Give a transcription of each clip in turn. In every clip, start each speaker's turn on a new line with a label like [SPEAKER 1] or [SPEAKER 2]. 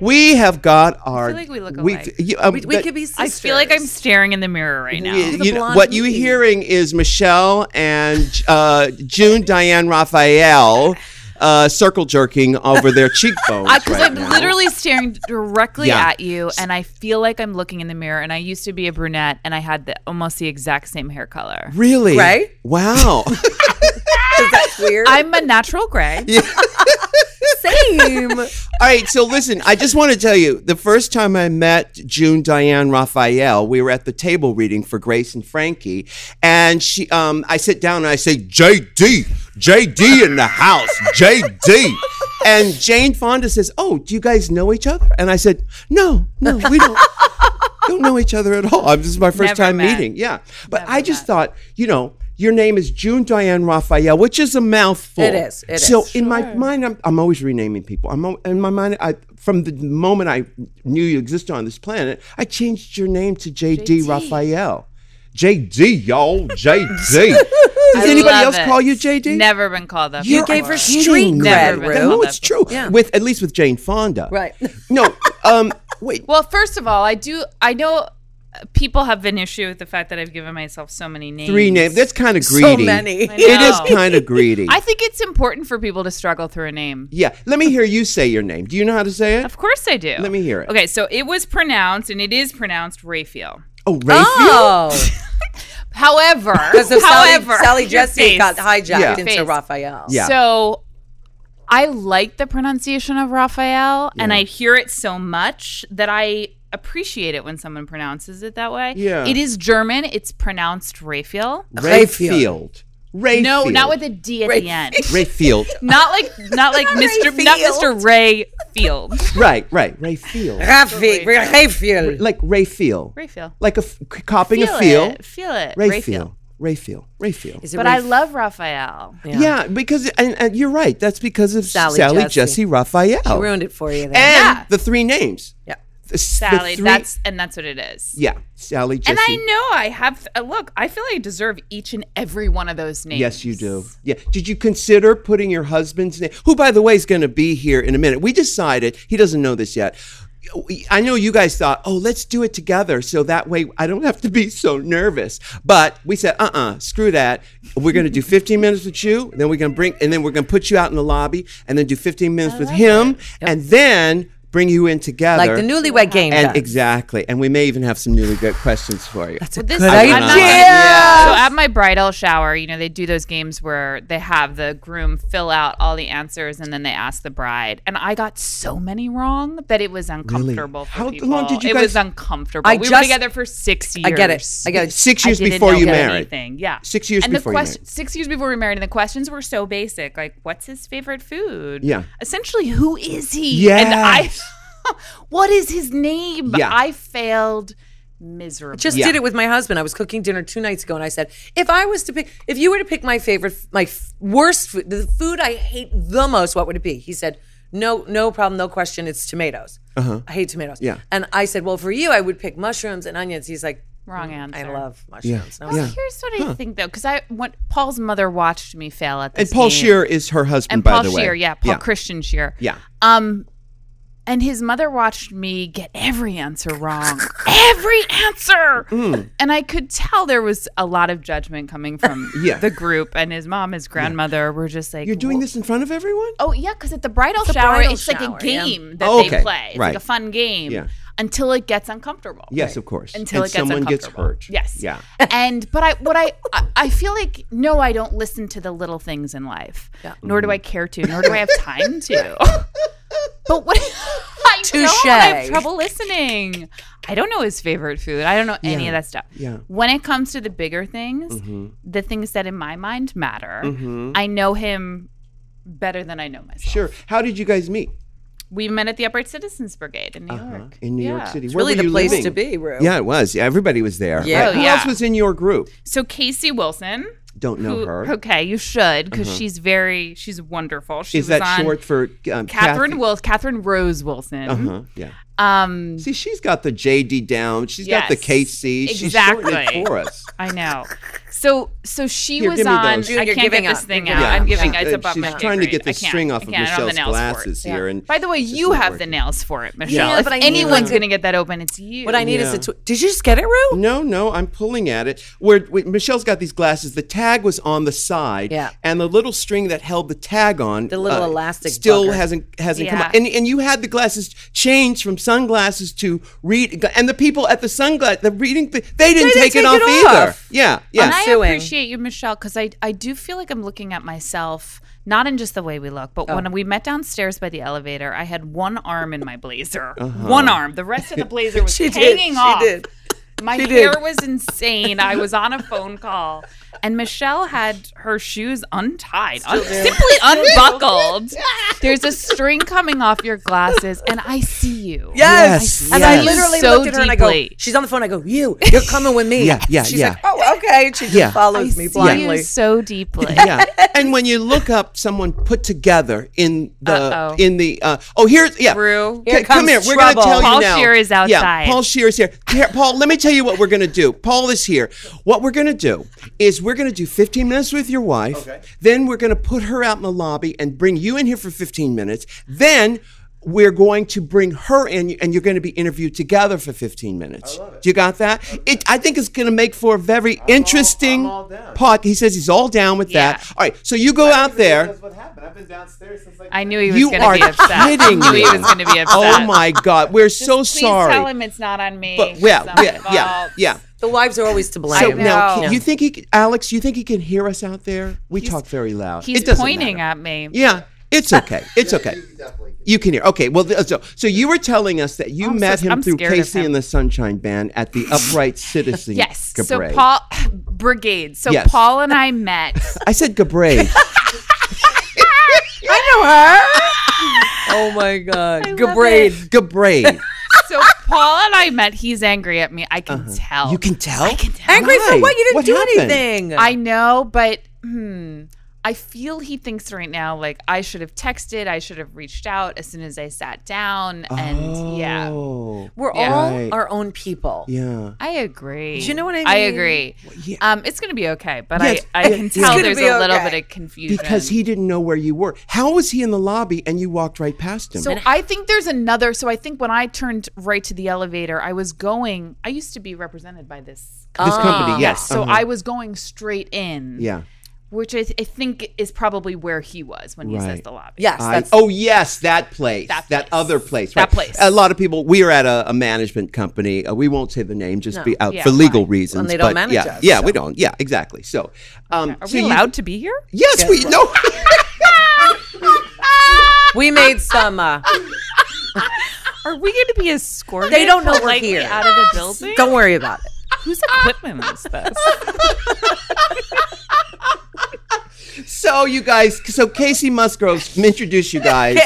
[SPEAKER 1] We have got our.
[SPEAKER 2] feel like we look alike.
[SPEAKER 1] you- um,
[SPEAKER 3] We, we
[SPEAKER 1] that-
[SPEAKER 3] could be
[SPEAKER 2] I
[SPEAKER 3] sisters.
[SPEAKER 2] feel like I'm staring in the mirror right now.
[SPEAKER 1] you-
[SPEAKER 3] the
[SPEAKER 1] you know,
[SPEAKER 3] blonde
[SPEAKER 1] what you're
[SPEAKER 3] lady.
[SPEAKER 1] hearing is Michelle and uh, June Diane Raphael uh, circle jerking over their cheekbones.
[SPEAKER 2] Because
[SPEAKER 1] right
[SPEAKER 2] Uh, I'm
[SPEAKER 1] now.
[SPEAKER 2] literally staring directly
[SPEAKER 1] Yeah.
[SPEAKER 2] at you, and I feel like I'm looking in the mirror. And I used to be a brunette, and I had the, almost the exact same hair color.
[SPEAKER 1] Really?
[SPEAKER 3] Right?
[SPEAKER 1] Wow.
[SPEAKER 3] Is that weird?
[SPEAKER 2] I'm a natural gray.
[SPEAKER 3] same.
[SPEAKER 1] All right, so listen, I just want to tell you the first time I met June Diane Raphael, we were at the table reading for Grace and Frankie, and she um I sit down and I say, JD, JD in the house, JD. And Jane Fonda says, Oh, do you guys know each other? And I said, No, no, we don't don't know each other at all. I'm, this is my first
[SPEAKER 2] Never
[SPEAKER 1] time
[SPEAKER 2] met.
[SPEAKER 1] meeting. Yeah. But I just thought, you know, your name is June Diane Raphael, which is a mouthful.
[SPEAKER 3] It is, it
[SPEAKER 1] so
[SPEAKER 3] is.
[SPEAKER 1] in my mind, I'm, I'm always renaming people. I'm al- in my mind. I from the moment I knew you existed on this planet, I changed your name to JD, Raphael. JD, y'all, JD. Does anybody
[SPEAKER 2] Love
[SPEAKER 1] else
[SPEAKER 2] it.
[SPEAKER 1] call you JD?
[SPEAKER 2] Never been called that.
[SPEAKER 1] You
[SPEAKER 2] before.
[SPEAKER 3] gave her
[SPEAKER 1] are kidding
[SPEAKER 3] street
[SPEAKER 1] me.
[SPEAKER 3] cred,
[SPEAKER 2] Never been
[SPEAKER 1] No,
[SPEAKER 2] called
[SPEAKER 1] it's
[SPEAKER 2] that
[SPEAKER 1] true.
[SPEAKER 3] Yeah.
[SPEAKER 1] With at least with Jane Fonda.
[SPEAKER 3] Right.
[SPEAKER 1] No. Um. Wait.
[SPEAKER 2] Well, first of all, I do. I know uh, people have an issue with the fact that I've given myself so many names.
[SPEAKER 1] Three names. That's kind of
[SPEAKER 3] So
[SPEAKER 1] greedy.
[SPEAKER 3] many.
[SPEAKER 1] It is
[SPEAKER 2] know.
[SPEAKER 1] kind of greedy.
[SPEAKER 2] I think it's important for people to struggle through a name.
[SPEAKER 1] yeah. Let me hear you say your name. Do you know how to say it?
[SPEAKER 2] Of course, I do.
[SPEAKER 1] Let me hear it.
[SPEAKER 2] Okay, so it was pronounced, and it is pronounced Raphael.
[SPEAKER 1] Oh, Raphael.
[SPEAKER 3] Oh,
[SPEAKER 2] However,
[SPEAKER 3] because of Sally,
[SPEAKER 2] however,
[SPEAKER 3] Sally
[SPEAKER 2] your
[SPEAKER 3] Jesse
[SPEAKER 2] face.
[SPEAKER 3] got hijacked
[SPEAKER 1] Yeah.
[SPEAKER 2] Your
[SPEAKER 3] into
[SPEAKER 2] face.
[SPEAKER 3] Raphael.
[SPEAKER 1] Yeah.
[SPEAKER 2] So I like the pronunciation of Raphael, and I hear it so much that I appreciate it when someone pronounces it that way.
[SPEAKER 1] Yeah.
[SPEAKER 2] It is German. It's pronounced Raphael.
[SPEAKER 1] Rayfield. Rayfield.
[SPEAKER 2] No, not with E. a D at the end.
[SPEAKER 1] Rayfield.
[SPEAKER 2] Not like not like Mr. Not
[SPEAKER 3] Rayfield.
[SPEAKER 2] Mr. Ray Field.
[SPEAKER 1] right, right. Rayfield.
[SPEAKER 3] Rafi, Raphael.
[SPEAKER 1] Like Rayfield.
[SPEAKER 2] Rayfield.
[SPEAKER 1] Like a f- c- copying
[SPEAKER 2] Feel
[SPEAKER 1] a feel.
[SPEAKER 2] it. Feel it.
[SPEAKER 1] Rayfield. Rayfield. Rayfield.
[SPEAKER 3] Is it
[SPEAKER 2] But I
[SPEAKER 3] Raph-
[SPEAKER 2] love Raphael.
[SPEAKER 1] yeah. because and, and you're right. That's because of Sally,
[SPEAKER 3] Sally
[SPEAKER 1] Jesse.
[SPEAKER 3] Jesse.
[SPEAKER 1] Raphael.
[SPEAKER 3] I ruined it for you. Then.
[SPEAKER 1] and
[SPEAKER 2] Yeah.
[SPEAKER 1] the three names.
[SPEAKER 3] yeah.
[SPEAKER 1] The s- the
[SPEAKER 2] Sally.
[SPEAKER 1] three-
[SPEAKER 2] That's and that's what it is.
[SPEAKER 1] yeah. Sally Jesse.
[SPEAKER 2] And I know I have. Uh, look, I feel I deserve each and every one of those names.
[SPEAKER 1] Yes, you do. Yeah. Did you consider putting your husband's name, who, by the way, is going to be here in a minute? We decided, he doesn't know this yet. We- I know you guys thought, oh, let's do it together so that way I don't have to be so nervous. But we said, uh uh screw that. We're going to do 15 minutes with you, then we're going to bring, and then we're going to put you out in the lobby and then do 15 minutes with him, and then bring you in together.
[SPEAKER 3] Like the newlywed game.
[SPEAKER 1] And
[SPEAKER 3] does.
[SPEAKER 1] exactly. And we may even have some really good questions for you.
[SPEAKER 2] Well, this,
[SPEAKER 3] Good
[SPEAKER 2] I'm
[SPEAKER 3] idea.
[SPEAKER 2] not- So at my bridal shower, you know, they do those games where they have the groom fill out all the answers and then they ask the bride. And I got so many wrong that it was uncomfortable. For
[SPEAKER 1] How long
[SPEAKER 2] people.
[SPEAKER 1] did you
[SPEAKER 2] It
[SPEAKER 1] guys-
[SPEAKER 2] was uncomfortable.
[SPEAKER 3] I
[SPEAKER 2] we were
[SPEAKER 3] just-
[SPEAKER 2] together for six years.
[SPEAKER 3] I get it. I get it.
[SPEAKER 1] Six years
[SPEAKER 2] didn't
[SPEAKER 1] before
[SPEAKER 2] know
[SPEAKER 1] you married.
[SPEAKER 2] Anything. Yeah.
[SPEAKER 1] Six years
[SPEAKER 2] and the
[SPEAKER 1] before you
[SPEAKER 2] quest-
[SPEAKER 1] married.
[SPEAKER 2] Six years before we married, and the questions were so basic, like what's his favorite food?
[SPEAKER 1] Yeah.
[SPEAKER 2] Essentially, who is he? And I,
[SPEAKER 1] Yes.
[SPEAKER 2] what is his name?
[SPEAKER 1] Yeah.
[SPEAKER 2] I failed miserably.
[SPEAKER 3] Just
[SPEAKER 1] Yeah.
[SPEAKER 3] did it with my husband. I was cooking dinner two nights ago, and I said, "If I was to pick, if you were to pick my favorite, my f- worst food, the food I hate the most, what would it be?" He said, "No, no problem, no question. It's tomatoes. I hate tomatoes."
[SPEAKER 1] Uh-huh. Yeah.
[SPEAKER 3] And I said, "Well, for you, I would pick mushrooms and onions." He's like,
[SPEAKER 2] Wrong
[SPEAKER 3] "Mm,
[SPEAKER 2] answer.
[SPEAKER 3] I love mushrooms. And I was
[SPEAKER 1] Yeah.
[SPEAKER 3] like,
[SPEAKER 2] Here's what I think though, because I when Paul's mother watched me fail at
[SPEAKER 1] And
[SPEAKER 2] this.
[SPEAKER 1] Paul
[SPEAKER 2] game.
[SPEAKER 1] Shear is her husband,
[SPEAKER 2] and
[SPEAKER 1] by
[SPEAKER 2] Paul
[SPEAKER 1] the way.
[SPEAKER 2] Shear, yeah, Paul Christian Shear,
[SPEAKER 1] Yeah.
[SPEAKER 2] Um, and his mother watched me get every answer wrong, every answer,
[SPEAKER 1] Mm.
[SPEAKER 2] and I could tell there was a lot of judgment coming from
[SPEAKER 1] Yeah.
[SPEAKER 2] the group. And his mom, his grandmother, were just like,
[SPEAKER 1] You're doing
[SPEAKER 2] "Wha-
[SPEAKER 1] this in front of everyone?
[SPEAKER 2] Oh yeah, because at the bridal
[SPEAKER 3] a
[SPEAKER 2] shower,
[SPEAKER 3] bridal
[SPEAKER 2] it's like
[SPEAKER 3] shower,
[SPEAKER 2] a
[SPEAKER 3] yeah.
[SPEAKER 2] game that
[SPEAKER 1] Oh, okay.
[SPEAKER 2] they play. It's
[SPEAKER 1] Right.
[SPEAKER 2] like a fun game
[SPEAKER 1] Yeah.
[SPEAKER 2] until it gets uncomfortable.
[SPEAKER 1] Yes, of course.
[SPEAKER 2] Until
[SPEAKER 1] and
[SPEAKER 2] it gets
[SPEAKER 1] someone gets
[SPEAKER 2] uncomfortable.
[SPEAKER 1] hurt.
[SPEAKER 2] Yes.
[SPEAKER 1] Yeah.
[SPEAKER 2] and but I what I I- I feel like no, I don't listen to the little things in life. Nor do I care to. Nor do I have time to. but what I
[SPEAKER 3] Touche.
[SPEAKER 2] don't. I have trouble listening. I don't know his favorite food. I don't know any of that stuff.
[SPEAKER 1] Yeah. Mm-hmm.
[SPEAKER 2] When it comes to the bigger things, the things that in my mind matter, I know him better than I know myself.
[SPEAKER 1] Sure. How did you guys meet?
[SPEAKER 2] We met at the Upright Citizens Brigade in New York.
[SPEAKER 1] Uh-huh. In New York
[SPEAKER 2] Yeah.
[SPEAKER 1] City.
[SPEAKER 2] It's
[SPEAKER 1] Where
[SPEAKER 3] really
[SPEAKER 1] were
[SPEAKER 3] the
[SPEAKER 1] you
[SPEAKER 3] place
[SPEAKER 1] living?
[SPEAKER 3] to be, Rue.
[SPEAKER 1] Yeah, it was. Yeah, everybody was there.
[SPEAKER 3] Yeah.
[SPEAKER 1] Right. Who
[SPEAKER 2] Oh, yeah.
[SPEAKER 1] else was in your group?
[SPEAKER 2] So Casey Wilson,
[SPEAKER 1] Don't know
[SPEAKER 2] who
[SPEAKER 1] her.
[SPEAKER 2] okay, you should because she's very she's wonderful. She
[SPEAKER 1] Uh-huh. Is
[SPEAKER 2] was
[SPEAKER 1] that
[SPEAKER 2] on
[SPEAKER 1] short for um,
[SPEAKER 2] Catherine
[SPEAKER 1] Kathy?
[SPEAKER 2] Wilson, Catherine Rose Wilson.
[SPEAKER 1] Uh-huh. Yeah.
[SPEAKER 2] Um,
[SPEAKER 1] See, she's got the JD down. She's got the
[SPEAKER 2] Yes.
[SPEAKER 1] KC. She's shortening
[SPEAKER 2] Exactly.
[SPEAKER 1] it for us.
[SPEAKER 2] I know. So so she
[SPEAKER 1] Here,
[SPEAKER 2] was
[SPEAKER 1] give me
[SPEAKER 2] on.
[SPEAKER 1] those.
[SPEAKER 2] I
[SPEAKER 3] You're
[SPEAKER 2] can't
[SPEAKER 3] giving
[SPEAKER 2] get this
[SPEAKER 3] up.
[SPEAKER 2] thing
[SPEAKER 3] You're
[SPEAKER 2] out.
[SPEAKER 3] giving
[SPEAKER 2] I'm
[SPEAKER 3] up.
[SPEAKER 2] giving.
[SPEAKER 1] Yeah.
[SPEAKER 2] It's above
[SPEAKER 1] She's
[SPEAKER 2] my pay
[SPEAKER 1] trying to
[SPEAKER 2] grade.
[SPEAKER 1] get the
[SPEAKER 2] I can't.
[SPEAKER 1] string off
[SPEAKER 2] I
[SPEAKER 1] of
[SPEAKER 2] can't. I don't have the
[SPEAKER 1] Michelle's
[SPEAKER 2] nails for it.
[SPEAKER 1] glasses here, and
[SPEAKER 2] By the way,
[SPEAKER 1] it's just
[SPEAKER 2] you
[SPEAKER 1] not
[SPEAKER 2] have the
[SPEAKER 1] working.
[SPEAKER 2] nails for it, Michelle.
[SPEAKER 3] Yeah,
[SPEAKER 2] if
[SPEAKER 3] but I need
[SPEAKER 2] anyone's
[SPEAKER 3] to-
[SPEAKER 2] going to get that open, it's you.
[SPEAKER 3] What I need
[SPEAKER 1] Yeah. Mm.
[SPEAKER 3] is a. Tw- Did you just get it, Rue?
[SPEAKER 1] No, no, I'm pulling at it. Where wait, Michelle's got these glasses. The tag was on the side,
[SPEAKER 3] Yeah.
[SPEAKER 1] and the little string that held the tag on, the
[SPEAKER 3] little elastic
[SPEAKER 1] still
[SPEAKER 3] bugger.
[SPEAKER 1] hasn't hasn't come
[SPEAKER 2] Yeah.
[SPEAKER 1] out. And and you had the glasses changed from sunglasses to read, and the people at the sunglass, the reading, they didn't, take, it
[SPEAKER 3] take
[SPEAKER 1] off
[SPEAKER 3] it
[SPEAKER 1] either.
[SPEAKER 3] off.
[SPEAKER 1] Yeah,
[SPEAKER 2] And
[SPEAKER 1] yeah.
[SPEAKER 2] I
[SPEAKER 3] suing.
[SPEAKER 2] appreciate you, Michelle, because I, I do feel like I'm looking at myself, not in just the way we look, but
[SPEAKER 1] Oh.
[SPEAKER 2] when we met downstairs by the elevator, I had one arm in my blazer.
[SPEAKER 1] Uh-huh.
[SPEAKER 2] One arm. The rest of the blazer was
[SPEAKER 3] She did.
[SPEAKER 2] hanging
[SPEAKER 3] She
[SPEAKER 2] off.
[SPEAKER 3] did.
[SPEAKER 2] My
[SPEAKER 3] She
[SPEAKER 2] hair
[SPEAKER 3] did.
[SPEAKER 2] was insane. I was on a phone call. And Michelle had her shoes untied, un- simply unbuckled. There's a string coming off your glasses, and I see you.
[SPEAKER 1] Yes,
[SPEAKER 3] And
[SPEAKER 1] yes.
[SPEAKER 3] I literally
[SPEAKER 2] So
[SPEAKER 3] looked at her and I go,
[SPEAKER 2] deeply.
[SPEAKER 3] she's on the phone. I go, you, you're coming with me.
[SPEAKER 1] Yeah, yeah,
[SPEAKER 3] She's
[SPEAKER 1] yeah.
[SPEAKER 3] like, oh, okay. And she just
[SPEAKER 1] Yeah.
[SPEAKER 2] I
[SPEAKER 3] follows
[SPEAKER 2] see
[SPEAKER 3] me blindly.
[SPEAKER 2] you so deeply.
[SPEAKER 1] yeah. And when you look up someone put together in the
[SPEAKER 2] Uh-oh.
[SPEAKER 1] in the uh, oh here's yeah
[SPEAKER 2] Rue.
[SPEAKER 1] C-
[SPEAKER 3] Here
[SPEAKER 1] come
[SPEAKER 3] comes
[SPEAKER 1] here we're gonna
[SPEAKER 3] trouble.
[SPEAKER 1] tell you
[SPEAKER 2] Paul
[SPEAKER 1] now
[SPEAKER 2] Scheer is outside.
[SPEAKER 1] yeah Paul Shear is here. here Paul let me tell you what we're gonna do Paul is here what we're gonna do is we're gonna do 15 minutes with your wife then we're gonna put her out in the lobby and bring you in here for 15 minutes then. We're going to bring her in, and you're going to be interviewed together for 15 minutes. Do you got that? It, I think it's going to make for a very interesting
[SPEAKER 4] all down.
[SPEAKER 1] pod. He says he's all down with
[SPEAKER 2] Yeah.
[SPEAKER 1] that. All right, so you go out there.
[SPEAKER 4] That's what happened. I've been downstairs since like
[SPEAKER 2] I knew he was
[SPEAKER 1] You
[SPEAKER 2] going to
[SPEAKER 1] are
[SPEAKER 2] be upset. I
[SPEAKER 1] kidding
[SPEAKER 2] knew
[SPEAKER 1] me.
[SPEAKER 2] he was going to be upset.
[SPEAKER 1] Oh my God, we're so
[SPEAKER 2] Please
[SPEAKER 1] sorry.
[SPEAKER 2] tell him it's not on me.
[SPEAKER 1] but
[SPEAKER 2] It's
[SPEAKER 1] yeah,
[SPEAKER 2] not
[SPEAKER 1] yeah,
[SPEAKER 2] my
[SPEAKER 1] yeah,
[SPEAKER 2] fault.
[SPEAKER 1] yeah.
[SPEAKER 3] The wives are always to blame.
[SPEAKER 1] So
[SPEAKER 2] I
[SPEAKER 1] now,
[SPEAKER 2] know.
[SPEAKER 1] can, you think he, c- Alex? You think he can hear us out there? We talk very loud.
[SPEAKER 2] He's
[SPEAKER 1] It doesn't
[SPEAKER 2] pointing
[SPEAKER 1] matter.
[SPEAKER 2] at me.
[SPEAKER 1] Yeah, it's okay. It's okay.
[SPEAKER 4] definitely.
[SPEAKER 1] You can hear. Okay. Well, th- so so you were telling us that you
[SPEAKER 2] I'm so-
[SPEAKER 1] met him
[SPEAKER 2] I'm
[SPEAKER 1] through
[SPEAKER 2] scared of
[SPEAKER 1] Casey
[SPEAKER 2] him.
[SPEAKER 1] and the Sunshine Band at the Upright Citizen.
[SPEAKER 2] Yes. So
[SPEAKER 1] Cabaret.
[SPEAKER 2] Paul Brigade. So
[SPEAKER 1] Yes.
[SPEAKER 2] Paul and I met.
[SPEAKER 1] I said Gabraid.
[SPEAKER 3] Oh my God.
[SPEAKER 2] love
[SPEAKER 3] Gabraid.
[SPEAKER 1] Gabraid.
[SPEAKER 2] So Paul and I met. He's angry at me. I can tell.
[SPEAKER 1] Uh-huh. You can tell. I can tell.
[SPEAKER 3] Angry for
[SPEAKER 1] Why?
[SPEAKER 3] what? You didn't
[SPEAKER 1] What
[SPEAKER 3] do
[SPEAKER 1] happened?
[SPEAKER 3] anything.
[SPEAKER 2] I know, but hmm, I feel he thinks right now like I should have texted. I should have reached out as soon as I sat down. And yeah,
[SPEAKER 1] Oh.
[SPEAKER 3] We're
[SPEAKER 2] Yeah.
[SPEAKER 3] all
[SPEAKER 1] Right.
[SPEAKER 3] our own people.
[SPEAKER 1] Yeah.
[SPEAKER 2] I agree.
[SPEAKER 3] Do you know what I
[SPEAKER 2] I
[SPEAKER 3] mean?
[SPEAKER 2] agree.
[SPEAKER 1] yeah.
[SPEAKER 2] Um, it's gonna be okay, but
[SPEAKER 1] Yes,
[SPEAKER 2] I, I
[SPEAKER 1] yeah,
[SPEAKER 2] can
[SPEAKER 1] it's
[SPEAKER 2] tell
[SPEAKER 3] gonna
[SPEAKER 2] there's
[SPEAKER 3] be
[SPEAKER 2] a little
[SPEAKER 3] okay.
[SPEAKER 2] bit of confusion
[SPEAKER 1] Because he didn't know where you were. How was he in the lobby and you walked right past him?
[SPEAKER 2] So I think there's another. So I think when I turned right to the elevator, I was going. I used to be represented by this.
[SPEAKER 1] this company, yes.
[SPEAKER 2] um, So I was going straight in.
[SPEAKER 1] Uh-huh. Yeah.
[SPEAKER 2] Which I, th- I think is probably where he was when he says
[SPEAKER 1] Right.
[SPEAKER 2] the lobby.
[SPEAKER 3] Yes.
[SPEAKER 1] I,
[SPEAKER 3] that's,
[SPEAKER 1] oh yes, that place, that,
[SPEAKER 2] That place.
[SPEAKER 1] other place,
[SPEAKER 2] That
[SPEAKER 1] right.
[SPEAKER 2] place.
[SPEAKER 1] A lot of people. We are at a, a management company. Uh, we won't say the name, just be out
[SPEAKER 2] Yeah,
[SPEAKER 1] for legal
[SPEAKER 2] fine.
[SPEAKER 1] reasons.
[SPEAKER 3] they don't
[SPEAKER 1] but
[SPEAKER 3] manage
[SPEAKER 1] yeah,
[SPEAKER 3] us,
[SPEAKER 1] yeah,
[SPEAKER 3] so.
[SPEAKER 1] we don't. Yeah, exactly. So, um,
[SPEAKER 2] Are
[SPEAKER 1] so
[SPEAKER 2] we
[SPEAKER 1] you-
[SPEAKER 2] allowed to be here?
[SPEAKER 1] yes, we no.
[SPEAKER 3] we made some. Uh,
[SPEAKER 2] Are we going to be escorted?
[SPEAKER 3] They don't know we're
[SPEAKER 2] politely
[SPEAKER 3] here.
[SPEAKER 2] out of the building.
[SPEAKER 3] don't worry about it.
[SPEAKER 2] Whose equipment is this?
[SPEAKER 1] so you guys, so Casey Musgroves introduced you guys,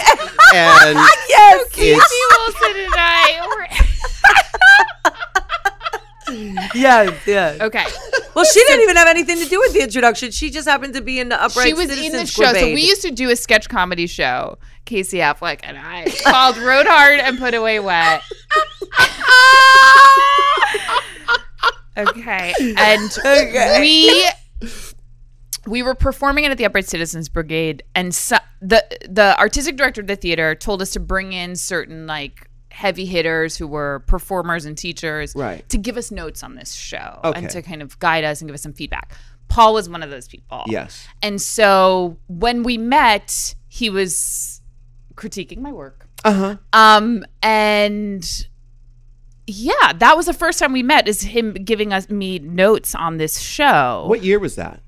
[SPEAKER 1] and
[SPEAKER 3] Yes.
[SPEAKER 1] it's,
[SPEAKER 2] Wilson and I.
[SPEAKER 3] Yes. Yes.
[SPEAKER 2] were- okay.
[SPEAKER 3] Well, she didn't even have anything to do with the introduction. She just happened to be in the upright.
[SPEAKER 2] she was in the
[SPEAKER 3] Citizens
[SPEAKER 2] show. So
[SPEAKER 3] Brigade.
[SPEAKER 2] we used to do a sketch comedy show, Casey Affleck and I, called Road Hard and Put Away Wet. okay. And we we were performing it at the Upright Citizens Brigade, and so, the the artistic director of the theater told us to bring in certain like heavy hitters who were performers and teachers
[SPEAKER 1] Right.
[SPEAKER 2] to give us notes on this show
[SPEAKER 1] Okay.
[SPEAKER 2] and to kind of guide us and give us some feedback. Paul was one of those people.
[SPEAKER 1] yes.
[SPEAKER 2] And so when we met, he was critiquing my work.
[SPEAKER 1] Uh huh.
[SPEAKER 2] Um, and yeah, that was the first time we met. Is him giving us me notes on this show?
[SPEAKER 1] What year was that?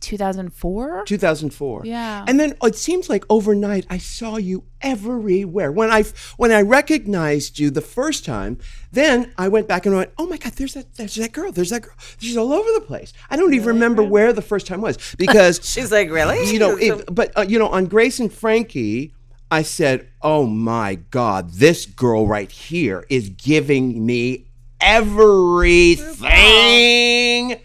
[SPEAKER 2] 2004?
[SPEAKER 1] 2004.
[SPEAKER 2] Yeah.
[SPEAKER 1] And then it seems like overnight I saw you everywhere. When I when I recognized you the first time, then I went back and went, "Oh my god, there's that there's that girl. There's that girl. She's all over the place." I don't even remember where the first time was because
[SPEAKER 3] She's like, really?
[SPEAKER 1] you know, if, but uh, you know, on Grace and Frankie, I said, "Oh my God, this girl right here is giving me everything,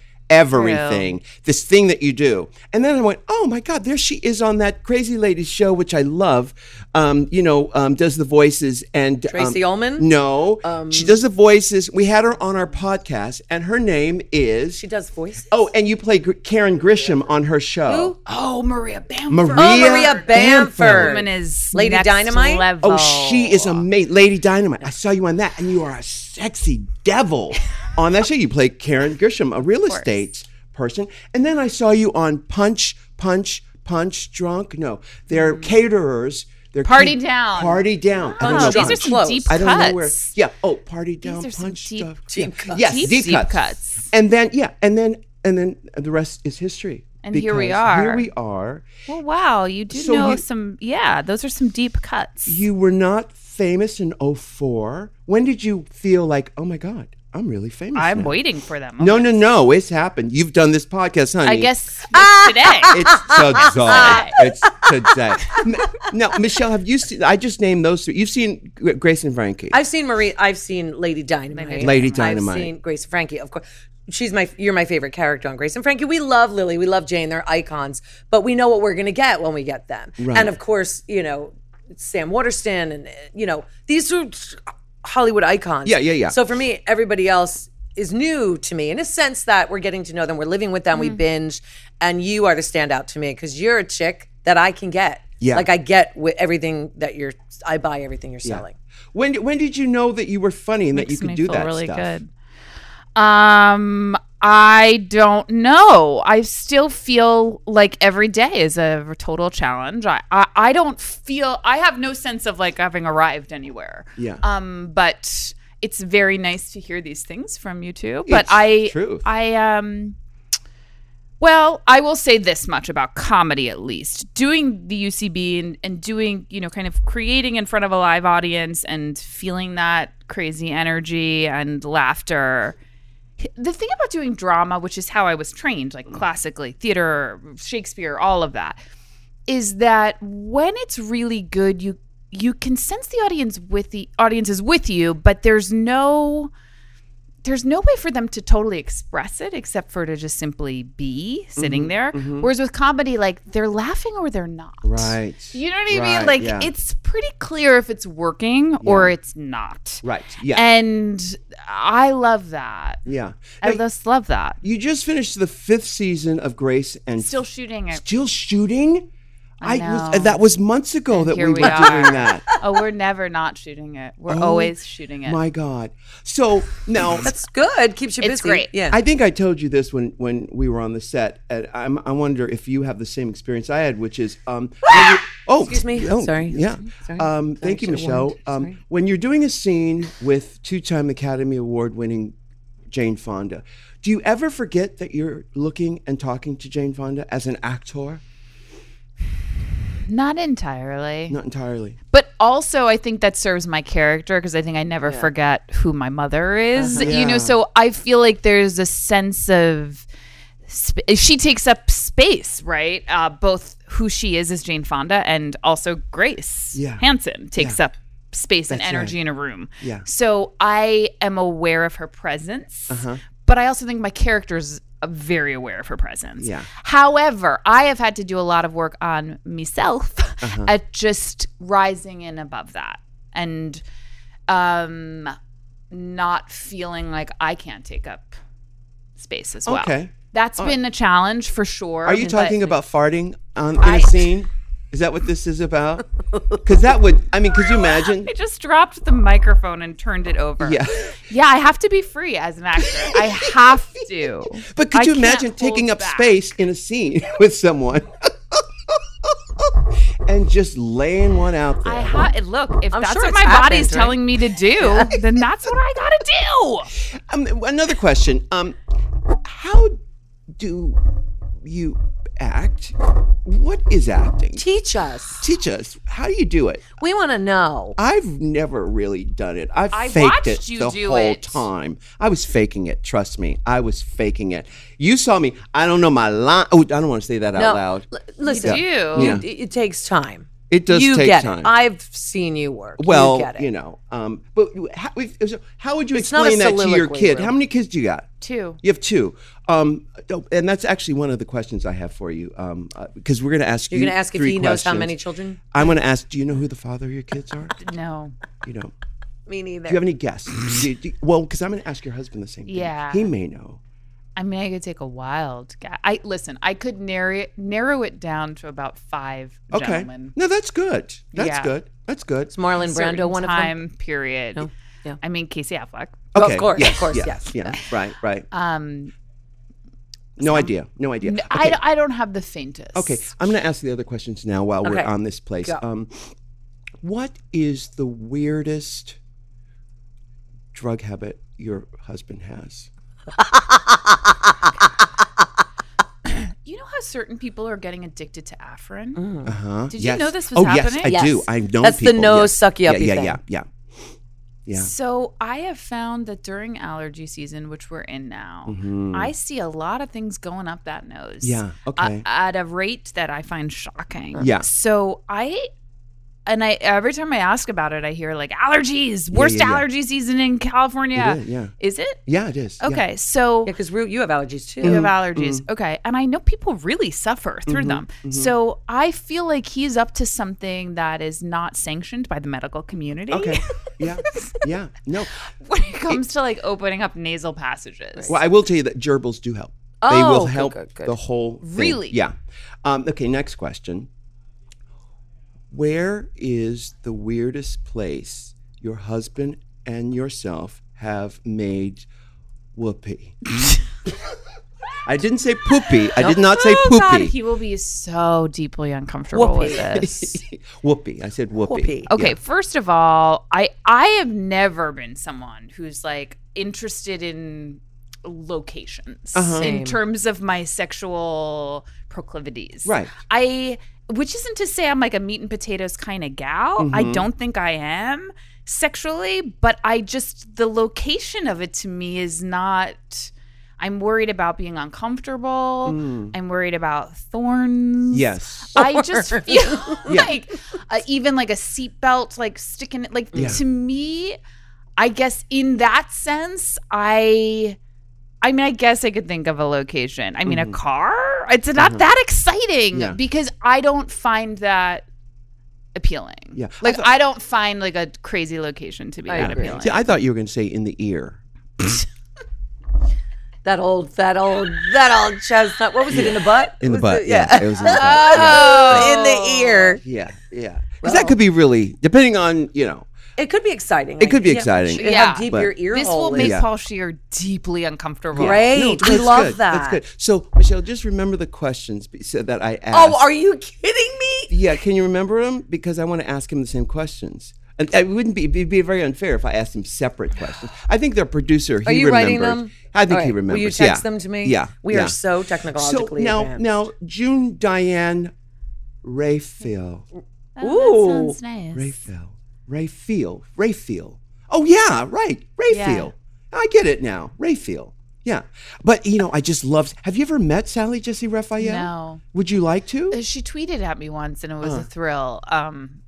[SPEAKER 1] everything, this thing that you do. And then I went, oh my God, there she is on that crazy lady show, which I love. Um, you know, um, does the voices and um,
[SPEAKER 3] Tracy Ullman? Um,
[SPEAKER 1] No, she does the voices. We had her on our podcast, and her name is
[SPEAKER 3] She does voices.
[SPEAKER 1] Oh, and you play Gr- Karen Grisham on her show.
[SPEAKER 2] Oh, Maria Bamford.
[SPEAKER 1] Maria,
[SPEAKER 3] Oh, Maria Bamford.
[SPEAKER 2] Woman is
[SPEAKER 3] Lady
[SPEAKER 2] next
[SPEAKER 3] Dynamite?
[SPEAKER 2] Level.
[SPEAKER 1] Oh, she is amazing. Lady Dynamite. I saw you on that, and you are a sexy devil on that show. You play Karen Grisham, a real estate person. And then I saw you on Punch, Punch, Punch Drunk. No, they're caterers. They're
[SPEAKER 2] Mm. Party
[SPEAKER 1] ca-
[SPEAKER 2] Down.
[SPEAKER 1] Party Down. I don't
[SPEAKER 3] Punch
[SPEAKER 1] know
[SPEAKER 2] Oh,
[SPEAKER 3] Drunk.
[SPEAKER 2] these are
[SPEAKER 1] Punch.
[SPEAKER 2] some
[SPEAKER 3] Close.
[SPEAKER 2] deep
[SPEAKER 1] I
[SPEAKER 2] cuts.
[SPEAKER 1] don't know where. Yeah. Oh, Party Down,
[SPEAKER 2] are some
[SPEAKER 1] Punch
[SPEAKER 2] deep-
[SPEAKER 1] Drunk.
[SPEAKER 3] deep
[SPEAKER 1] yeah.
[SPEAKER 3] cuts.
[SPEAKER 1] Yes,
[SPEAKER 2] Deep,
[SPEAKER 1] deep,
[SPEAKER 2] deep
[SPEAKER 1] cuts.
[SPEAKER 2] cuts.
[SPEAKER 1] And then, yeah, and then, and then the rest is history.
[SPEAKER 2] And here we
[SPEAKER 1] Because
[SPEAKER 2] are.
[SPEAKER 1] Here we are.
[SPEAKER 2] Well, Oh, wow, you do
[SPEAKER 1] So
[SPEAKER 2] know
[SPEAKER 1] you-
[SPEAKER 2] some. Yeah, those are some deep cuts.
[SPEAKER 1] you were not famous in 04. When did you feel like, oh my God, I'm really famous?
[SPEAKER 2] I'm
[SPEAKER 1] now?
[SPEAKER 2] waiting for them.
[SPEAKER 1] No, no, no. It's happened. You've done this podcast, honey.
[SPEAKER 2] I guess it's today.
[SPEAKER 1] It's today. it's today. M- Now, Michelle, have you seen? I just named those three. You've seen Gr- Grace and Frankie.
[SPEAKER 3] I've seen Marie. I've seen Lady Dynamite.
[SPEAKER 1] Lady
[SPEAKER 3] I've
[SPEAKER 1] Dynamite.
[SPEAKER 3] seen Grace and Frankie, of course. She's my you're my favorite character on Grace and Frankie. We love Lily, we love Jane, they're icons, but we know what we're gonna get when we get them. And of course, you know, Sam Waterston and uh, you know, these are Hollywood icons.
[SPEAKER 1] Yeah, yeah, yeah.
[SPEAKER 3] So for me, everybody else is new to me in a sense that we're getting to know them, we're living with them,
[SPEAKER 1] Mm-hmm.
[SPEAKER 3] we binge, and you are to stand out to me because you're a chick that I can get.
[SPEAKER 1] Yeah.
[SPEAKER 3] Like I get with everything that you're I buy everything you're selling.
[SPEAKER 1] When when did you know that you were funny and that you
[SPEAKER 2] Makes
[SPEAKER 1] could
[SPEAKER 2] me
[SPEAKER 1] do
[SPEAKER 2] feel
[SPEAKER 1] that
[SPEAKER 2] really
[SPEAKER 1] stuff?
[SPEAKER 2] good. Um, I don't know. I still feel like every day is a total challenge. I, I, I don't feel. I have no sense of like having arrived anywhere.
[SPEAKER 1] Yeah.
[SPEAKER 2] Um, but it's very nice to hear these things from you too. But
[SPEAKER 1] It's
[SPEAKER 2] I,
[SPEAKER 1] truth.
[SPEAKER 2] I um. Well, I will say this much about comedy at least. Doing the UCB and, and doing, you know, kind of creating in front of a live audience and feeling that crazy energy and laughter. The thing about doing drama, which is how I was trained, like classically, theater, Shakespeare, all of that, is that when it's really good, you you can sense the audience with the audience is with you, but there's no there's no way for them to totally express it except for to just simply be sitting
[SPEAKER 1] Mm-hmm,
[SPEAKER 2] there. Whereas with comedy, like they're laughing or they're not.
[SPEAKER 1] Right.
[SPEAKER 2] You know what I mean?
[SPEAKER 1] Right,
[SPEAKER 2] Like
[SPEAKER 1] yeah.
[SPEAKER 2] it's pretty clear if it's working or it's not.
[SPEAKER 1] Right. Yeah.
[SPEAKER 2] And I love that.
[SPEAKER 1] yeah.
[SPEAKER 2] I
[SPEAKER 1] Now,
[SPEAKER 2] just love that.
[SPEAKER 1] you just finished the fifth season of Grace and
[SPEAKER 2] Still shooting it.
[SPEAKER 1] still shooting. I, was,
[SPEAKER 2] know.
[SPEAKER 1] that was months ago that we
[SPEAKER 2] here
[SPEAKER 1] were
[SPEAKER 2] we
[SPEAKER 1] doing
[SPEAKER 2] are.
[SPEAKER 1] that.
[SPEAKER 2] Oh, we're never not shooting it. We're always shooting
[SPEAKER 1] Oh
[SPEAKER 2] it.
[SPEAKER 1] My God. So now
[SPEAKER 3] That's good. Keeps you busy.
[SPEAKER 2] It's great.
[SPEAKER 3] Yeah.
[SPEAKER 1] I think I told you this when when we were on the set, and I'm, I wonder if you have the same experience I had, which is um. when you- oh,
[SPEAKER 3] Ah! Excuse me.
[SPEAKER 1] oh,
[SPEAKER 3] Sorry.
[SPEAKER 1] Yeah.
[SPEAKER 3] Sorry.
[SPEAKER 1] Um, thank you,
[SPEAKER 3] should've
[SPEAKER 1] Michelle.
[SPEAKER 3] warned.
[SPEAKER 1] Um, when you're doing a scene with two-time Academy Award-winning Jane Fonda, do you ever forget that you're looking and talking to Jane Fonda as an actor?
[SPEAKER 2] Not entirely.
[SPEAKER 1] Not entirely.
[SPEAKER 2] But also, I think that serves my character because I think I never forget who my mother is. You
[SPEAKER 1] Uh-huh. Yeah.
[SPEAKER 2] know, so I feel like there's a sense of sp- she takes up space, right? Uh, both who she is as Jane Fonda and also Grace
[SPEAKER 1] Yeah.
[SPEAKER 2] Hanson takes up space and
[SPEAKER 1] That's
[SPEAKER 2] energy
[SPEAKER 1] right.
[SPEAKER 2] in a room.
[SPEAKER 1] Yeah.
[SPEAKER 2] So I am aware of her presence,
[SPEAKER 1] Uh-huh.
[SPEAKER 2] but I also think my character's uh, very aware of her presence.
[SPEAKER 1] Yeah.
[SPEAKER 2] However, I have had to do a lot of work on myself
[SPEAKER 1] Uh-huh.
[SPEAKER 2] at just rising in above that and um, not feeling like I can't take up space as well.
[SPEAKER 1] Okay.
[SPEAKER 2] That's been a challenge for sure.
[SPEAKER 1] Are you
[SPEAKER 2] but-
[SPEAKER 1] talking about farting on, in a scene? Is that what this is about? Because that would, I mean, could you imagine?
[SPEAKER 2] I just dropped the microphone and turned it over.
[SPEAKER 1] Yeah.
[SPEAKER 2] Yeah, I have to be free as an actor. I have to.
[SPEAKER 1] But could
[SPEAKER 2] I
[SPEAKER 1] you
[SPEAKER 2] can't
[SPEAKER 1] imagine
[SPEAKER 2] hold
[SPEAKER 1] taking up
[SPEAKER 2] back.
[SPEAKER 1] space in a scene with someone and just laying one out there?
[SPEAKER 2] I ha- look, if that's
[SPEAKER 3] sure
[SPEAKER 2] what
[SPEAKER 3] it's
[SPEAKER 2] my
[SPEAKER 3] happened,
[SPEAKER 2] body's
[SPEAKER 3] right?
[SPEAKER 2] telling me to do, then that's what I gotta do.
[SPEAKER 1] Um, another question: um, How do you act? What is acting?
[SPEAKER 3] Teach us.
[SPEAKER 1] Teach us. How do you do it?
[SPEAKER 3] We want to know.
[SPEAKER 1] I've never really done it. I've
[SPEAKER 2] I
[SPEAKER 1] faked
[SPEAKER 2] watched
[SPEAKER 1] it
[SPEAKER 2] you
[SPEAKER 1] the
[SPEAKER 2] do
[SPEAKER 1] whole
[SPEAKER 2] it.
[SPEAKER 1] time. I was faking it. Trust me, I was faking it. You saw me. I don't know my line. Oh, I don't want to say that out
[SPEAKER 3] No,
[SPEAKER 1] loud.
[SPEAKER 3] l- listen,
[SPEAKER 2] You do.
[SPEAKER 1] Yeah.
[SPEAKER 3] It, it takes time.
[SPEAKER 1] It does
[SPEAKER 3] you
[SPEAKER 1] take
[SPEAKER 3] get
[SPEAKER 1] time.
[SPEAKER 3] it. I've seen you work.
[SPEAKER 1] well,
[SPEAKER 3] you get it.
[SPEAKER 1] know, um, but you- how, we've- so how would you
[SPEAKER 3] not a
[SPEAKER 1] explain that to your
[SPEAKER 3] soliloquy,
[SPEAKER 1] kid?
[SPEAKER 3] Rube.
[SPEAKER 1] How many kids do you got?
[SPEAKER 2] Two.
[SPEAKER 1] You have two, um, oh, and that's actually one of the questions I have for you because um, uh, 'cause we're going to ask
[SPEAKER 3] You're
[SPEAKER 1] you
[SPEAKER 3] going to ask if
[SPEAKER 1] three
[SPEAKER 3] he knows how
[SPEAKER 1] questions.
[SPEAKER 3] many children?
[SPEAKER 1] I'm going to ask. Do you know who the father of your kids are?
[SPEAKER 2] No.
[SPEAKER 1] you know.
[SPEAKER 3] Me neither.
[SPEAKER 1] Do you have any guests? Do you- do you- well, because I'm going to ask your husband the same thing.
[SPEAKER 2] Yeah.
[SPEAKER 1] He may know.
[SPEAKER 2] I mean, I could take a wild guy. I listen. I could narrow narrow it down to about five
[SPEAKER 1] Okay.
[SPEAKER 2] gentlemen.
[SPEAKER 1] No, that's good. That's
[SPEAKER 2] Yeah.
[SPEAKER 1] good. That's good.
[SPEAKER 3] Is Marlon
[SPEAKER 2] Certain
[SPEAKER 3] Brando one of them?
[SPEAKER 2] time period.
[SPEAKER 3] Yeah.
[SPEAKER 2] I mean, Casey Affleck.
[SPEAKER 3] Of course, of course, yes.
[SPEAKER 1] Yeah. Right. Right.
[SPEAKER 2] Um,
[SPEAKER 1] No idea. No idea.
[SPEAKER 2] I d- I don't have the faintest.
[SPEAKER 1] Okay, I'm going to ask the other questions now while we're
[SPEAKER 3] Okay.
[SPEAKER 1] on this place.
[SPEAKER 3] Go.
[SPEAKER 1] Um, what is the weirdest drug habit your husband has?
[SPEAKER 2] You know how certain people are getting addicted to Afrin?
[SPEAKER 1] Uh huh.
[SPEAKER 2] Did you know this was
[SPEAKER 1] oh,
[SPEAKER 2] happening?
[SPEAKER 1] yes, I do.
[SPEAKER 3] Yes.
[SPEAKER 1] I know
[SPEAKER 3] That's the
[SPEAKER 1] people.
[SPEAKER 3] no
[SPEAKER 1] yes.
[SPEAKER 3] sucky uppy
[SPEAKER 1] yeah, yeah,
[SPEAKER 3] thing.
[SPEAKER 1] yeah, yeah, yeah.
[SPEAKER 2] So I have found that during allergy season, which we're in now, I see a lot of things going up that nose.
[SPEAKER 1] Mm-hmm. Yeah, okay.
[SPEAKER 2] a- at a rate that I find shocking.
[SPEAKER 1] Yeah.
[SPEAKER 2] So I. And I every time I ask about it, I hear like allergies, worst
[SPEAKER 1] yeah, yeah.
[SPEAKER 2] allergy season in California.
[SPEAKER 1] It is, yeah.
[SPEAKER 2] Is it?
[SPEAKER 1] Yeah, it is. yeah.
[SPEAKER 2] Okay, so
[SPEAKER 3] Yeah, because Root, you have allergies too.
[SPEAKER 1] Mm.
[SPEAKER 2] you have allergies. Okay. And I know people really suffer
[SPEAKER 1] Mm-hmm,
[SPEAKER 2] through them. So I feel like he's up to something that is not sanctioned by the medical community
[SPEAKER 1] Okay. Yeah. Yeah. No.
[SPEAKER 2] when it comes to like opening up nasal passages.
[SPEAKER 1] Well, I will tell you that gerbils do help. they
[SPEAKER 3] Oh,
[SPEAKER 1] will
[SPEAKER 3] good,
[SPEAKER 1] help
[SPEAKER 3] good, good.
[SPEAKER 1] the whole thing.
[SPEAKER 2] Really?
[SPEAKER 1] Yeah. Um, okay, next question. Where is the weirdest place your husband and yourself have made whoopee? I didn't say poopy. I did not say
[SPEAKER 2] Oh,
[SPEAKER 1] poopy.
[SPEAKER 2] God, he will be so deeply uncomfortable with this.
[SPEAKER 1] whoopee. I said whoopee.
[SPEAKER 3] Whoopee.
[SPEAKER 2] Okay, first of all, I I have never been someone who's like interested in locations in terms of my sexual proclivities.
[SPEAKER 1] Right.
[SPEAKER 2] I which isn't to say I'm like a meat and potatoes kind of gal. I don't think I am sexually, but I just the location of it to me is not I'm worried about being uncomfortable. I'm worried about thorns.
[SPEAKER 1] Yes.
[SPEAKER 3] Oh,
[SPEAKER 2] I just feel like uh, even like a seatbelt, like sticking it, like to me, I guess in that sense, I, I mean, I guess I could think of a location. I mean, a car. It's not that exciting
[SPEAKER 1] Mm-hmm. Yeah.
[SPEAKER 2] because I don't find that appealing.
[SPEAKER 1] Yeah. I
[SPEAKER 2] like
[SPEAKER 1] thought-
[SPEAKER 2] I don't find like a crazy location to be that
[SPEAKER 3] agree.
[SPEAKER 2] appealing.
[SPEAKER 1] See, I thought you were going to say in the ear.
[SPEAKER 3] That old, that old, that old chestnut. What was it in the butt?
[SPEAKER 1] In the
[SPEAKER 3] Was
[SPEAKER 1] butt.
[SPEAKER 3] it-
[SPEAKER 1] yeah. It was in the butt. yeah.
[SPEAKER 3] Oh, in the ear.
[SPEAKER 1] Yeah, yeah. Because that could be really depending on you know.
[SPEAKER 3] It could be exciting.
[SPEAKER 1] It could be
[SPEAKER 3] Yeah.
[SPEAKER 1] exciting.
[SPEAKER 3] How
[SPEAKER 2] Yeah.
[SPEAKER 3] deep
[SPEAKER 1] But-
[SPEAKER 3] your ear
[SPEAKER 2] This
[SPEAKER 3] hole
[SPEAKER 2] will make
[SPEAKER 3] is.
[SPEAKER 1] Yeah.
[SPEAKER 2] Paul Shear deeply uncomfortable.
[SPEAKER 3] Great.
[SPEAKER 1] No,
[SPEAKER 3] we
[SPEAKER 1] that's
[SPEAKER 3] love
[SPEAKER 1] good.
[SPEAKER 3] that.
[SPEAKER 1] That's good. So Michelle, just remember the questions be- so that I asked.
[SPEAKER 3] Oh, are you kidding me?
[SPEAKER 1] Yeah, can you remember them? Because I want to ask him the same questions. And it wouldn't be it'd be very unfair if I asked him separate questions. I think their producer. He
[SPEAKER 3] Are you writing
[SPEAKER 1] remembered.
[SPEAKER 3] them?
[SPEAKER 1] I think
[SPEAKER 3] All
[SPEAKER 1] he
[SPEAKER 3] right.
[SPEAKER 1] remembers.
[SPEAKER 3] Will you text
[SPEAKER 1] yeah.
[SPEAKER 3] them to me?
[SPEAKER 1] Yeah.
[SPEAKER 3] We
[SPEAKER 1] yeah.
[SPEAKER 3] are so technologically
[SPEAKER 1] now
[SPEAKER 3] advanced.
[SPEAKER 1] now June Diane Rayfield.
[SPEAKER 3] Ooh.
[SPEAKER 2] Oh, Sounds nice.
[SPEAKER 1] Rayfield. Rayfield. Rayfield. Oh yeah, right. Rayfield. I get it now. Rayfield. Yeah. But you know, I just loved have you ever met Sally Jesse Raphael?
[SPEAKER 2] No.
[SPEAKER 1] Would you like to?
[SPEAKER 2] Uh, she tweeted at me once and it was a thrill um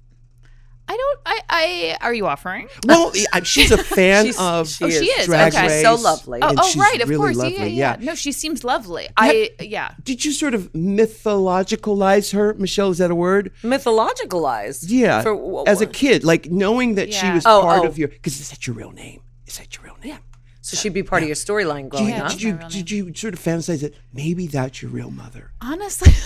[SPEAKER 2] i don't i i are you offering
[SPEAKER 1] Well, I- she's a fan of
[SPEAKER 3] she Oh, she
[SPEAKER 2] is. is.
[SPEAKER 1] Drag
[SPEAKER 2] Okay.
[SPEAKER 1] Race.
[SPEAKER 3] So lovely.
[SPEAKER 2] oh,
[SPEAKER 1] and
[SPEAKER 2] oh
[SPEAKER 1] she's
[SPEAKER 2] right of
[SPEAKER 1] really
[SPEAKER 2] course
[SPEAKER 1] lovely.
[SPEAKER 2] Yeah,
[SPEAKER 1] yeah.
[SPEAKER 2] yeah no she seems lovely i yeah
[SPEAKER 1] Did you sort of mythologicalize her, Michelle? Is that a word?
[SPEAKER 3] Oh, Mythologicalized.
[SPEAKER 1] Yeah.
[SPEAKER 3] For, wh-
[SPEAKER 1] As a kid, like knowing that she
[SPEAKER 2] Yeah.
[SPEAKER 1] was
[SPEAKER 3] Oh,
[SPEAKER 1] part
[SPEAKER 3] oh.
[SPEAKER 1] of your. Because is that your real name? Is that your real name?
[SPEAKER 3] so she'd be part of your storyline
[SPEAKER 1] Did,
[SPEAKER 3] growing
[SPEAKER 1] you,
[SPEAKER 3] up.
[SPEAKER 1] did you did you sort of fantasize that maybe that's your real mother?
[SPEAKER 2] honestly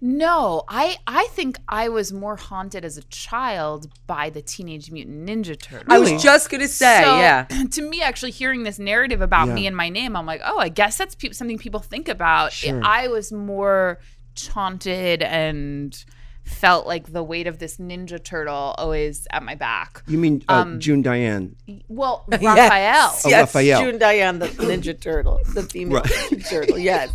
[SPEAKER 2] no i i think i was more haunted as a child by the teenage mutant ninja turtles
[SPEAKER 3] I was just gonna say,
[SPEAKER 2] So,
[SPEAKER 3] yeah.
[SPEAKER 2] To me, actually hearing this narrative about
[SPEAKER 1] Yeah.
[SPEAKER 2] me and my name, I'm like, oh, I guess that's pe- something people think about.
[SPEAKER 1] Sure.
[SPEAKER 2] I was more taunted and felt like the weight of this ninja turtle always at my back.
[SPEAKER 1] You mean uh,
[SPEAKER 3] Um,
[SPEAKER 1] June Diane?
[SPEAKER 2] Well,
[SPEAKER 3] Yes.
[SPEAKER 2] Raphael.
[SPEAKER 3] Yes,
[SPEAKER 1] Oh, Raphael.
[SPEAKER 3] June Diane, the Ninja Turtle, the female Ninja Turtle. Yes,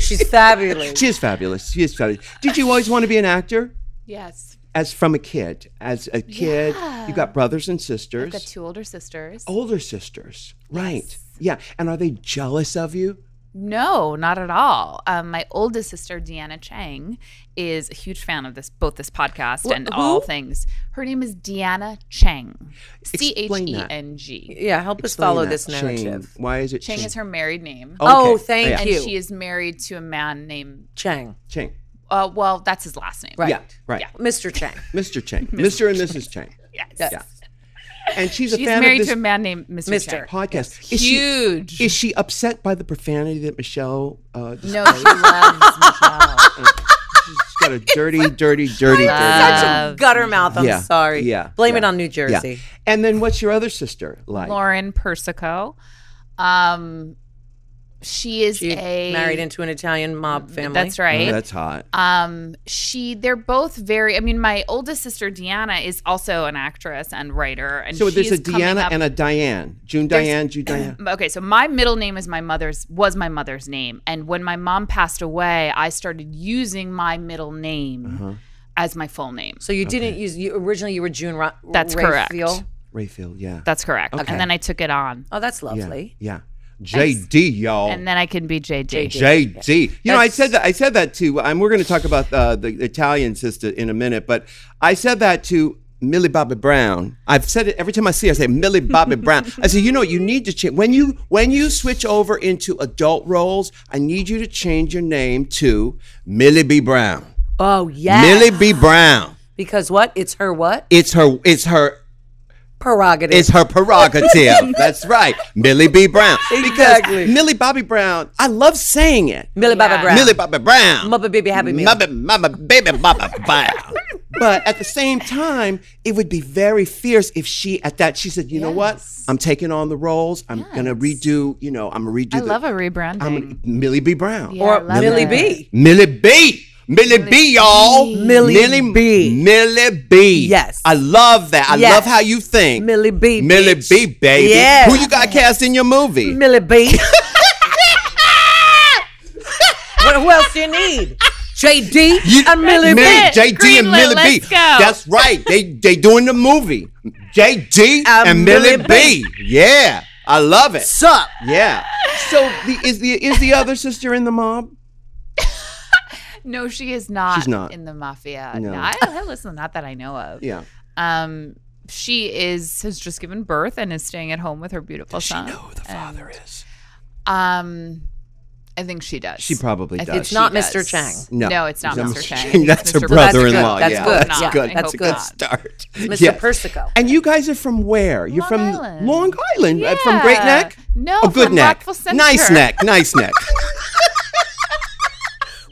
[SPEAKER 3] she's fabulous.
[SPEAKER 1] She is fabulous. She is fabulous. Did you always want to be an actor?
[SPEAKER 2] Yes.
[SPEAKER 1] As from a kid, as a kid, you got brothers and sisters. Oh.
[SPEAKER 2] Got two older sisters.
[SPEAKER 1] older sisters. Right. Yeah. And are they jealous of you?
[SPEAKER 2] No, not at all. Um, my oldest sister, Deanna Chang, is a huge fan of this, both this podcast and all things. Her name is Deanna Chang, C H
[SPEAKER 1] Explain
[SPEAKER 2] E
[SPEAKER 1] that.
[SPEAKER 2] N G.
[SPEAKER 3] Yeah, help us follow
[SPEAKER 1] Explain
[SPEAKER 3] this
[SPEAKER 1] that, Chang.
[SPEAKER 3] narrative.
[SPEAKER 1] Why is it
[SPEAKER 2] Chang is her married name,
[SPEAKER 3] Oh,
[SPEAKER 1] Okay.
[SPEAKER 3] thank
[SPEAKER 2] and
[SPEAKER 3] you.
[SPEAKER 2] she is married to a man named.
[SPEAKER 3] Chang.
[SPEAKER 1] Chang.
[SPEAKER 2] Uh, well, that's his last name.
[SPEAKER 3] Right.
[SPEAKER 1] Yeah, right.
[SPEAKER 3] Mr. Chang.
[SPEAKER 1] Mr. Chang. Mr. and Mrs. Chang.
[SPEAKER 2] Yes.
[SPEAKER 1] Yeah. And she's a
[SPEAKER 2] She's
[SPEAKER 1] fan
[SPEAKER 2] married
[SPEAKER 1] of
[SPEAKER 2] to a
[SPEAKER 1] this
[SPEAKER 2] man named Mr.
[SPEAKER 3] Mr..
[SPEAKER 2] Chang.
[SPEAKER 1] podcast. Is she,
[SPEAKER 2] Huge.
[SPEAKER 1] is she upset by the profanity that Michelle uh, just
[SPEAKER 2] no, she loves Michelle.
[SPEAKER 1] she's got a dirty, dirty, dirty, dirty.
[SPEAKER 3] Such a gutter mouth. I'm
[SPEAKER 1] Yeah,
[SPEAKER 3] sorry.
[SPEAKER 1] yeah,
[SPEAKER 3] Uh, Blame
[SPEAKER 1] yeah,
[SPEAKER 3] it on New
[SPEAKER 1] Yeah.
[SPEAKER 3] Jersey.
[SPEAKER 1] And then what's your other sister like?
[SPEAKER 2] Lauren Persico. Um, she is
[SPEAKER 3] She
[SPEAKER 2] a
[SPEAKER 3] married into an Italian mob family.
[SPEAKER 2] That's right.
[SPEAKER 1] Oh, that's hot.
[SPEAKER 2] Um, she they're both very. I mean, my oldest sister Deanna is also an actress and writer, and
[SPEAKER 1] so
[SPEAKER 2] she
[SPEAKER 1] there's a
[SPEAKER 2] is coming
[SPEAKER 1] Deanna
[SPEAKER 2] up-
[SPEAKER 1] and a Diane. June Diane, June Diane.
[SPEAKER 2] Okay, so my middle name is my mother's was my mother's name, and when my mom passed away, I started using my middle name
[SPEAKER 1] Uh-huh.
[SPEAKER 2] as my full name.
[SPEAKER 3] So you didn't use you, originally. You were June. Ra-
[SPEAKER 2] That's correct.
[SPEAKER 3] Raphael.
[SPEAKER 1] Rayfield, yeah.
[SPEAKER 2] That's correct. And then I took it on,
[SPEAKER 3] Oh, that's
[SPEAKER 1] yeah.
[SPEAKER 3] lovely.
[SPEAKER 1] Yeah. JD, y'all.
[SPEAKER 2] and then I can be JD.
[SPEAKER 1] JD. You know, I said that. I said that to. And we're going to talk about uh, the Italian sister in a minute, but I said that to Millie Bobby Brown. I've said it every time I see her. I say Millie Bobby Brown. I say, you know, what, you need to change when you when you switch over into adult roles. I need you to change your name to Millie B Brown.
[SPEAKER 3] Oh yeah.
[SPEAKER 1] Millie B Brown.
[SPEAKER 3] Because what? It's her what?
[SPEAKER 1] It's her. It's her.
[SPEAKER 3] Prerogative.
[SPEAKER 1] It's her prerogative. That's right, Millie B Brown.
[SPEAKER 3] Exactly.
[SPEAKER 1] Because Millie Bobby Brown. I love saying it.
[SPEAKER 3] Millie Bobby Brown.
[SPEAKER 1] Millie Bobby Brown.
[SPEAKER 3] Mubba Baby Happy Meal.
[SPEAKER 1] Mama, mama, baby, mama, wow. But at the same time, it would be very fierce if she at that she said, "You know what? I'm taking on the roles. I'm gonna redo. You know, I'm gonna redo.
[SPEAKER 2] I
[SPEAKER 1] the,
[SPEAKER 2] love a rebranding.
[SPEAKER 1] I'm Millie B. Brown
[SPEAKER 2] Yeah, I
[SPEAKER 3] Or
[SPEAKER 2] love
[SPEAKER 3] Millie
[SPEAKER 2] it.
[SPEAKER 3] B.
[SPEAKER 1] Millie B. Millie B, y'all.
[SPEAKER 3] Millie B.
[SPEAKER 1] Millie B.
[SPEAKER 3] Yes.
[SPEAKER 1] I love that. I
[SPEAKER 3] Yes.
[SPEAKER 1] love how you think.
[SPEAKER 3] Millie B,
[SPEAKER 1] Millie
[SPEAKER 3] bitch.
[SPEAKER 1] B, baby.
[SPEAKER 3] Yes.
[SPEAKER 1] Who you got cast in your movie?
[SPEAKER 3] Millie B. what, who else do you need? JD
[SPEAKER 1] You-
[SPEAKER 3] and Millie B.
[SPEAKER 2] it.
[SPEAKER 1] JD and
[SPEAKER 2] Greenlit,
[SPEAKER 1] Millie B.
[SPEAKER 2] let's go.
[SPEAKER 1] That's right. They they doing the movie. JD
[SPEAKER 3] And
[SPEAKER 1] and Millie
[SPEAKER 3] Millie
[SPEAKER 1] B. Yeah, I love it.
[SPEAKER 3] Sup?
[SPEAKER 1] Yeah. So the, is the is the other sister in the mob?
[SPEAKER 2] No, she is not.
[SPEAKER 1] She's not.
[SPEAKER 2] in the mafia.
[SPEAKER 1] No.
[SPEAKER 2] No, I, I listen, not that I know of.
[SPEAKER 1] Yeah.
[SPEAKER 2] Um, she is has just given birth and is staying at home with her beautiful son.
[SPEAKER 1] who the father is?
[SPEAKER 2] Um, I think she does.
[SPEAKER 1] She probably
[SPEAKER 2] I
[SPEAKER 1] does.
[SPEAKER 2] think
[SPEAKER 1] It's
[SPEAKER 2] she
[SPEAKER 3] not Mr. Chang.
[SPEAKER 1] No,
[SPEAKER 2] no, it's not
[SPEAKER 1] It's
[SPEAKER 2] Mr. Chang. I think
[SPEAKER 1] That's
[SPEAKER 2] it's
[SPEAKER 1] her
[SPEAKER 2] Mr.
[SPEAKER 1] brother-in-law.
[SPEAKER 3] That's
[SPEAKER 1] yeah,
[SPEAKER 3] good.
[SPEAKER 1] that's
[SPEAKER 2] Not.
[SPEAKER 1] good.
[SPEAKER 2] I
[SPEAKER 1] That's a
[SPEAKER 2] hope
[SPEAKER 1] good
[SPEAKER 2] not.
[SPEAKER 1] start.
[SPEAKER 3] Mr.
[SPEAKER 1] Yeah.
[SPEAKER 3] Persico.
[SPEAKER 1] And you guys are from where? You're
[SPEAKER 2] Long
[SPEAKER 1] from
[SPEAKER 2] Island.
[SPEAKER 1] Long Island, uh, from Great
[SPEAKER 2] Yeah.
[SPEAKER 1] Neck.
[SPEAKER 2] No,
[SPEAKER 1] oh, good
[SPEAKER 2] from
[SPEAKER 1] neck.
[SPEAKER 2] Rockville Center.
[SPEAKER 1] Nice neck. Nice neck.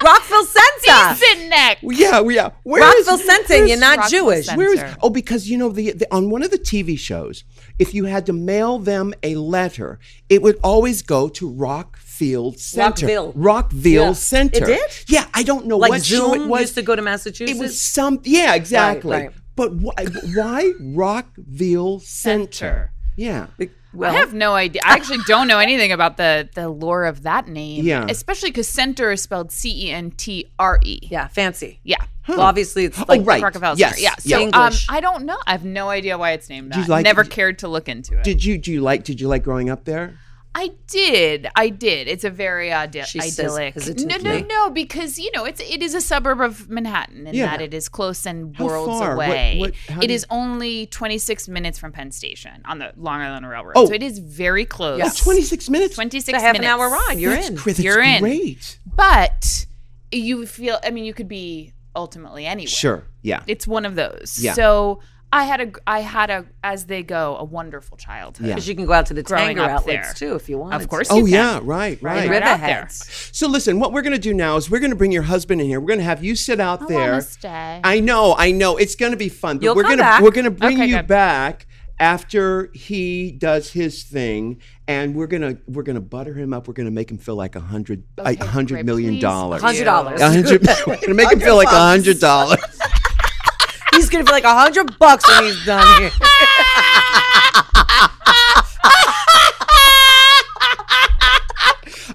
[SPEAKER 3] Rockville Center.
[SPEAKER 2] Sit neck.
[SPEAKER 1] yeah, we are. Where is-
[SPEAKER 3] Rockville Center. You're not
[SPEAKER 2] Rockville
[SPEAKER 3] Jewish.
[SPEAKER 2] Center?
[SPEAKER 1] Where is
[SPEAKER 2] Spencer.
[SPEAKER 1] oh because you know the, the on one of the TV shows, if you had to mail them a letter, it would always go to Rockfield Center.
[SPEAKER 3] Rockville.
[SPEAKER 1] Rockville
[SPEAKER 3] Yeah.
[SPEAKER 1] Center.
[SPEAKER 3] It did?
[SPEAKER 1] Yeah, I don't know
[SPEAKER 3] Like
[SPEAKER 1] what show
[SPEAKER 3] Zoom
[SPEAKER 1] it was.
[SPEAKER 3] used to go to
[SPEAKER 1] it
[SPEAKER 3] Massachusetts.
[SPEAKER 1] was some yeah exactly.
[SPEAKER 3] right.
[SPEAKER 1] But why, why Rockville Center?
[SPEAKER 2] Center.
[SPEAKER 1] Yeah.
[SPEAKER 3] well,
[SPEAKER 2] I have no idea. I actually don't know anything about the the lore of that name.
[SPEAKER 1] Yeah.
[SPEAKER 2] especially because center is spelled C E N T R E.
[SPEAKER 3] yeah, fancy.
[SPEAKER 2] yeah. Hmm.
[SPEAKER 3] Well, obviously, it's like
[SPEAKER 1] oh right.
[SPEAKER 2] Rockefeller
[SPEAKER 1] yes.
[SPEAKER 2] Center. Yeah.
[SPEAKER 1] yeah.
[SPEAKER 2] So um,
[SPEAKER 3] English.
[SPEAKER 2] I don't know. I have no idea why it's named
[SPEAKER 1] you
[SPEAKER 2] that.
[SPEAKER 1] like-
[SPEAKER 2] Never
[SPEAKER 1] did you-
[SPEAKER 2] cared to look into it.
[SPEAKER 1] did you do you like did you like growing up there?
[SPEAKER 2] I did. I did. It's a very ide-
[SPEAKER 3] She says
[SPEAKER 2] idyllic. no, no,
[SPEAKER 3] hesitantly.
[SPEAKER 2] no, because you know it's it is a suburb of Manhattan in
[SPEAKER 1] Yeah.
[SPEAKER 2] that it is close and
[SPEAKER 1] How
[SPEAKER 2] worlds
[SPEAKER 1] far? What-
[SPEAKER 2] away. It
[SPEAKER 1] what-
[SPEAKER 2] is
[SPEAKER 1] how do you-
[SPEAKER 2] only 26 minutes from Penn Station on the Long Island Railroad.
[SPEAKER 1] Oh.
[SPEAKER 2] So it is very close.
[SPEAKER 3] Yeah.
[SPEAKER 1] Twenty six minutes.
[SPEAKER 2] 26
[SPEAKER 3] It's a half an
[SPEAKER 2] minutes.
[SPEAKER 3] hour ride. You're
[SPEAKER 1] That's
[SPEAKER 3] in.
[SPEAKER 1] cra- that's
[SPEAKER 2] You're in.
[SPEAKER 1] great.
[SPEAKER 2] But you feel I mean you could be ultimately anywhere.
[SPEAKER 1] Sure. Yeah.
[SPEAKER 2] It's one of those.
[SPEAKER 1] Yeah.
[SPEAKER 2] So I had a I had a as they go a wonderful childhood.
[SPEAKER 1] Yeah.
[SPEAKER 3] Because you can go out to the
[SPEAKER 2] Growing
[SPEAKER 3] Tanger
[SPEAKER 2] up
[SPEAKER 3] outlets
[SPEAKER 2] there.
[SPEAKER 3] too if you want.
[SPEAKER 2] Of course
[SPEAKER 3] To.
[SPEAKER 2] you
[SPEAKER 1] oh
[SPEAKER 2] can.
[SPEAKER 1] yeah, right, right.
[SPEAKER 2] Right out there.
[SPEAKER 3] Riverheads.
[SPEAKER 1] So listen, what we're going to do now is we're going to bring your husband in here. We're going to have you sit out there.
[SPEAKER 2] stay.
[SPEAKER 1] I know, I know. It's going to be fun. But
[SPEAKER 3] You'll
[SPEAKER 1] we're
[SPEAKER 3] come
[SPEAKER 1] gonna
[SPEAKER 3] back.
[SPEAKER 1] we're going to bring
[SPEAKER 2] Okay,
[SPEAKER 1] you
[SPEAKER 2] good.
[SPEAKER 1] back after he does his thing and we're going to we're going to butter him up. We're going to make him feel like a hundred a hundred
[SPEAKER 2] great.
[SPEAKER 1] million
[SPEAKER 2] Please,
[SPEAKER 1] dollars.
[SPEAKER 3] Hundred dollars.
[SPEAKER 1] A hundred we're going to make him feel like a hundred dollars.
[SPEAKER 3] He's gonna be like a hundred bucks when he's done here.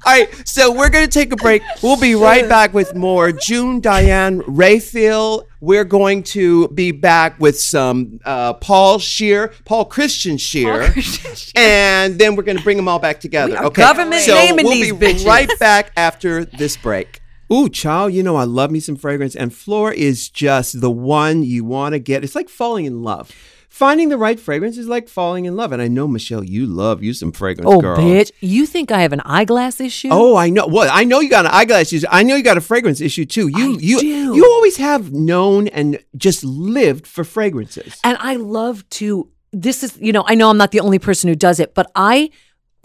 [SPEAKER 1] All right, so we're going to take a break. We'll be right back with more June Diane Rayfield we're going to be back with some uh, Paul Shear, Paul Christian Shear, and then we're going to bring them all back together. okay,
[SPEAKER 3] government
[SPEAKER 1] so
[SPEAKER 3] naming
[SPEAKER 1] we'll
[SPEAKER 3] these
[SPEAKER 1] be
[SPEAKER 3] bitches.
[SPEAKER 1] right back after this break. Ooh, child, you know I love me some fragrance, and Flora is just the one you want to get. It's like falling in love. Finding the right fragrance is like falling in love, and I know Michelle, you love you some fragrance,
[SPEAKER 3] Oh,
[SPEAKER 1] girl.
[SPEAKER 3] bitch. You think I have an eyeglass issue?
[SPEAKER 1] Oh, I know. Well, I know you got an eyeglass issue. I know you got a fragrance issue too. You,
[SPEAKER 3] I
[SPEAKER 1] you,
[SPEAKER 3] do.
[SPEAKER 1] you always have known and just lived for fragrances.
[SPEAKER 3] And I love to this is you know, I know I'm not the only person who does it, but I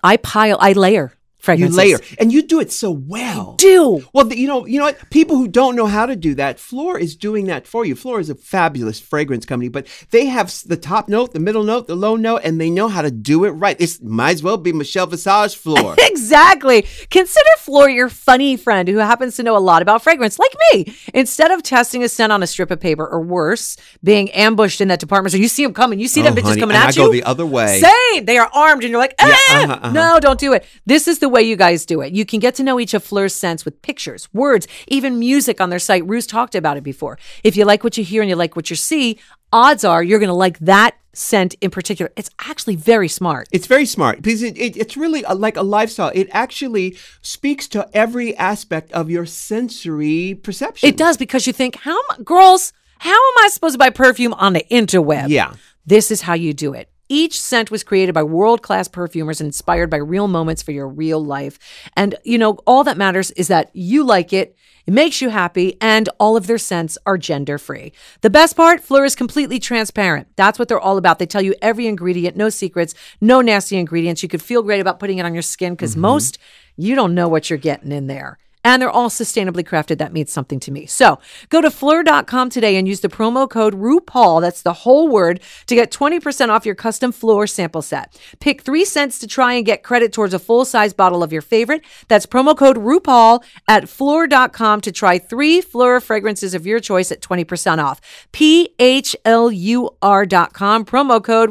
[SPEAKER 3] I pile I layer
[SPEAKER 1] You
[SPEAKER 3] fragrances.
[SPEAKER 1] layer, and you do it so well.
[SPEAKER 3] Do.
[SPEAKER 1] Well, the, you know, you know what? People who don't know how to do that, Floor is doing that for you. Floor is a fabulous fragrance company, but they have s- the top note, the middle note, the low note, and they know how to do it right. It might as well be Michelle Visage Floor.
[SPEAKER 3] Exactly. Consider Floor your funny friend who happens to know a lot about fragrance, like me. Instead of testing a scent on a strip of paper, or worse, being ambushed in that department, so you see them coming, you see
[SPEAKER 1] Oh,
[SPEAKER 3] them bitches
[SPEAKER 1] honey,
[SPEAKER 3] coming
[SPEAKER 1] and
[SPEAKER 3] at
[SPEAKER 1] I
[SPEAKER 3] you.
[SPEAKER 1] go the other way.
[SPEAKER 3] Same. They are armed, and you're like, "Ah,
[SPEAKER 1] uh-huh, uh-huh.
[SPEAKER 3] no, don't do it. This is the way you guys do it. You can get to know each of Fleur's scents with pictures, words, even music on their site. Ruse talked about it before. If you like what you hear and you like what you see, odds are you're going to like that scent in particular. It's actually very smart.
[SPEAKER 1] It's very smart because it, it, it's really a, like a lifestyle. It actually speaks to every aspect of your sensory perception.
[SPEAKER 3] It does because you think, how am, girls, how am I supposed to buy perfume on the interweb?
[SPEAKER 1] Yeah.
[SPEAKER 3] This is how you do it. Each scent was created by world class perfumers and inspired by real moments for your real life. And, you know, all that matters is that you like it, it makes you happy, and all of their scents are gender free. The best part Fleur is completely transparent. That's what they're all about. They tell you every ingredient, no secrets, no nasty ingredients. You could feel great about putting it on your skin because most, you don't know what you're getting in there. And they're all sustainably crafted. That means something to me. So go to Fleur.com today and use the promo code RuPaul, that's the whole word, to get 20% off your custom Fleur sample set. Pick three cents to try and get credit towards a full size bottle of your favorite. That's promo code RuPaul at Fleur.com to try three Fleur fragrances of your choice at 20% off. P H L U R.com, promo code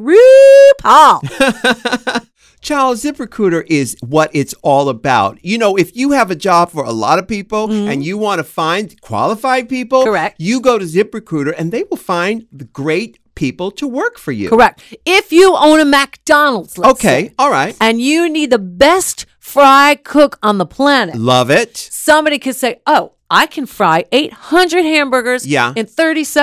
[SPEAKER 3] RuPaul.
[SPEAKER 1] Child ZipRecruiter is what it's all about. You know, if you have a job for a lot of people and you want to find qualified people,
[SPEAKER 3] Mm-hmm. Correct.
[SPEAKER 1] you go to ZipRecruiter and they will find the great people to work for you.
[SPEAKER 3] Correct. If you own a McDonald's, let's say,
[SPEAKER 1] Okay. All right.
[SPEAKER 3] and you need the best fry cook on the planet,
[SPEAKER 1] Love it.
[SPEAKER 3] somebody could say, Oh, I can fry 800 hamburgers
[SPEAKER 1] Yeah.
[SPEAKER 3] in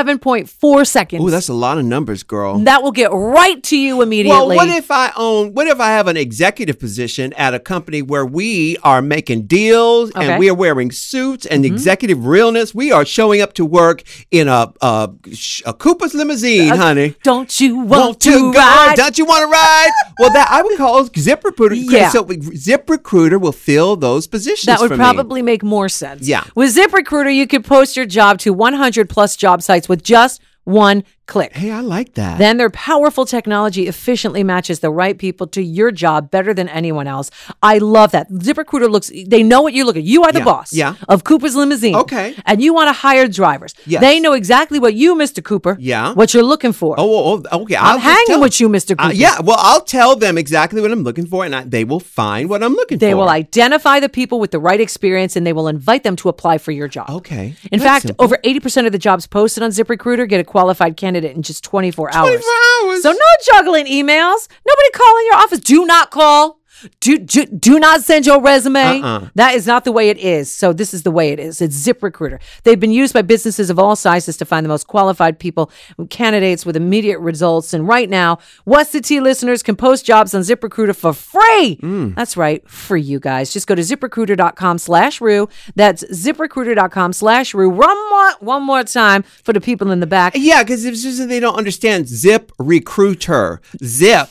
[SPEAKER 3] 37.4 seconds.
[SPEAKER 1] Oh, that's a lot of numbers, girl.
[SPEAKER 3] that will get right to you immediately.
[SPEAKER 1] Well, what if I own? What if I have an executive position at a company where we are making deals
[SPEAKER 3] Okay. Mm-hmm.
[SPEAKER 1] and we are wearing suits and executive realness? We are showing up to work in a a, sh- a Cooper's limousine, honey.
[SPEAKER 3] Don't you want,
[SPEAKER 1] Want to
[SPEAKER 3] to
[SPEAKER 1] go?
[SPEAKER 3] ride?
[SPEAKER 1] Don't you want to ride? well, that I would call ZipRecruiter.
[SPEAKER 3] Yeah.
[SPEAKER 1] So ZipRecruiter will fill those positions.
[SPEAKER 3] That would
[SPEAKER 1] for me.
[SPEAKER 3] probably make more sense.
[SPEAKER 1] Yeah.
[SPEAKER 3] With ZipRecruiter, you could post your job to 100 plus job sites with just one click.
[SPEAKER 1] Hey, I like that.
[SPEAKER 3] Then their powerful technology efficiently matches the right people to your job better than anyone else. I love that. ZipRecruiter looks, they know what you're looking. You are the
[SPEAKER 1] Yeah.
[SPEAKER 3] boss
[SPEAKER 1] Yeah.
[SPEAKER 3] of Cooper's Limousine.
[SPEAKER 1] Okay.
[SPEAKER 3] And you want to hire drivers.
[SPEAKER 1] Yes.
[SPEAKER 3] They know exactly what you, Mr. Cooper,
[SPEAKER 1] Yeah.
[SPEAKER 3] what you're looking for.
[SPEAKER 1] Oh, oh, oh, okay.
[SPEAKER 3] I'm
[SPEAKER 1] I'll just
[SPEAKER 3] hanging
[SPEAKER 1] tell-
[SPEAKER 3] with you, Mr.
[SPEAKER 1] Uh,
[SPEAKER 3] Cooper.
[SPEAKER 1] yeah, well, I'll tell them exactly what I'm looking for, and I, they will find what I'm looking
[SPEAKER 3] They
[SPEAKER 1] for.
[SPEAKER 3] will identify the people with the right experience and they will invite them to apply for your job.
[SPEAKER 1] Okay.
[SPEAKER 3] In
[SPEAKER 1] That's
[SPEAKER 3] fact,
[SPEAKER 1] simple.
[SPEAKER 3] over 80% of the jobs posted on ZipRecruiter get a qualified candidate in just 24 hours.
[SPEAKER 1] 24 hours.
[SPEAKER 3] So no juggling emails. Nobody calling your office. Do not call. Do, do, do not send your resume.
[SPEAKER 1] Uh-uh.
[SPEAKER 3] That is not the way it is. So this is the way it is. It's ZipRecruiter. They've been used by businesses of all sizes to find the most qualified people, candidates with immediate results. And right now, What's the Tea listeners can post jobs on ZipRecruiter for free.
[SPEAKER 1] Mm.
[SPEAKER 3] That's right, free you guys. Just go to ZipRecruiter.com slash Rue. That's ZipRecruiter.com slash Rue. One more, one more time for the people in the back.
[SPEAKER 1] Yeah, because it's just that they don't understand zip recruiter. Zip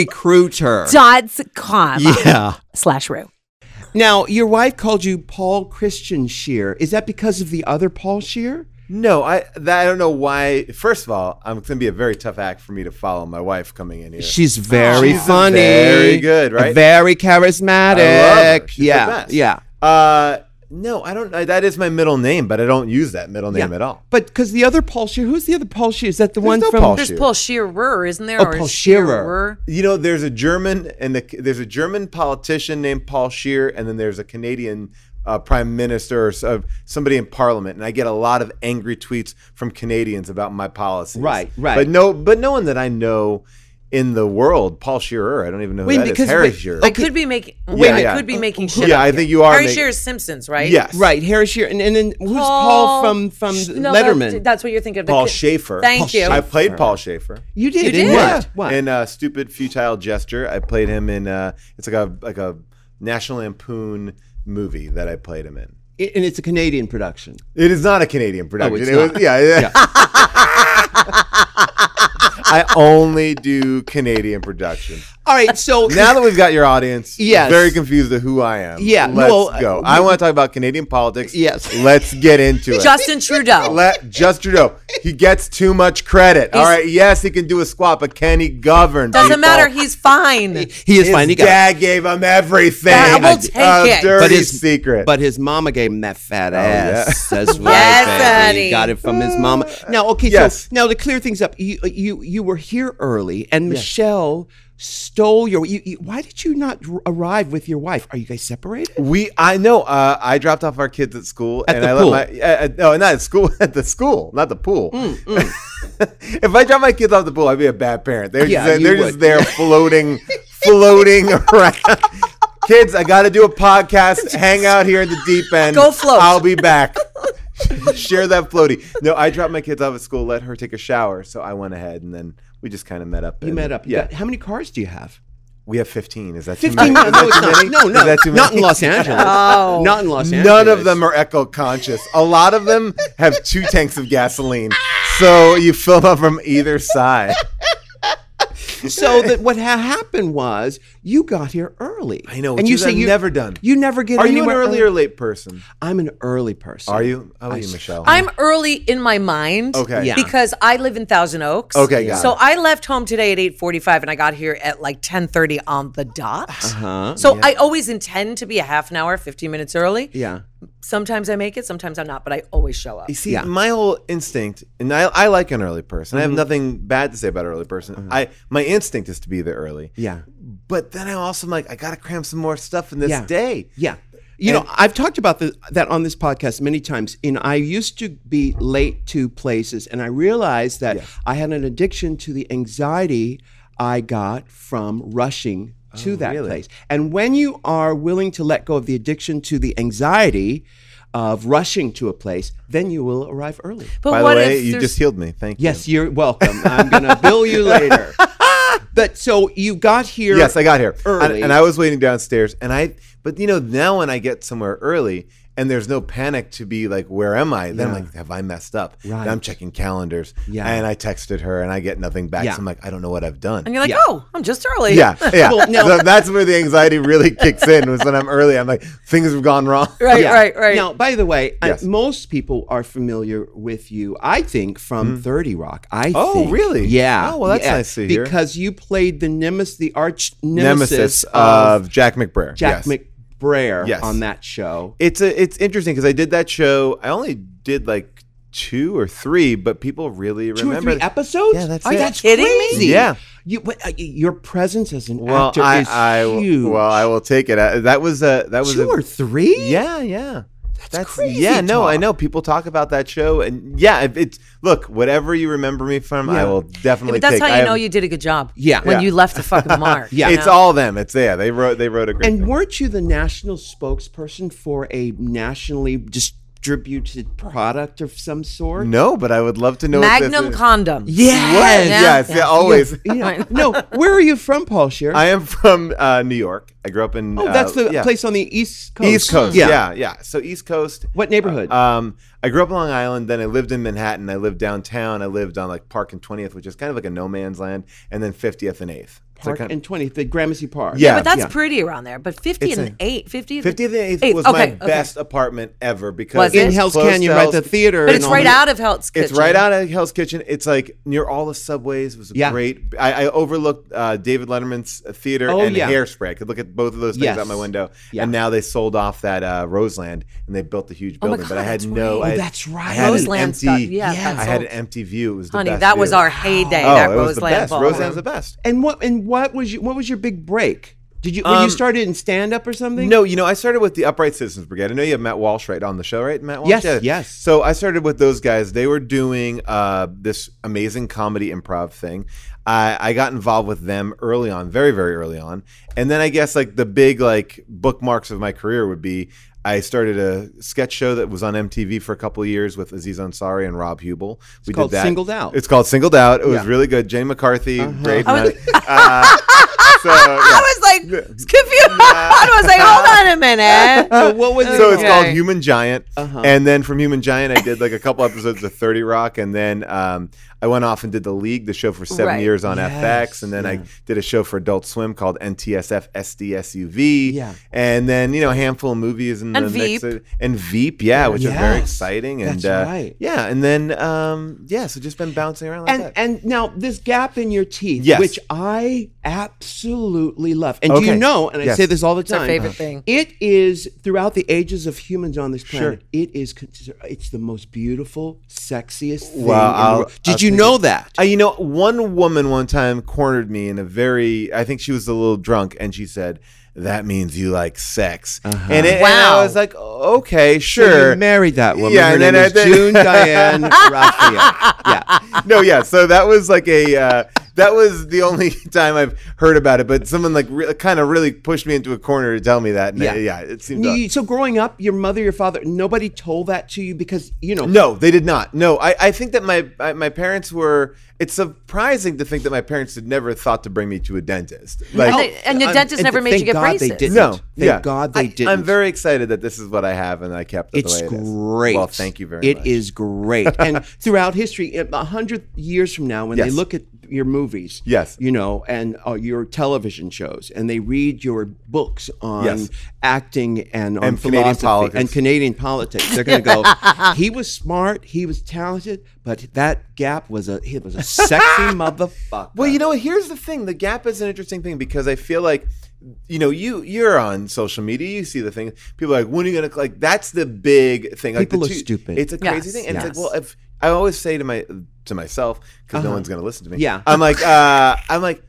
[SPEAKER 1] recruiter.
[SPEAKER 3] Dots com
[SPEAKER 1] yeah.
[SPEAKER 3] slash Rue.
[SPEAKER 1] Now, your wife called you Paul Christian Shear. Is that because of the other Paul Shear?
[SPEAKER 4] No, I that, I don't know why. First of all, I'm going to be a very tough act for me to follow my wife coming in here.
[SPEAKER 1] She's very
[SPEAKER 4] She's
[SPEAKER 1] funny.
[SPEAKER 4] very good, right?
[SPEAKER 1] Very charismatic.
[SPEAKER 4] I love her. She's the
[SPEAKER 1] yeah.
[SPEAKER 4] best.
[SPEAKER 1] Yeah.
[SPEAKER 4] Uh, no, I don't. I, that is my middle name, but I don't use that middle name
[SPEAKER 1] yeah.
[SPEAKER 4] at all.
[SPEAKER 1] But because the other Paul Shear, who's the other Paul Shear? Is that the one
[SPEAKER 4] no
[SPEAKER 1] from
[SPEAKER 4] Paul
[SPEAKER 3] There's
[SPEAKER 4] Shearer.
[SPEAKER 3] Paul Shearer, isn't there?
[SPEAKER 1] Oh, Paul Shearer.
[SPEAKER 4] You know, there's a German and the, there's a German politician named Paul Scheer, and then there's a Canadian uh, prime minister or s- uh, somebody in parliament, and I get a lot of angry tweets from Canadians about my policies.
[SPEAKER 1] Right, right.
[SPEAKER 4] But no, but no one that I know in the world, Paul Shearer. I don't even know who
[SPEAKER 1] Wait,
[SPEAKER 4] that is.
[SPEAKER 1] because-
[SPEAKER 4] Harry
[SPEAKER 1] wait,
[SPEAKER 4] Shearer.
[SPEAKER 3] I could be making. Wait,
[SPEAKER 4] Yeah,
[SPEAKER 3] I
[SPEAKER 4] yeah.
[SPEAKER 3] could be making shit.
[SPEAKER 4] Yeah,
[SPEAKER 3] up
[SPEAKER 4] I
[SPEAKER 3] here.
[SPEAKER 4] think you are
[SPEAKER 3] Harry
[SPEAKER 4] making-
[SPEAKER 3] Shearer's Simpsons, right?
[SPEAKER 4] Yes.
[SPEAKER 1] Right, Harry Shearer, and, and then who's Paul, from from
[SPEAKER 3] No, that-
[SPEAKER 1] Letterman?
[SPEAKER 3] That's, what you're thinking of. the
[SPEAKER 4] Paul
[SPEAKER 3] kid-
[SPEAKER 4] Schaefer.
[SPEAKER 3] Thank you.
[SPEAKER 4] I played Paul Schaefer.
[SPEAKER 1] you did,
[SPEAKER 3] You
[SPEAKER 1] in
[SPEAKER 3] did?
[SPEAKER 1] what? What?
[SPEAKER 4] In uh, stupid futile gesture, I played him in. Uh, it's like a like a National Lampoon movie that I played him in.
[SPEAKER 1] I- and it's a Canadian production.
[SPEAKER 4] It is not a Canadian production.
[SPEAKER 1] it's
[SPEAKER 4] It was-
[SPEAKER 1] not.
[SPEAKER 4] yeah, yeah. I only do Canadian production.
[SPEAKER 1] All right, so
[SPEAKER 4] Now that we've got your audience,
[SPEAKER 1] Yes.
[SPEAKER 4] very confused of who I am.
[SPEAKER 1] Yeah,
[SPEAKER 4] let's
[SPEAKER 1] well,
[SPEAKER 4] go.
[SPEAKER 1] uh,
[SPEAKER 4] I want to talk about Canadian politics.
[SPEAKER 1] Yes.
[SPEAKER 4] let's get into it.
[SPEAKER 3] Justin Trudeau.
[SPEAKER 4] Let just Trudeau. He gets too much credit. All right. Yes, he can do a squat, but can he govern?
[SPEAKER 3] Doesn't
[SPEAKER 4] people?
[SPEAKER 3] matter. He's fine.
[SPEAKER 1] he is
[SPEAKER 4] His
[SPEAKER 1] fine. He got
[SPEAKER 4] dad gave him everything.
[SPEAKER 3] I will take
[SPEAKER 4] a
[SPEAKER 3] it.
[SPEAKER 4] dirty
[SPEAKER 1] But his-
[SPEAKER 4] secret. Oh,
[SPEAKER 1] But his mama gave him that fat ass. That's right,
[SPEAKER 3] Yes,
[SPEAKER 1] baby.
[SPEAKER 3] honey.
[SPEAKER 1] He got it from his mama. Now, okay,
[SPEAKER 4] Yes.
[SPEAKER 1] so now to clear things up, you uh, you you were here early, and Michelle stole your. You, you, why did you not r- arrive with your wife? Are you guys separated?
[SPEAKER 4] We, I know. Uh, I dropped off our kids at school,
[SPEAKER 1] At
[SPEAKER 4] and
[SPEAKER 1] the
[SPEAKER 4] I
[SPEAKER 1] pool.
[SPEAKER 4] let my uh, uh, no, not at school, at the school, not the pool.
[SPEAKER 1] Mm,
[SPEAKER 4] if I drop my kids off the pool, I'd be a bad parent. They're
[SPEAKER 1] Yeah,
[SPEAKER 4] just,
[SPEAKER 1] you
[SPEAKER 4] they're just
[SPEAKER 1] would.
[SPEAKER 4] there floating, floating around. Kids, I got to do a podcast. Hang out here in the deep end.
[SPEAKER 3] Go float.
[SPEAKER 4] I'll be back. Share that floaty. No, I dropped my kids off at school. Let her take a shower, so I went ahead, and then we just kind of met up.
[SPEAKER 1] You met up. You
[SPEAKER 4] Yeah,
[SPEAKER 1] got- how many cars do you have?
[SPEAKER 4] we have fifteen. Is that too
[SPEAKER 1] Fifteen.
[SPEAKER 4] many?
[SPEAKER 1] no,
[SPEAKER 4] Is that
[SPEAKER 1] no, it's
[SPEAKER 4] too
[SPEAKER 1] not.
[SPEAKER 4] many?
[SPEAKER 1] No,
[SPEAKER 4] Is
[SPEAKER 1] no,
[SPEAKER 4] that too
[SPEAKER 1] not
[SPEAKER 4] many?
[SPEAKER 1] in Los Angeles.
[SPEAKER 3] Oh.
[SPEAKER 1] Not in Los Angeles.
[SPEAKER 4] None of them are eco conscious. A lot of them have two tanks of gasoline. So you fill up from either side.
[SPEAKER 1] So that what ha- happened was you got here early.
[SPEAKER 4] I know,
[SPEAKER 1] and
[SPEAKER 4] which
[SPEAKER 1] you
[SPEAKER 4] is
[SPEAKER 1] say
[SPEAKER 4] I've
[SPEAKER 1] you
[SPEAKER 4] never done.
[SPEAKER 1] You never get
[SPEAKER 4] Are you an
[SPEAKER 1] anywhere
[SPEAKER 4] early or late person?
[SPEAKER 1] I'm an early person.
[SPEAKER 4] Are you? How are you, Michelle?
[SPEAKER 3] I'm early in my mind.
[SPEAKER 4] Okay. Yeah.
[SPEAKER 3] Because I live in Thousand Oaks.
[SPEAKER 4] Okay, got
[SPEAKER 3] So
[SPEAKER 4] it.
[SPEAKER 3] I left home today at 8:45 and I got here at like 10:30 on the dot.
[SPEAKER 4] Uh-huh.
[SPEAKER 3] So I always intend to be a half an hour, 15 minutes early.
[SPEAKER 1] Yeah.
[SPEAKER 3] Sometimes I make it, sometimes I'm not, but I always show up.
[SPEAKER 4] You see,
[SPEAKER 1] Yeah.
[SPEAKER 4] my whole instinct, and I, I like an early person. I have nothing bad to say about an early person. I my instinct is to be there early.
[SPEAKER 1] Yeah.
[SPEAKER 4] But then I also am like, I gotta cram some more stuff in this
[SPEAKER 1] Yeah.
[SPEAKER 4] day.
[SPEAKER 1] Yeah. You
[SPEAKER 4] And-
[SPEAKER 1] know, I've talked about the, that on this podcast many times. You know, I used to be late to places, and I realized that I had an addiction to the anxiety I got from rushing
[SPEAKER 4] Oh,
[SPEAKER 1] to that place. And when you are willing to let go of the addiction to the anxiety of rushing to a place, then you will arrive early.
[SPEAKER 3] But
[SPEAKER 4] By the
[SPEAKER 3] what
[SPEAKER 4] way,
[SPEAKER 3] if
[SPEAKER 4] you
[SPEAKER 3] there's-
[SPEAKER 4] just healed me. Thank you.
[SPEAKER 1] Yes, you're welcome. I'm going to bill you later. But so you got here.
[SPEAKER 4] Yes, I got here
[SPEAKER 1] Early.
[SPEAKER 4] And, and I was waiting downstairs. And I, but you know, now when I get somewhere early and there's no panic to be like, where am I? Then I'm like, have I messed up?
[SPEAKER 1] Right.
[SPEAKER 4] And I'm checking calendars.
[SPEAKER 1] Yeah.
[SPEAKER 4] And I texted her and I get nothing back.
[SPEAKER 1] Yeah.
[SPEAKER 4] So I'm like, I don't know what I've done.
[SPEAKER 3] and you're like,
[SPEAKER 1] Yeah.
[SPEAKER 3] "Oh, I'm just early."
[SPEAKER 4] yeah, yeah.
[SPEAKER 1] Well, no.
[SPEAKER 4] So that's where the anxiety really kicks in. Was when I'm early, I'm like, things have gone wrong.
[SPEAKER 3] Right,
[SPEAKER 1] Yeah.
[SPEAKER 3] right, right.
[SPEAKER 1] Now, by the way, I-
[SPEAKER 4] Yes.
[SPEAKER 1] most people are familiar with you, I think, from 30 Rock. I
[SPEAKER 4] Mm. Oh,
[SPEAKER 1] think.
[SPEAKER 4] really?
[SPEAKER 1] Yeah.
[SPEAKER 4] Oh, well, that's
[SPEAKER 1] yeah.
[SPEAKER 4] nice to hear.
[SPEAKER 1] Because you played the nemesis, the arch nemesis,
[SPEAKER 4] Nemesis
[SPEAKER 1] of,
[SPEAKER 4] of Jack McBrayer.
[SPEAKER 1] Jack
[SPEAKER 4] yes.
[SPEAKER 1] McBrayer
[SPEAKER 4] Yes.
[SPEAKER 1] on that show.
[SPEAKER 4] it's a, it's interesting because I did that show. I only did like two or three, but people really
[SPEAKER 1] Two or
[SPEAKER 4] remember.
[SPEAKER 1] three episodes?
[SPEAKER 4] Yeah, that's
[SPEAKER 1] Are
[SPEAKER 4] it.
[SPEAKER 1] That's
[SPEAKER 3] Kidding me?
[SPEAKER 1] crazy.
[SPEAKER 4] Yeah.
[SPEAKER 1] You, but, uh, your presence as an
[SPEAKER 4] well,
[SPEAKER 1] actor
[SPEAKER 4] I,
[SPEAKER 1] is
[SPEAKER 4] I
[SPEAKER 1] huge.
[SPEAKER 4] well, I will take it. I, that was a that was
[SPEAKER 1] Two
[SPEAKER 4] a,
[SPEAKER 1] or three?
[SPEAKER 4] Yeah, yeah. That's,
[SPEAKER 1] crazy
[SPEAKER 4] Yeah, no, I
[SPEAKER 1] talk.
[SPEAKER 4] know people talk about that show, and yeah, if it's look whatever you remember me from, I
[SPEAKER 1] Yeah.
[SPEAKER 4] will definitely.
[SPEAKER 3] but that's
[SPEAKER 4] take.
[SPEAKER 3] how you
[SPEAKER 4] I have-
[SPEAKER 3] know you did a good job.
[SPEAKER 1] Yeah.
[SPEAKER 3] When
[SPEAKER 1] Yeah.
[SPEAKER 3] you left the fucking mark.
[SPEAKER 1] Yeah.
[SPEAKER 3] you
[SPEAKER 4] It's
[SPEAKER 3] know?
[SPEAKER 4] all them. It's yeah. They wrote. They wrote a great.
[SPEAKER 1] And
[SPEAKER 4] thing.
[SPEAKER 1] weren't you the national spokesperson for a nationally distributed product of some sort?
[SPEAKER 4] no, but I would love to know. what this
[SPEAKER 3] Magnum
[SPEAKER 4] is.
[SPEAKER 3] condom.
[SPEAKER 1] Yes.
[SPEAKER 4] Yes,
[SPEAKER 3] Yeah.
[SPEAKER 4] yes, yeah, always.
[SPEAKER 1] Yeah. No, where are you from, Paul Shear?
[SPEAKER 4] I am from uh, New York. I grew up in.
[SPEAKER 1] oh, that's
[SPEAKER 4] uh,
[SPEAKER 1] the
[SPEAKER 4] yeah.
[SPEAKER 1] place on the East Coast.
[SPEAKER 4] East Coast. Yeah. yeah, So East Coast.
[SPEAKER 1] What neighborhood?
[SPEAKER 4] Um, I grew up in Long Island. Then I lived in Manhattan. I lived downtown. I lived on like Park and Twentieth, which is kind of like a no man's land, and then Fiftieth and Eighth.
[SPEAKER 1] Park and 20th, the Gramercy Park.
[SPEAKER 4] Yeah.
[SPEAKER 3] But that's
[SPEAKER 1] Yeah.
[SPEAKER 3] pretty around there. But 50
[SPEAKER 4] It's
[SPEAKER 3] and
[SPEAKER 4] a-
[SPEAKER 3] 8, 50
[SPEAKER 4] Fiftieth and Eighth
[SPEAKER 3] Eighth,
[SPEAKER 4] was my
[SPEAKER 3] okay, okay.
[SPEAKER 4] best apartment ever because
[SPEAKER 3] Was
[SPEAKER 4] it
[SPEAKER 1] In
[SPEAKER 3] it?
[SPEAKER 4] was
[SPEAKER 1] Hell's
[SPEAKER 4] close to
[SPEAKER 1] Canyon, right?
[SPEAKER 4] Hell's-
[SPEAKER 1] The theater.
[SPEAKER 3] But
[SPEAKER 1] and
[SPEAKER 3] it's
[SPEAKER 1] all
[SPEAKER 3] right
[SPEAKER 1] that.
[SPEAKER 3] out of Hell's Kitchen.
[SPEAKER 4] It's right out of Hell's Kitchen. It's like near all the subways. It was
[SPEAKER 1] Yeah.
[SPEAKER 4] great. I, I overlooked uh, David Letterman's theater
[SPEAKER 1] Oh,
[SPEAKER 4] and
[SPEAKER 1] yeah.
[SPEAKER 4] Hairspray. I could look at both of those things
[SPEAKER 1] Yes.
[SPEAKER 4] out my window.
[SPEAKER 1] Yeah.
[SPEAKER 4] And now they sold off that uh, Roseland and they built the huge
[SPEAKER 3] Oh my
[SPEAKER 4] building. but I
[SPEAKER 3] God,
[SPEAKER 4] had
[SPEAKER 3] that's
[SPEAKER 4] no.
[SPEAKER 3] right.
[SPEAKER 4] I
[SPEAKER 1] Oh,
[SPEAKER 4] had-
[SPEAKER 1] that's right.
[SPEAKER 4] I had an
[SPEAKER 3] Roseland's
[SPEAKER 4] empty,
[SPEAKER 3] got- yeah,
[SPEAKER 4] I
[SPEAKER 3] that's
[SPEAKER 4] had an
[SPEAKER 3] old.
[SPEAKER 4] empty view. It was the
[SPEAKER 3] Honey,
[SPEAKER 4] best
[SPEAKER 3] that was
[SPEAKER 4] view.
[SPEAKER 3] our heyday.
[SPEAKER 4] Oh,
[SPEAKER 3] that
[SPEAKER 4] it was the
[SPEAKER 3] Roseland
[SPEAKER 4] best.
[SPEAKER 3] ballroom.
[SPEAKER 4] Roseland's the best.
[SPEAKER 1] And what and what was you, what was your big break? Did you? Well, you started in stand up or something?
[SPEAKER 4] Um, No, you know, I started with the Upright Citizens Brigade. I know you have Matt Walsh right on the show, right? Matt Walsh.
[SPEAKER 1] Yes, yes.
[SPEAKER 4] So I started with those guys. They were doing uh, this amazing comedy improv thing. I, I got involved with them early on, very very early on, and then I guess like the big like bookmarks of my career would be I started a sketch show that was on MTV for a couple of years with Aziz Ansari and Rob Hubel. We
[SPEAKER 1] called Singled Out.
[SPEAKER 4] It's called Singled Out. It was
[SPEAKER 1] Yeah. Uh-huh.
[SPEAKER 4] really good. Jane McCarthy, great.
[SPEAKER 3] I was-
[SPEAKER 4] uh, so, yeah.
[SPEAKER 3] I was like confused. I was like, hold on a minute.
[SPEAKER 1] So Uh, what was it?
[SPEAKER 4] Oh, so it's
[SPEAKER 1] called?
[SPEAKER 4] called Human Giant.
[SPEAKER 3] Uh-huh.
[SPEAKER 4] And then from Human Giant, I did like a couple episodes of 30 Rock. And then um, I went off and did The League, the show for seven
[SPEAKER 3] Right.
[SPEAKER 4] years on FX. And then I did a show for Adult Swim called NTSF SDSUV.
[SPEAKER 1] Yeah.
[SPEAKER 4] And then, you know, a handful of movies in
[SPEAKER 3] And
[SPEAKER 4] the
[SPEAKER 3] Veep.
[SPEAKER 4] mix. of- And Veep, yeah, which is very
[SPEAKER 1] Yes.
[SPEAKER 4] exciting. And
[SPEAKER 1] That's
[SPEAKER 4] uh,
[SPEAKER 1] right.
[SPEAKER 4] yeah. And then, um, yeah, so just been bouncing around like
[SPEAKER 1] and
[SPEAKER 4] that.
[SPEAKER 1] and now this gap in your teeth,
[SPEAKER 4] Yes.
[SPEAKER 1] which I absolutely love. And do you
[SPEAKER 4] Okay.
[SPEAKER 1] know? And I
[SPEAKER 4] Yes.
[SPEAKER 1] say this all the time.
[SPEAKER 3] our favorite thing.
[SPEAKER 1] It is throughout the ages of humans on this
[SPEAKER 4] Sure.
[SPEAKER 1] planet. It is. consider- It's the most beautiful, sexiest thing.
[SPEAKER 4] Well,
[SPEAKER 1] in the
[SPEAKER 4] I'll-
[SPEAKER 1] world.
[SPEAKER 4] I'll
[SPEAKER 1] Did you
[SPEAKER 4] take
[SPEAKER 1] know that?
[SPEAKER 4] Uh, you know, one woman one time cornered me in a very, I think she was a little drunk, and she said, that means you like sex. And, it, and
[SPEAKER 3] Wow.
[SPEAKER 4] I was like, okay,
[SPEAKER 1] So you
[SPEAKER 4] sure.
[SPEAKER 1] married that woman.
[SPEAKER 4] Yeah,
[SPEAKER 1] Her
[SPEAKER 4] and
[SPEAKER 1] name
[SPEAKER 4] then I
[SPEAKER 1] is
[SPEAKER 4] did-
[SPEAKER 1] June Diane Raphael. Yeah.
[SPEAKER 4] no, yeah. So that was like a, uh, that was the only time I've heard about it, but someone like re- kind of really pushed me into a corner to tell me that. And
[SPEAKER 1] Yeah.
[SPEAKER 4] yeah. yeah, it seemed
[SPEAKER 1] You-
[SPEAKER 4] odd.
[SPEAKER 1] so growing up, your mother, your father, nobody told that to you because you know.
[SPEAKER 4] No, they did not. No, I, I think that my I, my parents were. It's surprising to think that my parents had never thought to bring me to a dentist. Like,
[SPEAKER 3] they- and your dentist never made
[SPEAKER 1] thank
[SPEAKER 3] you get
[SPEAKER 1] God They
[SPEAKER 3] braces.
[SPEAKER 1] didn't.
[SPEAKER 4] No,
[SPEAKER 1] thank
[SPEAKER 4] yeah.
[SPEAKER 1] God they
[SPEAKER 4] I,
[SPEAKER 1] didn't.
[SPEAKER 4] I'm very excited that this is what I have, and I kept it.
[SPEAKER 1] It's
[SPEAKER 4] the way it is.
[SPEAKER 1] great.
[SPEAKER 4] Well, thank you very much.
[SPEAKER 1] It is great. and throughout history, a a hundred years from now, when they
[SPEAKER 4] Yes.
[SPEAKER 1] look at your movies,
[SPEAKER 4] Yes.
[SPEAKER 1] you know, and uh, your television shows, and they read your books on
[SPEAKER 4] Yes.
[SPEAKER 1] acting and on
[SPEAKER 4] And Canadian
[SPEAKER 1] philosophy
[SPEAKER 4] politics.
[SPEAKER 1] and Canadian politics, they're going to go, he was smart, he was talented, but that gap was a he was a sexy motherfucker.
[SPEAKER 4] Well, you know, what? here's the thing: the gap is an interesting thing because I feel like, you know, you you're on social media, you see the thing. People are like, when are you gonna like? That's the big thing. Like, the
[SPEAKER 1] People are stupid.
[SPEAKER 4] It's a crazy
[SPEAKER 3] Yes,
[SPEAKER 4] thing, and
[SPEAKER 3] yes.
[SPEAKER 4] it's like, well, if I always say to my to myself because no one's gonna listen to me.
[SPEAKER 1] Uh-huh. Yeah.
[SPEAKER 4] I'm like, uh, I'm like.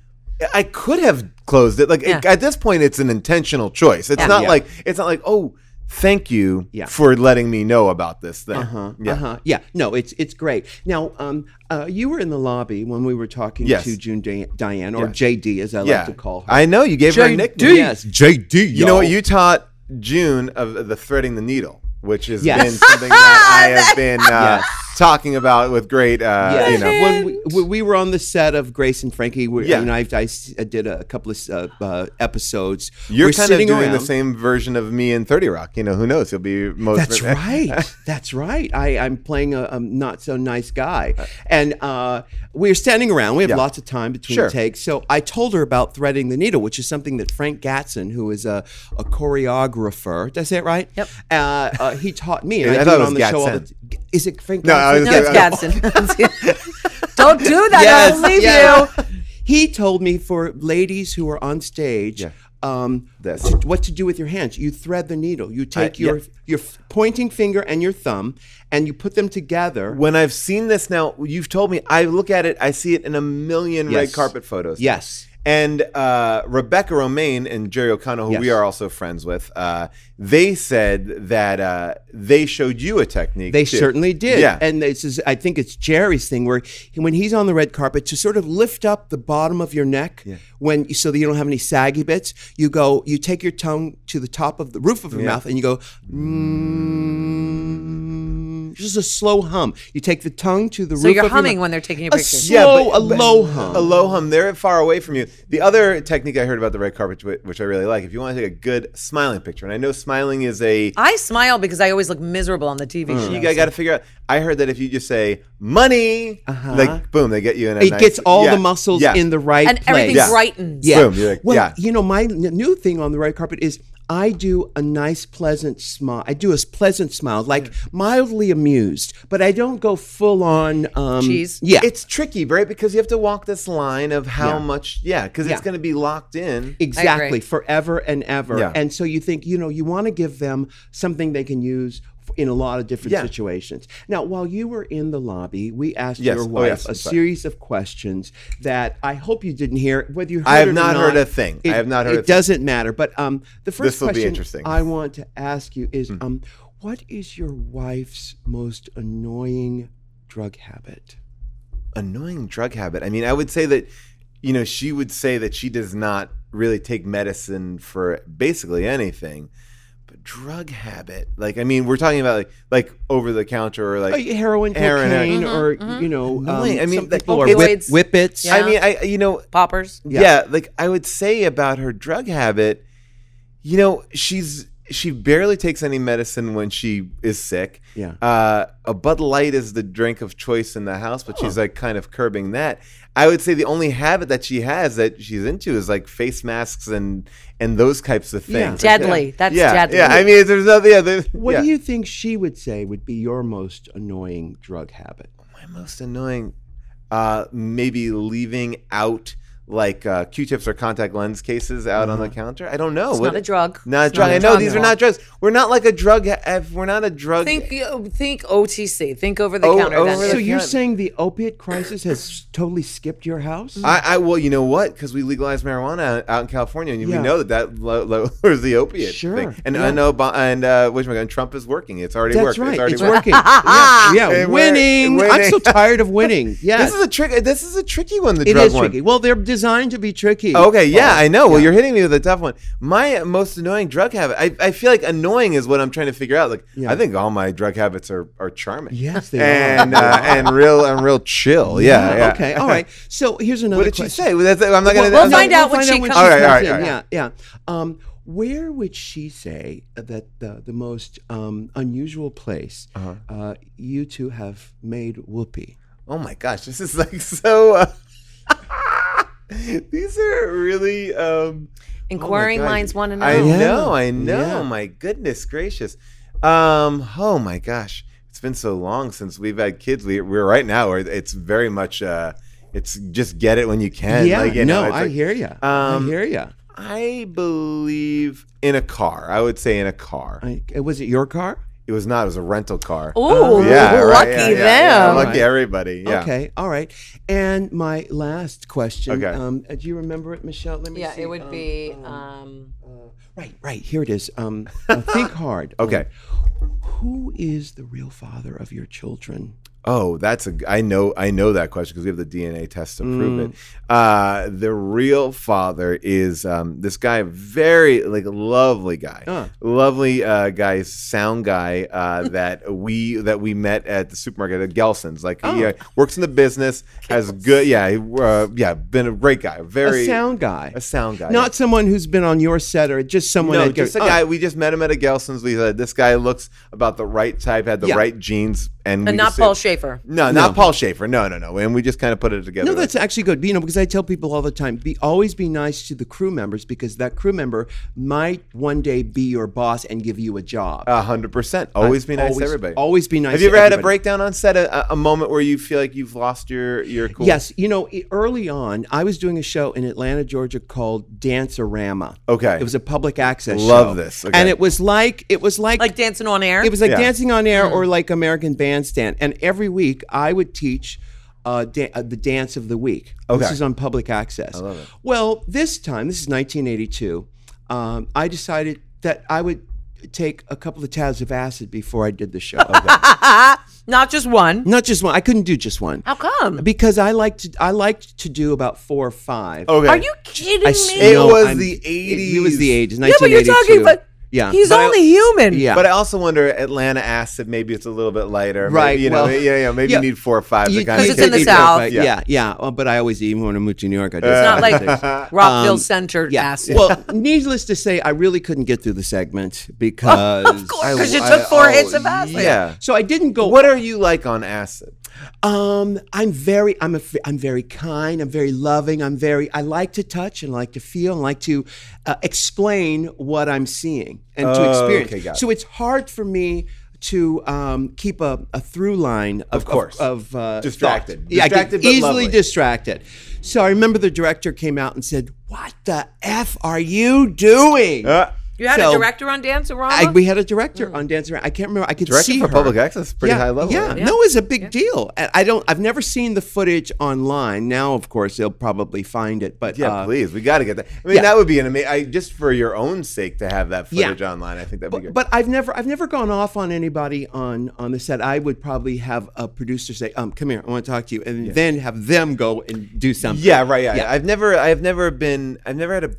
[SPEAKER 4] I could have closed it. Like
[SPEAKER 3] Yeah.
[SPEAKER 4] at this point, it's an intentional choice. It's
[SPEAKER 3] Yeah.
[SPEAKER 4] not
[SPEAKER 1] Yeah.
[SPEAKER 4] like it's not like oh, thank you
[SPEAKER 1] Yeah.
[SPEAKER 4] for letting me know about this thing. Yeah.
[SPEAKER 1] Uh-huh. Yeah. No, it's it's great. Now, um, uh, you were in the lobby when we were talking
[SPEAKER 4] Yes.
[SPEAKER 1] to June Di- Diane or JD, as I
[SPEAKER 4] yeah.
[SPEAKER 1] like to call her.
[SPEAKER 4] I know you gave her a
[SPEAKER 1] JD.
[SPEAKER 4] nickname.
[SPEAKER 1] Yes,
[SPEAKER 4] JD. You know what?
[SPEAKER 1] y'all.
[SPEAKER 4] You taught June of the threading the needle, which has
[SPEAKER 1] Yes.
[SPEAKER 4] been something that I have been uh, talking about with great. Uh,
[SPEAKER 1] Yeah,
[SPEAKER 4] You know,
[SPEAKER 1] when we, when we were on the set of Grace and Frankie, we,
[SPEAKER 4] Yeah.
[SPEAKER 1] you know, I, I s- I did a couple of uh, uh, episodes.
[SPEAKER 4] you're
[SPEAKER 1] We're
[SPEAKER 4] kind of
[SPEAKER 1] sitting
[SPEAKER 4] doing the
[SPEAKER 1] around.
[SPEAKER 4] same version of me in Thirty Rock. You know, who knows? You'll be most.
[SPEAKER 1] That's right. That's right. I, I'm playing a, a not so nice guy, and uh, we're standing around. We have
[SPEAKER 4] Yeah.
[SPEAKER 1] lots of time between
[SPEAKER 4] Sure.
[SPEAKER 1] takes, so I told her about threading the needle, which is something that Frank Gatson, who is a, a choreographer, did I say it right? Yep. Uh, uh, he taught me, and
[SPEAKER 4] Yeah,
[SPEAKER 1] I,
[SPEAKER 4] I
[SPEAKER 1] do
[SPEAKER 4] thought
[SPEAKER 1] it
[SPEAKER 4] it
[SPEAKER 1] on the
[SPEAKER 4] was
[SPEAKER 1] show. All the
[SPEAKER 4] Gatson.
[SPEAKER 1] t- is it Frank?
[SPEAKER 4] No, I
[SPEAKER 1] Gatson?
[SPEAKER 4] was
[SPEAKER 3] No, it's Gadsden. Don't do that. I will leave you.
[SPEAKER 1] He told me for ladies who are on stage. Um,
[SPEAKER 4] This.
[SPEAKER 1] to- what to do with your hands? You thread the needle. You take your
[SPEAKER 4] yeah.
[SPEAKER 1] your f- pointing finger and your thumb, and you put them together.
[SPEAKER 4] When I've seen this now, you've told me. I look at it. I see it in a million red
[SPEAKER 1] Yes.
[SPEAKER 4] carpet photos.
[SPEAKER 1] Yes.
[SPEAKER 4] And uh, Rebecca Romaine and Jerry O'Connell, who we
[SPEAKER 1] Yes.
[SPEAKER 4] are also friends with, uh, they said that uh, they showed you a technique.
[SPEAKER 1] They
[SPEAKER 4] too.
[SPEAKER 1] certainly did.
[SPEAKER 4] Yeah.
[SPEAKER 1] And this is, I think it's Jerry's thing where he- when he's on the red carpet, to sort of lift up the bottom of your neck when you, so that you don't have any saggy bits, you go, you take your tongue to the top of the roof of your mouth and you go, mm, just a slow hum. You take the tongue to the
[SPEAKER 3] So
[SPEAKER 1] roof
[SPEAKER 3] you're
[SPEAKER 1] of your
[SPEAKER 3] humming
[SPEAKER 1] mouth.
[SPEAKER 3] when they're taking
[SPEAKER 4] Oh,
[SPEAKER 3] your
[SPEAKER 1] A
[SPEAKER 3] pictures.
[SPEAKER 1] slow, a low hum.
[SPEAKER 4] A low hum. They're far away from you. The other technique I heard about the red carpet, whi- which I really like, if you want to take a good smiling picture, and I know smiling is a
[SPEAKER 1] Ah,
[SPEAKER 3] I smile because I always look miserable on the TV show.
[SPEAKER 4] you got to figure out. I heard that if you just say money, like boom, they get you in. A
[SPEAKER 1] Uh-huh. it
[SPEAKER 4] nice-
[SPEAKER 1] gets all
[SPEAKER 4] yeah,
[SPEAKER 1] the muscles
[SPEAKER 4] yeah.
[SPEAKER 1] in the right
[SPEAKER 3] and
[SPEAKER 1] place.
[SPEAKER 3] everything
[SPEAKER 4] Yeah.
[SPEAKER 3] brightens.
[SPEAKER 1] Yeah.
[SPEAKER 4] Boom, you're like,
[SPEAKER 1] well,
[SPEAKER 4] yeah.
[SPEAKER 1] you know, my n- new thing on the red carpet is I do a nice, pleasant smile. I do a s- pleasant smile, like mildly amused, but I don't go full on. Um,
[SPEAKER 3] Cheese.
[SPEAKER 1] Yeah.
[SPEAKER 4] It's tricky, right? Because you have to walk this line of how
[SPEAKER 1] Yeah.
[SPEAKER 4] much, yeah, because
[SPEAKER 1] Yeah.
[SPEAKER 4] it's going to be locked in.
[SPEAKER 1] Exactly, forever and ever.
[SPEAKER 4] Yeah.
[SPEAKER 1] And so you think, you know, you want to give them something they can use in a lot of different
[SPEAKER 4] Yeah.
[SPEAKER 1] situations. Now, while you were in the lobby, we asked
[SPEAKER 4] Yes.
[SPEAKER 1] your
[SPEAKER 4] Oh,
[SPEAKER 1] wife
[SPEAKER 4] yes,
[SPEAKER 1] a
[SPEAKER 4] I'm sorry.
[SPEAKER 1] series of questions that I hope you didn't hear. Whether you heard
[SPEAKER 4] I have
[SPEAKER 1] it or
[SPEAKER 4] not heard a thing. I
[SPEAKER 1] it-
[SPEAKER 4] have not heard
[SPEAKER 1] It
[SPEAKER 4] a thing.
[SPEAKER 1] doesn't matter. But um, the first
[SPEAKER 4] This'll be
[SPEAKER 1] question
[SPEAKER 4] interesting. Hmm.
[SPEAKER 1] I want to ask you is um, what is your wife's most annoying drug habit?
[SPEAKER 4] annoying drug habit. I mean, I would say that, you know, she would say that she does not really take medicine for basically anything. But drug habit, like, I mean, we're talking about like like over the counter or like.
[SPEAKER 1] Uh, heroin,
[SPEAKER 4] Oh, Heroin,
[SPEAKER 1] cocaine, or you know, um,
[SPEAKER 4] Annoying. I mean,
[SPEAKER 1] some
[SPEAKER 4] like,
[SPEAKER 1] people are whip,
[SPEAKER 3] opioids.
[SPEAKER 1] whippets.
[SPEAKER 4] I mean, I you know,
[SPEAKER 3] Poppers.
[SPEAKER 4] yeah. like I would say about her drug habit, you know, she's she barely takes any medicine when she is sick.
[SPEAKER 1] Yeah.
[SPEAKER 4] Uh, a Bud Light is the drink of choice in the house, but
[SPEAKER 1] Oh.
[SPEAKER 4] she's like kind of curbing that. I would say the only habit that she has that she's into is like face masks and and those types of
[SPEAKER 1] Yeah.
[SPEAKER 4] things.
[SPEAKER 3] Deadly. That's
[SPEAKER 4] yeah,
[SPEAKER 3] deadly.
[SPEAKER 4] yeah. I mean, there's nothing. Yeah, there's,
[SPEAKER 1] What
[SPEAKER 4] yeah.
[SPEAKER 1] do you think she would say would be your most annoying drug habit?
[SPEAKER 4] My most annoying, uh, maybe leaving out like uh, Q-tips or contact lens cases out on the
[SPEAKER 1] Mm-hmm.
[SPEAKER 4] counter. I don't know.
[SPEAKER 3] it's
[SPEAKER 4] What-
[SPEAKER 3] not a drug.
[SPEAKER 4] Not
[SPEAKER 3] It's
[SPEAKER 4] a drug.
[SPEAKER 3] a
[SPEAKER 4] I know
[SPEAKER 3] drug
[SPEAKER 4] these
[SPEAKER 3] at
[SPEAKER 4] are
[SPEAKER 3] all.
[SPEAKER 4] not drugs. We're not like a drug. If we're not a drug.
[SPEAKER 3] Think uh, think OTC. Think over the
[SPEAKER 4] O-
[SPEAKER 3] counter.
[SPEAKER 4] over
[SPEAKER 3] then.
[SPEAKER 4] the-
[SPEAKER 3] If
[SPEAKER 1] So you're
[SPEAKER 4] God.
[SPEAKER 1] saying the opiate crisis has totally skipped your house?
[SPEAKER 4] I, I well, you know what? Because we legalized marijuana out in California, and
[SPEAKER 1] Yeah.
[SPEAKER 4] we know that that lo- lowers the opiate
[SPEAKER 1] Sure.
[SPEAKER 4] thing. And
[SPEAKER 1] Yeah.
[SPEAKER 4] I know, Bo- and uh, which my God, Trump is working. It's already
[SPEAKER 1] That's
[SPEAKER 4] worked.
[SPEAKER 1] right.
[SPEAKER 4] It's already
[SPEAKER 1] It's
[SPEAKER 4] worked.
[SPEAKER 1] working. yeah, yeah,
[SPEAKER 4] Hey, we're-
[SPEAKER 1] winning. I'm
[SPEAKER 4] winning.
[SPEAKER 1] so tired of winning. Yes.
[SPEAKER 4] This is a trick. This is a tricky one. The
[SPEAKER 1] it
[SPEAKER 4] drug
[SPEAKER 1] is
[SPEAKER 4] one.
[SPEAKER 1] tricky. Well, they're designed to be tricky.
[SPEAKER 4] Okay, yeah, I know. Well, you're hitting me with a tough one. My most annoying drug habit. I, I feel like annoying is what I'm trying to figure out. Like,
[SPEAKER 1] Yeah.
[SPEAKER 4] I think all my drug habits are are charming.
[SPEAKER 1] Yes, they
[SPEAKER 4] and
[SPEAKER 1] are.
[SPEAKER 4] uh, and real and real chill. Yeah. yeah,
[SPEAKER 1] Okay. All right. So here's another
[SPEAKER 4] What did she
[SPEAKER 1] question.
[SPEAKER 4] say? Well, that's, I'm not
[SPEAKER 3] Well,
[SPEAKER 4] gonna.
[SPEAKER 3] we'll
[SPEAKER 4] I'm not-
[SPEAKER 3] find out when she
[SPEAKER 1] when
[SPEAKER 3] comes.
[SPEAKER 4] All right, all right,
[SPEAKER 1] in.
[SPEAKER 4] all
[SPEAKER 1] Yeah,
[SPEAKER 4] right.
[SPEAKER 1] yeah. Um, where would she say that the, the most um, unusual place
[SPEAKER 4] Uh-huh.
[SPEAKER 1] uh you two have made whoopee?
[SPEAKER 4] Oh my gosh, this is like so. Uh, these are really. Um,
[SPEAKER 3] Inquiring
[SPEAKER 4] God.
[SPEAKER 3] minds want to know.
[SPEAKER 4] I
[SPEAKER 1] Yeah.
[SPEAKER 4] know, I know.
[SPEAKER 1] Yeah.
[SPEAKER 4] My goodness gracious. Um, oh my gosh, it's been so long since we've had kids. We, we're right now. Where it's very much. Uh, it's just get it when you can.
[SPEAKER 1] yeah.
[SPEAKER 4] Like, you
[SPEAKER 1] no,
[SPEAKER 4] know, it's
[SPEAKER 1] I
[SPEAKER 4] like-
[SPEAKER 1] hear you. I
[SPEAKER 4] um,
[SPEAKER 1] hear you.
[SPEAKER 4] I believe in a car. I would say in a car.
[SPEAKER 1] I, was it your car?
[SPEAKER 4] It was not. It was a rental car.
[SPEAKER 3] Ooh,
[SPEAKER 4] um, yeah, right,
[SPEAKER 3] lucky
[SPEAKER 4] yeah, yeah, yeah,
[SPEAKER 3] them.
[SPEAKER 4] lucky everybody. Yeah.
[SPEAKER 1] Okay. All right. And my last question.
[SPEAKER 4] Okay.
[SPEAKER 1] Um, do you remember it, Michelle? Let me
[SPEAKER 3] Yeah,
[SPEAKER 1] see.
[SPEAKER 3] it would
[SPEAKER 1] Um,
[SPEAKER 3] be. Um,
[SPEAKER 1] Right. Right. Here it is. Um, uh, think hard.
[SPEAKER 4] Okay.
[SPEAKER 1] Um, who is the real father of your children?
[SPEAKER 4] Oh, that's a. I know. I know that question because we have the DNA test to prove
[SPEAKER 1] Mm.
[SPEAKER 4] it. Uh, the real father is um, this guy, very like lovely guy,
[SPEAKER 1] Uh.
[SPEAKER 4] lovely uh, guy, sound guy uh, that we that we met at the supermarket at Gelson's. Like
[SPEAKER 1] Oh.
[SPEAKER 4] he uh, works in the business, has good. Yeah, he, uh, yeah, been a great guy. Very
[SPEAKER 1] a sound guy.
[SPEAKER 4] a sound guy.
[SPEAKER 1] Not someone who's been on your set or just someone.
[SPEAKER 4] No,
[SPEAKER 1] that goes,
[SPEAKER 4] just a
[SPEAKER 1] "Oh,
[SPEAKER 4] guy. We just met him at a Gelson's. We said this guy looks about the right type, had the
[SPEAKER 1] Yeah.
[SPEAKER 4] right jeans, and, we
[SPEAKER 3] and not
[SPEAKER 4] just said-
[SPEAKER 3] Paul Schaefer.
[SPEAKER 4] No, not Paul Schaefer. No, no, no. And we just kind of put it together.
[SPEAKER 1] No,
[SPEAKER 4] like-
[SPEAKER 1] that's actually good. You know, because I tell people all the time, be always be nice to the crew members because that crew member might one day be your boss and give you a job.
[SPEAKER 4] A hundred percent. Always be nice
[SPEAKER 1] always-
[SPEAKER 4] to everybody.
[SPEAKER 1] always be nice
[SPEAKER 4] Have you
[SPEAKER 1] to
[SPEAKER 4] ever had a
[SPEAKER 1] everybody.
[SPEAKER 4] breakdown on set? A, a moment where you feel like you've lost your your cool?
[SPEAKER 1] Yes, you know, e- early on, I was doing a show in Atlanta, Georgia called Dancerama.
[SPEAKER 4] Okay.
[SPEAKER 1] it was a public access.
[SPEAKER 4] Love
[SPEAKER 1] show.
[SPEAKER 4] this.
[SPEAKER 1] and
[SPEAKER 4] Okay.
[SPEAKER 1] it was like it was like,
[SPEAKER 3] Like dancing on air.
[SPEAKER 1] it was like
[SPEAKER 4] Yeah.
[SPEAKER 1] dancing on air
[SPEAKER 3] Mm.
[SPEAKER 1] or like American Bandstand. And every week, I would teach. Uh, da- uh, the dance of the week. This
[SPEAKER 4] Okay.
[SPEAKER 1] is on public access. I love it. Well, this time, this is 1982. Um, I decided that I would take a couple of tabs of acid before I did the show.
[SPEAKER 3] not just one.
[SPEAKER 1] Not just one. I couldn't do just one
[SPEAKER 3] How come?
[SPEAKER 1] because I like to I liked to do about four or five.
[SPEAKER 4] Okay.
[SPEAKER 3] Are you kidding
[SPEAKER 1] I
[SPEAKER 3] me?
[SPEAKER 4] Oh, It was
[SPEAKER 1] I'm-
[SPEAKER 4] the
[SPEAKER 1] it- It, was the 80s.
[SPEAKER 3] yeah, but you're
[SPEAKER 1] 1982.
[SPEAKER 3] talking about.
[SPEAKER 1] yeah.
[SPEAKER 3] He's
[SPEAKER 1] but I-
[SPEAKER 3] only human.
[SPEAKER 1] yeah.
[SPEAKER 4] But I also wonder, Atlanta acid. Maybe it's a little bit lighter.
[SPEAKER 1] Right,
[SPEAKER 4] Maybe, you know.
[SPEAKER 1] well-
[SPEAKER 4] yeah, yeah. Maybe
[SPEAKER 1] Yeah.
[SPEAKER 4] you need four or five. to
[SPEAKER 1] You-
[SPEAKER 4] kind
[SPEAKER 3] Because
[SPEAKER 1] you
[SPEAKER 4] of
[SPEAKER 3] it's in
[SPEAKER 1] could
[SPEAKER 3] the
[SPEAKER 1] eat
[SPEAKER 3] South.
[SPEAKER 1] both,
[SPEAKER 4] Yeah. Uh,
[SPEAKER 1] Yeah, yeah. Well, but I always even when I moved to New York, I just
[SPEAKER 3] It's not like Rockville
[SPEAKER 1] Um,
[SPEAKER 3] Center acid.
[SPEAKER 1] Well, needless to say, I really couldn't get through the segment because
[SPEAKER 3] of course, because you
[SPEAKER 4] I-
[SPEAKER 3] took four
[SPEAKER 4] oh,
[SPEAKER 3] hits of acid.
[SPEAKER 4] Yeah.
[SPEAKER 1] So I didn't go.
[SPEAKER 4] What are you like on acid?
[SPEAKER 1] Um, I'm very, I'm a, f- I'm very kind. I'm very loving. I'm very, I like to touch and like to feel and like to uh, explain what I'm seeing and to
[SPEAKER 4] Oh,
[SPEAKER 1] experience.
[SPEAKER 4] okay, got it.
[SPEAKER 1] so it's hard for me to um, keep a, a through line of,
[SPEAKER 4] Of course.
[SPEAKER 1] of, uh,
[SPEAKER 4] Distracted.
[SPEAKER 1] thought. Yeah, I
[SPEAKER 4] Distracted
[SPEAKER 1] get
[SPEAKER 4] but
[SPEAKER 1] easily
[SPEAKER 4] lovely.
[SPEAKER 1] distracted. So I remember the director came out and said, "What the f are you doing?"
[SPEAKER 4] Uh,
[SPEAKER 3] You had
[SPEAKER 1] So-
[SPEAKER 3] a director on Dance Rama?
[SPEAKER 1] I, we had a director on Dance Around. I can't remember. I could
[SPEAKER 4] Director
[SPEAKER 1] see
[SPEAKER 4] for
[SPEAKER 1] her.
[SPEAKER 4] public access, pretty
[SPEAKER 1] yeah,
[SPEAKER 4] high level.
[SPEAKER 1] Yeah.
[SPEAKER 4] right?
[SPEAKER 1] no, it's a big deal. And I don't. I've never seen the footage online. Now, of course, they'll probably find it. But
[SPEAKER 4] Yeah,
[SPEAKER 1] uh,
[SPEAKER 4] please. We got to get that. I mean,
[SPEAKER 1] yeah.
[SPEAKER 4] that would be an amazing. I just for your own sake to have that
[SPEAKER 1] Yeah.
[SPEAKER 4] footage online. I think that'd be good.
[SPEAKER 1] But I've never I've never gone off on anybody on on the set. I would probably have a producer say, "Um, come here, I want to talk to you," and then have them go and do something.
[SPEAKER 4] Yeah, right. Yeah.
[SPEAKER 1] Yeah.
[SPEAKER 4] I've never, I've never been, I've never had a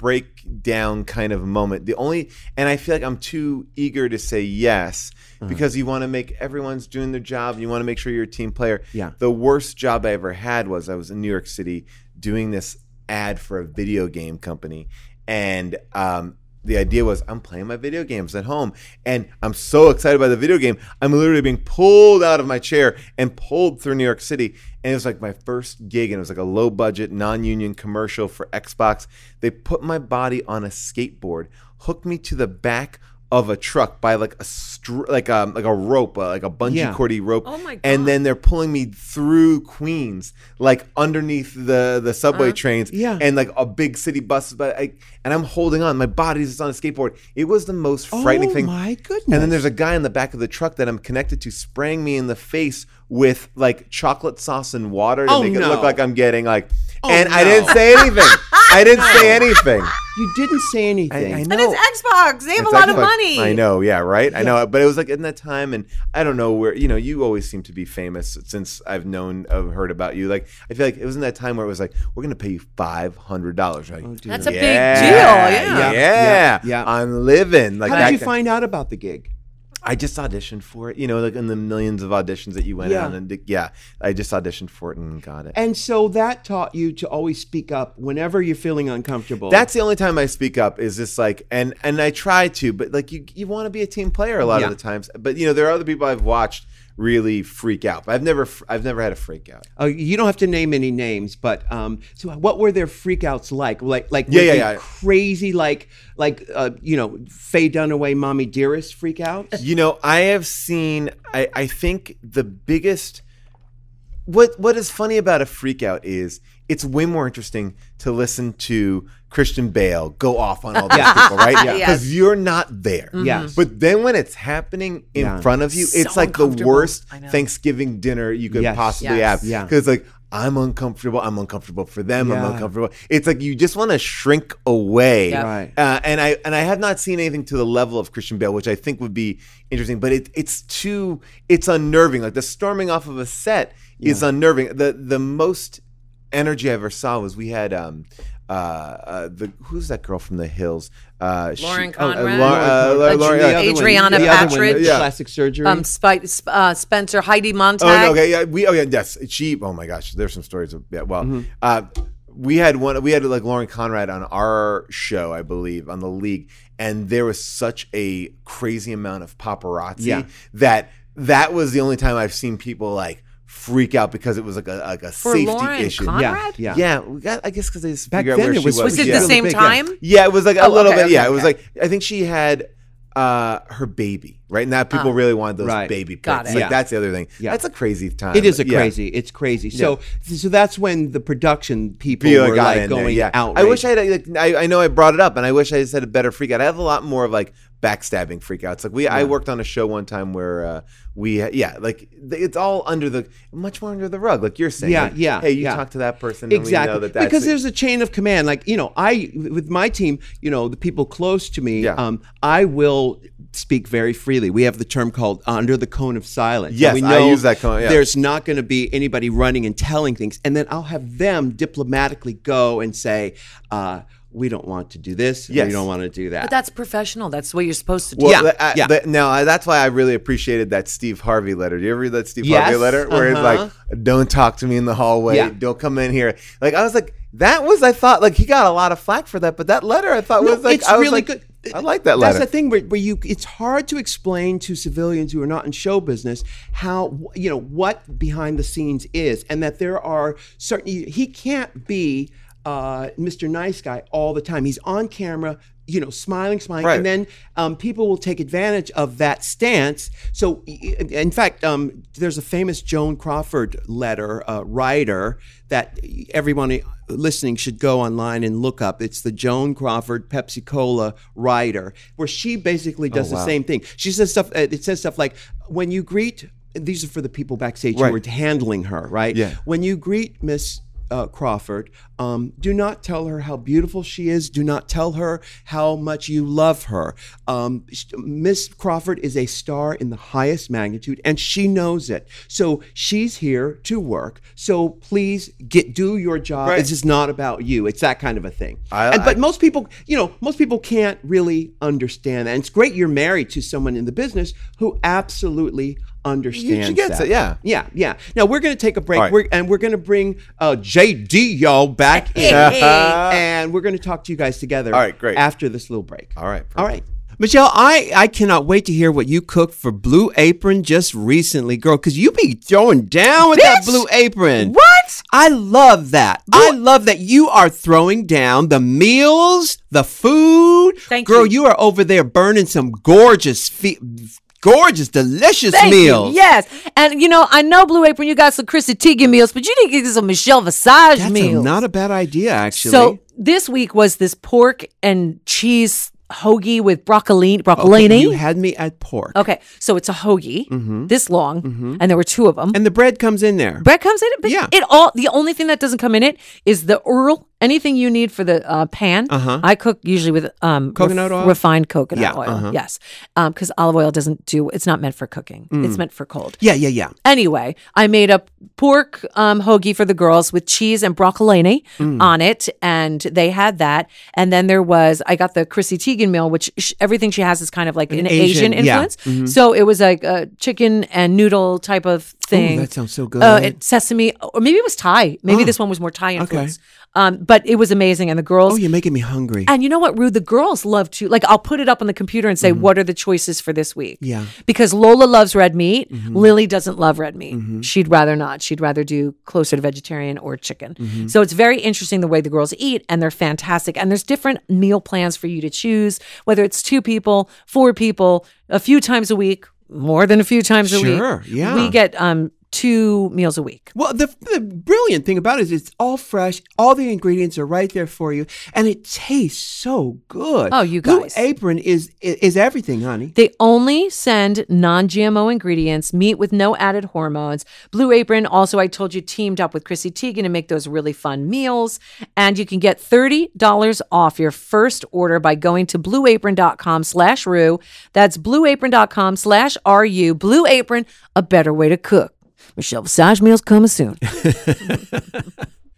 [SPEAKER 4] breakdown kind of moment. The only, and I feel like I'm too eager to say yes
[SPEAKER 1] Uh-huh.
[SPEAKER 4] because you want to make everyone's doing their job. You want to make sure you're a team player.
[SPEAKER 1] Yeah.
[SPEAKER 3] Uh-huh.
[SPEAKER 4] The worst job I ever had was I was in New York City doing this ad for a video game company, and um, the idea was I'm playing my video games at home, and I'm so excited by the video game. I'm literally being pulled out of my chair and pulled through New York City, and it was like my first gig, and it was like a low budget, non union commercial for Xbox. They put my body on a skateboard, hooked me to the back of a truck by like a str- like a like a rope, uh, like a bungee
[SPEAKER 1] Yeah.
[SPEAKER 4] cordy rope.
[SPEAKER 3] Oh my
[SPEAKER 4] And
[SPEAKER 3] God.
[SPEAKER 4] then they're pulling me through Queens, like underneath the the subway trains,
[SPEAKER 1] Uh-huh. Yeah.
[SPEAKER 4] and like a big city bus. But I, and I'm holding on. My body's just on a skateboard. It was the most frightening
[SPEAKER 1] Oh,
[SPEAKER 4] thing.
[SPEAKER 1] my goodness.
[SPEAKER 4] And then there's a guy in the back of the truck that I'm connected to, spraying me in the face with like chocolate sauce and water to
[SPEAKER 1] Oh,
[SPEAKER 4] make it
[SPEAKER 1] no. Oh,
[SPEAKER 4] look like I'm getting like. and I
[SPEAKER 1] no.
[SPEAKER 4] didn't say anything. I didn't say anything.
[SPEAKER 1] you didn't say anything.
[SPEAKER 4] I, I know.
[SPEAKER 3] and it's Xbox. They have
[SPEAKER 4] It's
[SPEAKER 3] a lot of
[SPEAKER 4] actually-
[SPEAKER 3] money.
[SPEAKER 4] I know, yeah, right. I know, but it was like in that time, and I don't know where you know. You always seem to be famous since I've known, I've heard about you. Like I feel like it was in that time where it was like, we're gonna pay you five hundred dollars. Like,
[SPEAKER 3] That's a big deal,
[SPEAKER 4] yeah,
[SPEAKER 3] yeah.
[SPEAKER 1] Yeah,
[SPEAKER 4] yeah.
[SPEAKER 1] yeah.
[SPEAKER 4] I'm living. Like
[SPEAKER 1] How
[SPEAKER 4] that
[SPEAKER 1] did you
[SPEAKER 4] guy-
[SPEAKER 1] find out about the gig?
[SPEAKER 4] I just auditioned for it. You know, like in the millions of auditions that you went
[SPEAKER 1] Yeah.
[SPEAKER 4] on, and did- yeah, I just auditioned for it and got it.
[SPEAKER 1] And so that taught you to always speak up whenever you're feeling uncomfortable.
[SPEAKER 4] That's the only time I speak up is just like and and I try to, but like you you want to be a team player a lot
[SPEAKER 1] Yeah.
[SPEAKER 4] of the times. But you know, there are other people I've watched really freak out. But I've never fr- I've never had a freak out.
[SPEAKER 1] Uh, you don't have to name any names, but um, so what were their freakouts like? Like, like were
[SPEAKER 4] Yeah, yeah,
[SPEAKER 1] they
[SPEAKER 4] yeah.
[SPEAKER 1] crazy, like, like uh, you know, Faye Dunaway, Mommy Dearest freakouts.
[SPEAKER 4] You know, I have seen I I think the biggest what what is funny about a freak out is it's way more interesting to listen to Christian Bale go off on all these people, right? Because
[SPEAKER 3] Yes. Mm-hmm.
[SPEAKER 4] you're not there.
[SPEAKER 1] Yes.
[SPEAKER 4] But then when it's happening in
[SPEAKER 1] Yeah.
[SPEAKER 4] front of you, it's
[SPEAKER 3] So
[SPEAKER 4] like the
[SPEAKER 3] uncomfortable.
[SPEAKER 4] worst
[SPEAKER 3] I know.
[SPEAKER 4] Thanksgiving dinner you could
[SPEAKER 1] Yes.
[SPEAKER 4] possibly
[SPEAKER 3] Yes.
[SPEAKER 4] have.
[SPEAKER 1] Yeah.
[SPEAKER 4] Because like I'm uncomfortable. I'm uncomfortable for them.
[SPEAKER 1] Yeah.
[SPEAKER 4] I'm uncomfortable. It's like you just want to shrink away.
[SPEAKER 3] Yeah.
[SPEAKER 1] Right.
[SPEAKER 4] Uh, and I and I have not seen anything to the level of Christian Bale, which I think would be interesting. But it, it's too it's unnerving. Like the storming off of a set is unnerving. The the most energy I ever saw was we had um uh, uh the who's that girl from the hills uh she-
[SPEAKER 3] Lauren
[SPEAKER 4] oh, uh,
[SPEAKER 3] Conrad?
[SPEAKER 4] Lau- uh, Lau-
[SPEAKER 1] That's
[SPEAKER 4] Lau-
[SPEAKER 1] the
[SPEAKER 4] yeah.
[SPEAKER 1] other one.
[SPEAKER 3] Adriana
[SPEAKER 1] The other one,
[SPEAKER 3] Patridge.
[SPEAKER 1] the
[SPEAKER 4] Yeah.
[SPEAKER 1] plastic surgery.
[SPEAKER 3] Um, Spike, Sp- uh, Spencer, Heidi Montag.
[SPEAKER 4] Oh, no, okay, yeah, we, oh, yeah, yes, she. Oh my gosh, there's some stories of yeah.
[SPEAKER 1] Mm-hmm.
[SPEAKER 4] Well, uh, we had one. We had like Lauren Conrad on our show, I believe, on the league, and there was such a crazy amount of paparazzi
[SPEAKER 1] Yeah.
[SPEAKER 4] that that was the only time I've seen people like freak out because it was like a like a
[SPEAKER 3] For
[SPEAKER 4] safety
[SPEAKER 3] Lauren
[SPEAKER 4] issue.
[SPEAKER 3] Conrad?
[SPEAKER 1] yeah,
[SPEAKER 3] Conrad?
[SPEAKER 1] yeah,
[SPEAKER 4] Yeah, we got. I guess because they just
[SPEAKER 1] Back
[SPEAKER 4] figure out
[SPEAKER 1] then
[SPEAKER 4] where
[SPEAKER 1] it
[SPEAKER 4] she
[SPEAKER 1] was-
[SPEAKER 4] was.
[SPEAKER 3] Was it
[SPEAKER 4] yeah.
[SPEAKER 3] the same
[SPEAKER 1] big, yeah.
[SPEAKER 3] time?
[SPEAKER 4] Yeah, it was like a
[SPEAKER 3] Oh,
[SPEAKER 4] little
[SPEAKER 3] okay,
[SPEAKER 4] bit. Yeah,
[SPEAKER 3] okay,
[SPEAKER 4] it was
[SPEAKER 3] okay.
[SPEAKER 4] like I think she had uh her baby right now. People really wanted those
[SPEAKER 1] Ah, right.
[SPEAKER 4] baby pics.
[SPEAKER 3] Got it.
[SPEAKER 4] Like
[SPEAKER 1] Yeah.
[SPEAKER 4] that's the other thing.
[SPEAKER 1] Yeah.
[SPEAKER 4] that's a crazy time.
[SPEAKER 1] It is a
[SPEAKER 4] Yeah.
[SPEAKER 1] crazy. It's crazy. So, so that's when the production people
[SPEAKER 4] Feel
[SPEAKER 1] were
[SPEAKER 4] got
[SPEAKER 1] like
[SPEAKER 4] in there,
[SPEAKER 1] going
[SPEAKER 4] yeah.
[SPEAKER 1] out.
[SPEAKER 4] I wish I had. a- Like, I, I know I brought it up, and I wish I just had a better freak out. I have a lot more of like backstabbing freakouts. Like we, I worked on a show one time where uh, we, yeah, like th- it's all under the much more under the rug. Like you're saying,
[SPEAKER 1] Yeah,
[SPEAKER 4] like,
[SPEAKER 1] yeah,
[SPEAKER 4] Hey, you
[SPEAKER 1] yeah.
[SPEAKER 4] talk to that person,
[SPEAKER 1] exactly
[SPEAKER 4] and we know that that's
[SPEAKER 1] because
[SPEAKER 4] the-
[SPEAKER 1] there's a chain of command like you know i with my team you know the people close to me
[SPEAKER 4] Yeah.
[SPEAKER 1] um, i will speak very freely we have the term called under the cone of silence
[SPEAKER 4] Yes,
[SPEAKER 1] we
[SPEAKER 4] I use that cone, yeah.
[SPEAKER 1] there's not going to be anybody running and telling things and then i'll have them diplomatically go and say uh, we don't want to do this
[SPEAKER 4] Yes.
[SPEAKER 1] we don't want to do that
[SPEAKER 3] But that's professional. That's the way you're supposed to do.
[SPEAKER 4] Well,
[SPEAKER 1] Yeah,
[SPEAKER 4] th- I,
[SPEAKER 1] yeah.
[SPEAKER 4] th- now I, that's why I really appreciated that Steve Harvey letter. Do you ever read that Steve
[SPEAKER 1] Yes,
[SPEAKER 4] Harvey letter where it's
[SPEAKER 1] uh-huh.
[SPEAKER 4] like, "Don't talk to me in the hallway.
[SPEAKER 1] Yeah.
[SPEAKER 4] Don't come in here." Like I was like, that was I thought like he got a lot of flack for that, but that letter I thought
[SPEAKER 1] No,
[SPEAKER 4] was like
[SPEAKER 1] it's
[SPEAKER 4] I was
[SPEAKER 1] really
[SPEAKER 4] like,
[SPEAKER 1] good.
[SPEAKER 4] I like that letter.
[SPEAKER 1] That's the thing where, where you it's hard to explain to civilians who are not in show business how you know what behind the scenes is and that there are certain he can't be uh, Mr. Nice Guy all the time. He's on camera you know, smiling, smiling,
[SPEAKER 4] Right.
[SPEAKER 1] and then um, people will take advantage of that stance. So, i- i- in fact, um, there's a famous Joan Crawford letter uh, writer that everyone listening should go online and look up. It's the Joan Crawford Pepsi Cola writer, where she basically
[SPEAKER 4] Oh,
[SPEAKER 1] does the same thing. She says stuff. uh, It says stuff like, "When you greet." These are for the people backstage who
[SPEAKER 4] Right.
[SPEAKER 1] were handling her, right?
[SPEAKER 4] Yeah.
[SPEAKER 1] When you greet Miss uh, Crawford, um, do not tell her how beautiful she is. Do not tell her how much you love her. Um, sh- Miss Crawford is a star in the highest magnitude, and she knows it. So she's here to work. So please get do your job.
[SPEAKER 4] Right.
[SPEAKER 1] This is not about you. It's that kind of a thing.
[SPEAKER 4] I-
[SPEAKER 1] and, but most people, you know, most people can't really understand that. And it's great you're married to someone in the business who absolutely understands.
[SPEAKER 4] gets
[SPEAKER 1] that.
[SPEAKER 4] it, yeah.
[SPEAKER 1] Yeah, yeah. Now we're going to take a break,
[SPEAKER 4] All right.
[SPEAKER 1] we're, and we're going to bring uh, JD y'all back in, and we're going to talk to you guys together.
[SPEAKER 4] All right, great.
[SPEAKER 1] After this little break.
[SPEAKER 4] All right, perfect.
[SPEAKER 1] All right. Michelle, I, I cannot wait to hear what you cooked for Blue Apron just recently, girl, because you be throwing down with that
[SPEAKER 2] Bitch!
[SPEAKER 1] Blue Apron.
[SPEAKER 2] What?
[SPEAKER 1] I love that. I love that you are throwing down the meals, the food.
[SPEAKER 3] Thank
[SPEAKER 1] girl,
[SPEAKER 3] you.
[SPEAKER 1] you are over there burning some gorgeous, fe- gorgeous, delicious
[SPEAKER 3] Thank you.
[SPEAKER 1] meals.
[SPEAKER 3] Yes. And you know, I know Blue Apron, you got some Chrissy Teigen meals, but you didn't get some Michelle Visage
[SPEAKER 1] That's a-
[SPEAKER 3] meals.
[SPEAKER 1] not a bad idea, actually.
[SPEAKER 3] so this week was this pork and cheese hoagie with broccolini. broccolini.
[SPEAKER 1] You had me at pork.
[SPEAKER 3] okay. So it's a hoagie
[SPEAKER 4] Mm-hmm.
[SPEAKER 3] this long, and there were two of them.
[SPEAKER 1] And the bread comes in there.
[SPEAKER 3] bread comes in it, but
[SPEAKER 1] Yeah.
[SPEAKER 3] it all the only thing that doesn't come in it is the Earl. Anything you need for the uh, pan, uh-huh. I cook usually with um,
[SPEAKER 1] Coconut oil?
[SPEAKER 3] refined coconut
[SPEAKER 1] Yeah, uh-huh.
[SPEAKER 3] oil. Yes, because olive oil doesn't do. It's not meant for cooking.
[SPEAKER 1] Mm.
[SPEAKER 3] It's meant for cold.
[SPEAKER 1] yeah, yeah, yeah.
[SPEAKER 3] Anyway, I made a pork um, hoagie for the girls with cheese and broccolini
[SPEAKER 1] Mm.
[SPEAKER 3] on it, and they had that. And then there was I got the Chrissy Teigen meal, which sh- everything she has is kind of like an,
[SPEAKER 1] Asian,
[SPEAKER 3] Asian,
[SPEAKER 1] yeah. Mm-hmm.
[SPEAKER 3] influence. So it was like a chicken and noodle type of thing.
[SPEAKER 1] that sounds so
[SPEAKER 3] Uh,
[SPEAKER 1] good.
[SPEAKER 3] it, sesame, or maybe it was Thai. Maybe this one was more Thai influence.
[SPEAKER 1] okay.
[SPEAKER 3] Um, but it was amazing, and the girls.
[SPEAKER 1] Oh, you're making me hungry.
[SPEAKER 3] And you know what, Rude? The girls love to like. I'll put it up on the computer and say, "What are the choices for this week?"
[SPEAKER 1] Mm-hmm. Yeah. Mm-hmm.
[SPEAKER 3] because Lola loves red meat. Lily doesn't love red meat. She'd rather not. She'd rather do closer to vegetarian or chicken.
[SPEAKER 1] Mm-hmm.
[SPEAKER 3] So it's very interesting the way the girls eat, and they're fantastic. And there's different meal plans for you to choose, whether it's two people, four people, a few times a week, more than a few times a week.
[SPEAKER 1] Sure, yeah.
[SPEAKER 3] we get um two meals a week.
[SPEAKER 1] well, the, the brilliant thing about it is it's all fresh. All the ingredients are right there for you, and it tastes so good.
[SPEAKER 3] Oh, you guys.
[SPEAKER 1] Blue Apron is is, everything, honey.
[SPEAKER 3] They only send non GMO ingredients, meat with no added hormones. Blue Apron, also, I told you, teamed up with Chrissy Teigen to make those really fun meals. And you can get $30 off your first order by going to blueapron.com slash rue. That's blueapron.com slash RU. Blue Apron, a better way to cook. Michelle Visage meals coming soon.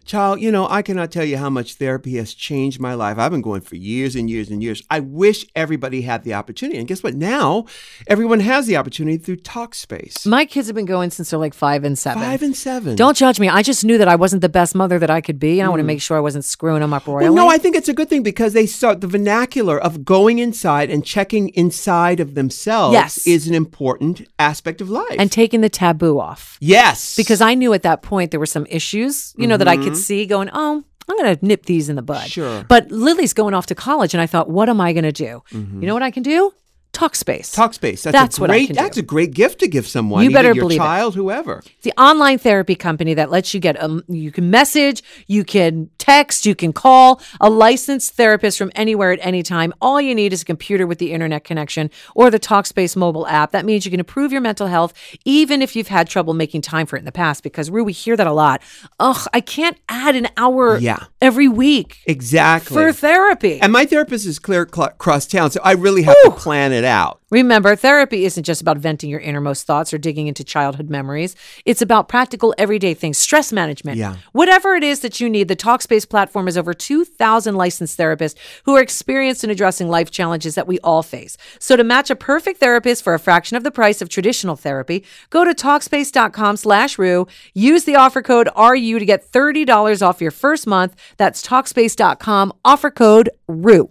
[SPEAKER 1] Child, you know, I cannot tell you how much therapy has changed my life. I've been going for years and years and years. I wish everybody had the opportunity. And guess what? Now, everyone has the opportunity through TalkSpace.
[SPEAKER 3] My kids have been going since they're like five and seven.
[SPEAKER 1] Five and seven.
[SPEAKER 3] Don't judge me. I just knew that I wasn't the best mother that I could be, and I want to make sure I wasn't screwing them up royally.
[SPEAKER 1] Mm. Well, no, I think it's a good thing because they start the vernacular of going inside and checking inside of themselves
[SPEAKER 3] Yes.
[SPEAKER 1] is an important aspect of life.
[SPEAKER 3] and taking the taboo off.
[SPEAKER 1] yes.
[SPEAKER 3] because I knew at that point there were some issues, you know, that I could see going, oh, I'm going to nip these in the bud.
[SPEAKER 1] Sure.
[SPEAKER 3] But Lily's going off to college, and I thought, what am I going to do? You know what I can do? Talk space.
[SPEAKER 1] Talkspace. That's,
[SPEAKER 3] That's
[SPEAKER 1] a
[SPEAKER 3] what I
[SPEAKER 1] great
[SPEAKER 3] can do.
[SPEAKER 1] that's a great gift to give someone.
[SPEAKER 3] You
[SPEAKER 1] either
[SPEAKER 3] better
[SPEAKER 1] your
[SPEAKER 3] believe it.
[SPEAKER 1] child, whoever.
[SPEAKER 3] the online therapy company that lets you get um, you can message, you can text, you can call a licensed therapist from anywhere at any time. All you need is a computer with the internet connection or the Talkspace mobile app. That means you can improve your mental health even if you've had trouble making time for it in the past. Because Rue, we hear that a lot. Ugh, I can't add an hour
[SPEAKER 1] Yeah.
[SPEAKER 3] every week
[SPEAKER 1] Exactly.
[SPEAKER 3] for therapy.
[SPEAKER 1] and my therapist is clear cl- across town, so I really have to plan it out.
[SPEAKER 3] Remember, therapy isn't just about venting your innermost thoughts or digging into childhood memories. It's about practical everyday things, stress management.
[SPEAKER 1] Yeah.
[SPEAKER 3] Whatever it is that you need, the Talkspace platform has over 2,000 licensed therapists who are experienced in addressing life challenges that we all face. So to match a perfect therapist for a fraction of the price of traditional therapy, go to Talkspace.com slash RU. Use the offer code RU to get $30 off your first month. That's Talkspace.com, offer code RU.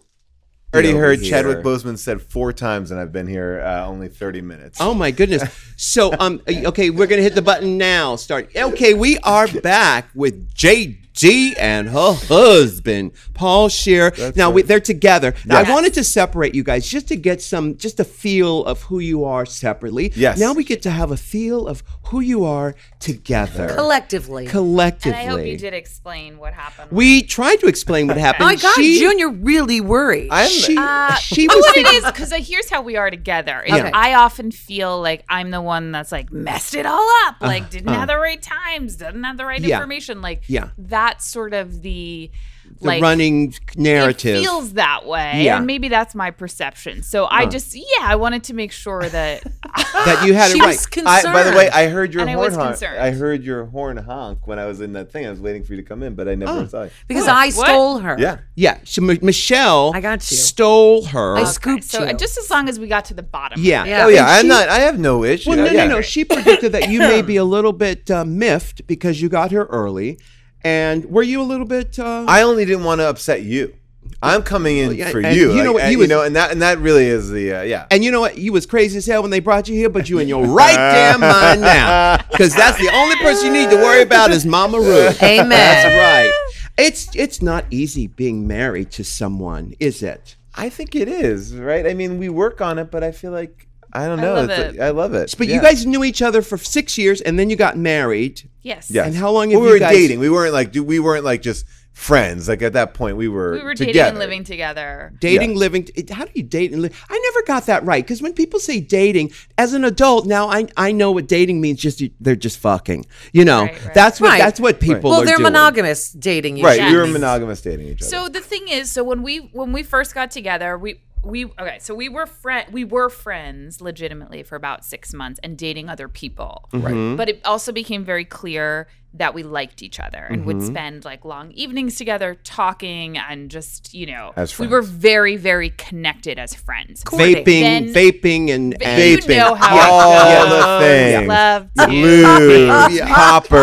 [SPEAKER 4] already
[SPEAKER 1] over
[SPEAKER 4] heard
[SPEAKER 1] here.
[SPEAKER 4] Chadwick Boseman said four times, and I've been here uh, only 30 minutes.
[SPEAKER 1] Oh my goodness. uh, So um okay, we're gonna hit the button now. Start okay, we are back with JD G and her husband, Paul Shear. now we, they're together. Now, I wanted to separate you guys just to get some, just a feel of who you are separately.
[SPEAKER 4] Yes.
[SPEAKER 1] Now we get to have a feel of who you are together,
[SPEAKER 3] collectively.
[SPEAKER 2] And
[SPEAKER 1] collectively.
[SPEAKER 2] I hope you did explain what happened.
[SPEAKER 1] We tried to explain what happened.
[SPEAKER 3] oh my God,
[SPEAKER 1] She-
[SPEAKER 3] June, you're really worried.
[SPEAKER 4] I'm
[SPEAKER 1] She, she
[SPEAKER 2] Oh,
[SPEAKER 1] was
[SPEAKER 2] what it is because here's how we are together. is
[SPEAKER 1] Okay.
[SPEAKER 2] I often feel like I'm the one that's like messed it all up, like didn't have the right times, didn't have the right
[SPEAKER 1] Uh-huh. Yeah.
[SPEAKER 2] information, like
[SPEAKER 1] Yeah.
[SPEAKER 2] that's sort of the,
[SPEAKER 1] the
[SPEAKER 2] like
[SPEAKER 1] running narrative.
[SPEAKER 2] It feels that way,
[SPEAKER 1] Yeah. Uh-huh.
[SPEAKER 2] and maybe that's my perception. So I just yeah, I wanted to make sure that
[SPEAKER 1] that you had
[SPEAKER 3] she
[SPEAKER 1] it right.
[SPEAKER 3] was
[SPEAKER 4] I,
[SPEAKER 3] concerned.
[SPEAKER 4] by the way, I heard your
[SPEAKER 2] And I
[SPEAKER 4] horn
[SPEAKER 2] was
[SPEAKER 4] honk.
[SPEAKER 2] concerned.
[SPEAKER 4] I heard your horn honk when I was in that thing. I was waiting for you to come in, but I never saw you.
[SPEAKER 3] because I
[SPEAKER 2] What?
[SPEAKER 3] stole her.
[SPEAKER 4] Yeah.
[SPEAKER 1] Oh. yeah, she, M- Michelle
[SPEAKER 3] I got you.
[SPEAKER 1] stole her.
[SPEAKER 3] I scooped
[SPEAKER 2] so
[SPEAKER 3] you.
[SPEAKER 2] just as long as we got to the bottom.
[SPEAKER 1] yeah.
[SPEAKER 3] Yeah.
[SPEAKER 4] Oh yeah,
[SPEAKER 1] And
[SPEAKER 4] I'm
[SPEAKER 1] she-
[SPEAKER 4] not. I have no issue.
[SPEAKER 1] Well, no,
[SPEAKER 4] yeah.
[SPEAKER 1] no, no. She predicted that you may be a little bit uh, miffed because you got here early, and were you a little bit? Uh,
[SPEAKER 4] I only didn't want to upset you. I'm coming in
[SPEAKER 1] yeah,
[SPEAKER 4] for
[SPEAKER 1] and
[SPEAKER 4] you.
[SPEAKER 1] you know
[SPEAKER 4] like,
[SPEAKER 1] what,
[SPEAKER 4] and,
[SPEAKER 1] he
[SPEAKER 4] you
[SPEAKER 1] was-
[SPEAKER 4] know, and that and that really is the uh, yeah.
[SPEAKER 1] and you know what? You was crazy as hell when they brought you here, but you in your right damn mind now, because that's the only person you need to worry about is Mama Ruth.
[SPEAKER 3] Amen.
[SPEAKER 1] That's right. It's it's not easy being married to someone, is it?
[SPEAKER 4] I think it is right. I mean, we work on it, but I feel like I don't
[SPEAKER 2] I
[SPEAKER 4] know.
[SPEAKER 2] love
[SPEAKER 4] it's
[SPEAKER 2] it.
[SPEAKER 4] Like, I love it.
[SPEAKER 1] But
[SPEAKER 4] Yeah.
[SPEAKER 1] you guys knew each other for six years, and then you got married.
[SPEAKER 2] Yes.
[SPEAKER 4] Yes.
[SPEAKER 1] And how long
[SPEAKER 4] Well,
[SPEAKER 1] have
[SPEAKER 4] we
[SPEAKER 1] you
[SPEAKER 4] were
[SPEAKER 1] guys-
[SPEAKER 4] dating? We weren't like dude, we weren't like just friends. Like at that point, we were
[SPEAKER 2] We were
[SPEAKER 4] together.
[SPEAKER 2] dating and living together.
[SPEAKER 1] Dating, living. it- How do you date and live? I never got that right because when people say dating, as an adult now, I I know what dating means. Just you- they're just fucking. You know,
[SPEAKER 2] Right, right.
[SPEAKER 1] that's what
[SPEAKER 3] Right.
[SPEAKER 1] that's what people.
[SPEAKER 3] well,
[SPEAKER 1] are
[SPEAKER 3] they're
[SPEAKER 1] doing.
[SPEAKER 3] monogamous dating.
[SPEAKER 4] Right,
[SPEAKER 3] usually.
[SPEAKER 4] we were
[SPEAKER 2] Yes.
[SPEAKER 4] monogamous dating each other.
[SPEAKER 2] So the thing is, so when we when we first got together, we we okay, so we were friend we were friends legitimately for about six months and dating other people.
[SPEAKER 4] Mm-hmm.
[SPEAKER 2] Right. But it also became very clear that we liked each other and
[SPEAKER 4] Mm-hmm.
[SPEAKER 2] would spend like long evenings together talking and just you know
[SPEAKER 4] As
[SPEAKER 2] we were very very connected as friends.
[SPEAKER 1] vaping,
[SPEAKER 2] Then-
[SPEAKER 1] vaping, and, and
[SPEAKER 2] You know
[SPEAKER 4] Vaping.
[SPEAKER 2] how
[SPEAKER 4] All
[SPEAKER 2] it
[SPEAKER 4] the
[SPEAKER 2] goes.
[SPEAKER 4] things.
[SPEAKER 2] Love to
[SPEAKER 4] Lubes,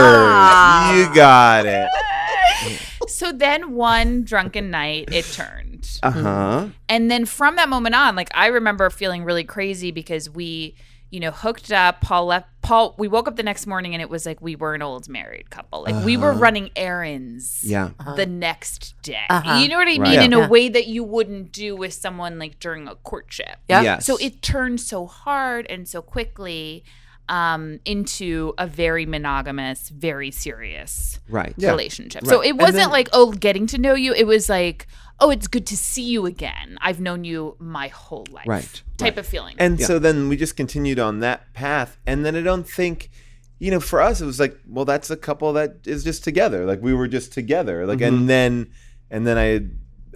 [SPEAKER 4] poppers, you got it.
[SPEAKER 2] So then one drunken night it turned.
[SPEAKER 1] uh huh.
[SPEAKER 2] And then from that moment on, like I remember feeling really crazy because we, you know, hooked up. Paul left. Paul, we woke up the next morning and it was like we were an old married couple. Like we were running errands.
[SPEAKER 1] Uh-huh. Yeah.
[SPEAKER 2] The next day.
[SPEAKER 3] Uh-huh.
[SPEAKER 2] You know what I mean?
[SPEAKER 1] Right.
[SPEAKER 2] In
[SPEAKER 3] Yeah.
[SPEAKER 2] a way that you wouldn't do with someone like during a courtship.
[SPEAKER 3] Yeah.
[SPEAKER 1] Yes.
[SPEAKER 2] So it turned so hard and so quickly um, into a very monogamous, very serious
[SPEAKER 1] right.
[SPEAKER 2] relationship. So it wasn't like, oh, getting to know you. It was like, oh, it's good to see you again. I've known you my whole life.
[SPEAKER 1] Right,
[SPEAKER 2] Type of feeling.
[SPEAKER 4] And so then we just continued on that path. And then I don't think, you know, for us, it was like, well, that's a couple that is just together. Like we were just together. Like,
[SPEAKER 1] Mm-hmm.
[SPEAKER 4] and then, and then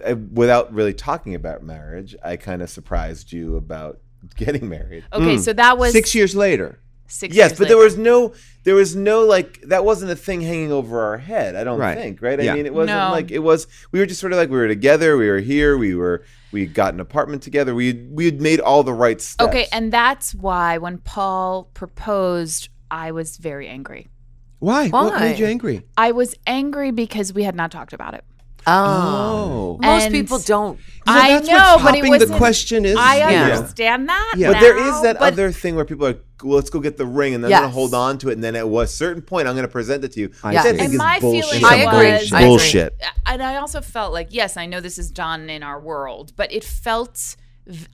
[SPEAKER 4] I, I, without really talking about marriage, I kind of surprised you about getting married.
[SPEAKER 2] okay, so that was
[SPEAKER 1] Six years later.
[SPEAKER 2] six
[SPEAKER 4] Yes,
[SPEAKER 2] years
[SPEAKER 4] but there
[SPEAKER 2] later.
[SPEAKER 4] was no, there was no like that wasn't a thing hanging over our head. I don't
[SPEAKER 1] Right.
[SPEAKER 4] think, right?
[SPEAKER 1] Yeah.
[SPEAKER 4] I mean, it wasn't
[SPEAKER 2] No.
[SPEAKER 4] like it was. We were just sort of like we were together. We were here. We were we got an apartment together. We had, we had made all the right steps.
[SPEAKER 2] Okay, and that's why when Paul proposed, I was very angry.
[SPEAKER 1] Why? What
[SPEAKER 3] Why?
[SPEAKER 1] made you angry?
[SPEAKER 2] I was angry because we had not talked about it.
[SPEAKER 3] Oh. Most
[SPEAKER 2] And-
[SPEAKER 3] people don't.
[SPEAKER 1] Well,
[SPEAKER 2] Um, I
[SPEAKER 1] that's
[SPEAKER 2] know,
[SPEAKER 1] what's
[SPEAKER 2] but it
[SPEAKER 1] popping. the
[SPEAKER 2] wasn't-
[SPEAKER 1] question is.
[SPEAKER 2] I
[SPEAKER 3] Yeah.
[SPEAKER 2] understand that.
[SPEAKER 1] Yeah.
[SPEAKER 4] But there
[SPEAKER 2] now,
[SPEAKER 4] is that
[SPEAKER 2] but
[SPEAKER 4] other thing where people are, well, let's go get the ring, and then I'm gonna
[SPEAKER 3] Yes.
[SPEAKER 4] hold on to it, and then at a certain point, I'm gonna present it to you.
[SPEAKER 1] I
[SPEAKER 4] Which
[SPEAKER 1] see.
[SPEAKER 4] think
[SPEAKER 1] And
[SPEAKER 4] is
[SPEAKER 2] my
[SPEAKER 4] bullshit.
[SPEAKER 2] feeling
[SPEAKER 4] Some
[SPEAKER 3] I agree.
[SPEAKER 4] bullshit.
[SPEAKER 3] I agree.
[SPEAKER 4] Bullshit.
[SPEAKER 2] and I also felt like yes, I know this is done in our world, but it felt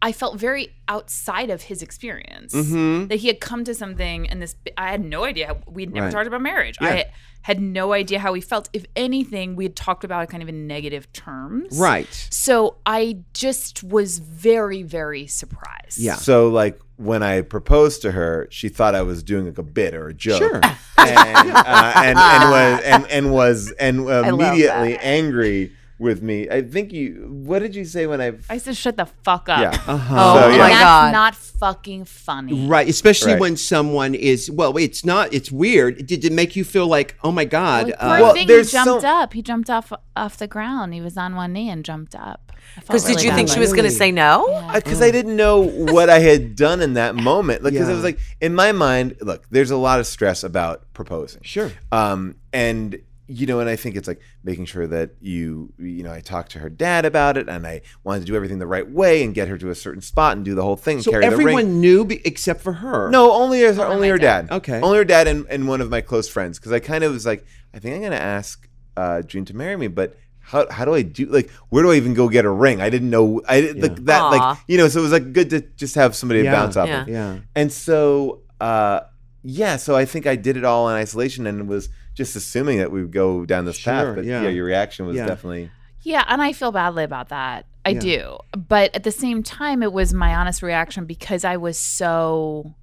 [SPEAKER 2] I felt very outside of his experience
[SPEAKER 4] Mm-hmm.
[SPEAKER 2] that he had come to something and this I had no idea we had never
[SPEAKER 1] Right.
[SPEAKER 2] talked about marriage. I had no idea how he felt. If anything, we had talked about it kind of in negative terms.
[SPEAKER 1] Right.
[SPEAKER 2] So I just was very very surprised.
[SPEAKER 1] Yeah.
[SPEAKER 4] So like when I proposed to her, she thought I was doing like a bit or a joke.
[SPEAKER 1] Sure.
[SPEAKER 4] And, uh, and, and was and, and was and immediately
[SPEAKER 3] that.
[SPEAKER 4] angry with me. I think you. What did you say when I?
[SPEAKER 2] I said shut the fuck up.
[SPEAKER 4] yeah.
[SPEAKER 1] Uh-huh.
[SPEAKER 4] So,
[SPEAKER 3] Oh
[SPEAKER 4] yeah.
[SPEAKER 3] my
[SPEAKER 2] That's
[SPEAKER 3] God.
[SPEAKER 2] not fucking funny.
[SPEAKER 1] Right, especially
[SPEAKER 4] Right.
[SPEAKER 1] when someone is well, it's not. It's weird. Did it make you feel like, oh my god?
[SPEAKER 2] Like,
[SPEAKER 1] uh,
[SPEAKER 2] poor
[SPEAKER 4] Well,
[SPEAKER 2] thing, he
[SPEAKER 4] there's
[SPEAKER 2] jumped
[SPEAKER 4] so-
[SPEAKER 2] up. He jumped off off the ground. He was on one knee and jumped up. I felt
[SPEAKER 3] Because did
[SPEAKER 2] really
[SPEAKER 3] you
[SPEAKER 2] bad
[SPEAKER 3] think
[SPEAKER 2] about it.
[SPEAKER 3] she was going to
[SPEAKER 1] Really?
[SPEAKER 3] say no?
[SPEAKER 4] because Uh, I didn't know what I had done in that moment. Like, because I
[SPEAKER 1] Yeah.
[SPEAKER 4] was like, in my mind, look, there's a lot of stress about proposing.
[SPEAKER 1] Sure.
[SPEAKER 4] Um, and you know, and I think it's like making sure that you, you know, I talked to her dad about it, and I wanted to do everything the right way and get her to a certain spot and do the whole thing. and
[SPEAKER 1] so
[SPEAKER 4] carry the ring.
[SPEAKER 1] everyone knew be, except for her.
[SPEAKER 4] No, only her, only her dad.
[SPEAKER 1] Okay.
[SPEAKER 4] Only her dad and, and one of my close friends. Because I kind of was like, I think I'm going to ask uh, June to marry me, but how, how do I do like where do I even go get a ring? I didn't know I didn't like that like
[SPEAKER 3] Aw.
[SPEAKER 4] you know so it was like good to just have somebody
[SPEAKER 1] Yeah.
[SPEAKER 4] to bounce off
[SPEAKER 3] Yeah.
[SPEAKER 4] of.
[SPEAKER 1] Yeah.
[SPEAKER 4] And so, uh, yeah, so I think I did it all in isolation and was just assuming that we would go down this
[SPEAKER 1] Sure,
[SPEAKER 4] path. But
[SPEAKER 1] yeah.
[SPEAKER 4] yeah. your reaction was
[SPEAKER 1] Yeah.
[SPEAKER 4] definitely
[SPEAKER 2] Yeah, and I feel badly about that. I
[SPEAKER 1] Yeah.
[SPEAKER 2] do. But at the same time it was my honest reaction because I was so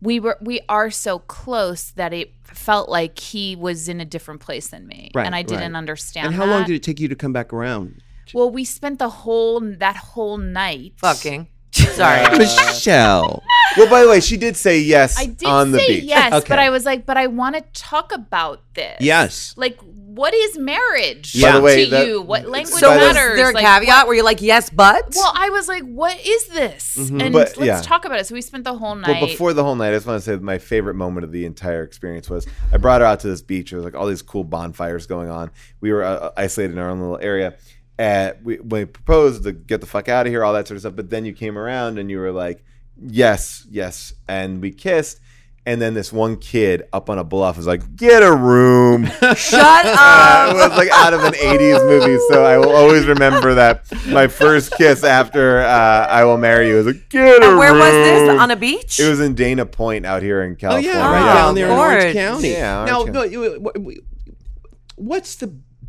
[SPEAKER 2] we were we are so close that it felt like he was in a different place than me.
[SPEAKER 1] Right,
[SPEAKER 2] and I didn't
[SPEAKER 1] right.
[SPEAKER 2] understand
[SPEAKER 1] And how long
[SPEAKER 2] that.
[SPEAKER 1] did it take you to come back around?
[SPEAKER 2] Well, we spent the whole that whole night
[SPEAKER 3] Fucking. Sorry.
[SPEAKER 1] Uh, Michelle.
[SPEAKER 4] well. By the way, she did say yes
[SPEAKER 2] I did
[SPEAKER 4] on the
[SPEAKER 2] say
[SPEAKER 4] beach.
[SPEAKER 2] yes,
[SPEAKER 1] Okay.
[SPEAKER 2] but I was like, but I want to talk about this.
[SPEAKER 1] Yes.
[SPEAKER 2] Like, what is marriage
[SPEAKER 1] By the
[SPEAKER 4] way,
[SPEAKER 2] to
[SPEAKER 4] that-
[SPEAKER 2] you? What language
[SPEAKER 4] by
[SPEAKER 3] so
[SPEAKER 4] the-
[SPEAKER 3] was
[SPEAKER 2] matters?
[SPEAKER 3] there a
[SPEAKER 2] Like,
[SPEAKER 3] caveat where you're like, yes, but?
[SPEAKER 2] Well, I was like, what is this? And
[SPEAKER 4] Mm-hmm. But,
[SPEAKER 2] let's
[SPEAKER 4] yeah.
[SPEAKER 2] talk about it. So we spent the whole night.
[SPEAKER 4] But before the whole night, I just want to say that my favorite moment of the entire experience was I brought her out to this beach. There was like all these cool bonfires going on. We were uh, isolated in our own little area. Uh, we, when we proposed to get the fuck out of here, all that sort of stuff. But then you came around and you were like, yes, yes. And we kissed. And then this one kid up on a bluff was like, get a room.
[SPEAKER 3] Shut
[SPEAKER 4] Uh,
[SPEAKER 3] up.
[SPEAKER 4] it was like out of an 80s movie. So I will always remember that my first kiss after uh, I Will Marry You was like, get a
[SPEAKER 3] And where was
[SPEAKER 4] room."
[SPEAKER 3] this? On a beach?
[SPEAKER 4] It was in Dana Point out here in
[SPEAKER 1] Oh
[SPEAKER 4] California.
[SPEAKER 1] yeah, right
[SPEAKER 3] Wow,
[SPEAKER 1] down there
[SPEAKER 3] gorge.
[SPEAKER 1] in Orange County.
[SPEAKER 4] Yeah,
[SPEAKER 1] now,
[SPEAKER 4] Orange
[SPEAKER 1] no, you- wh- wh- what's the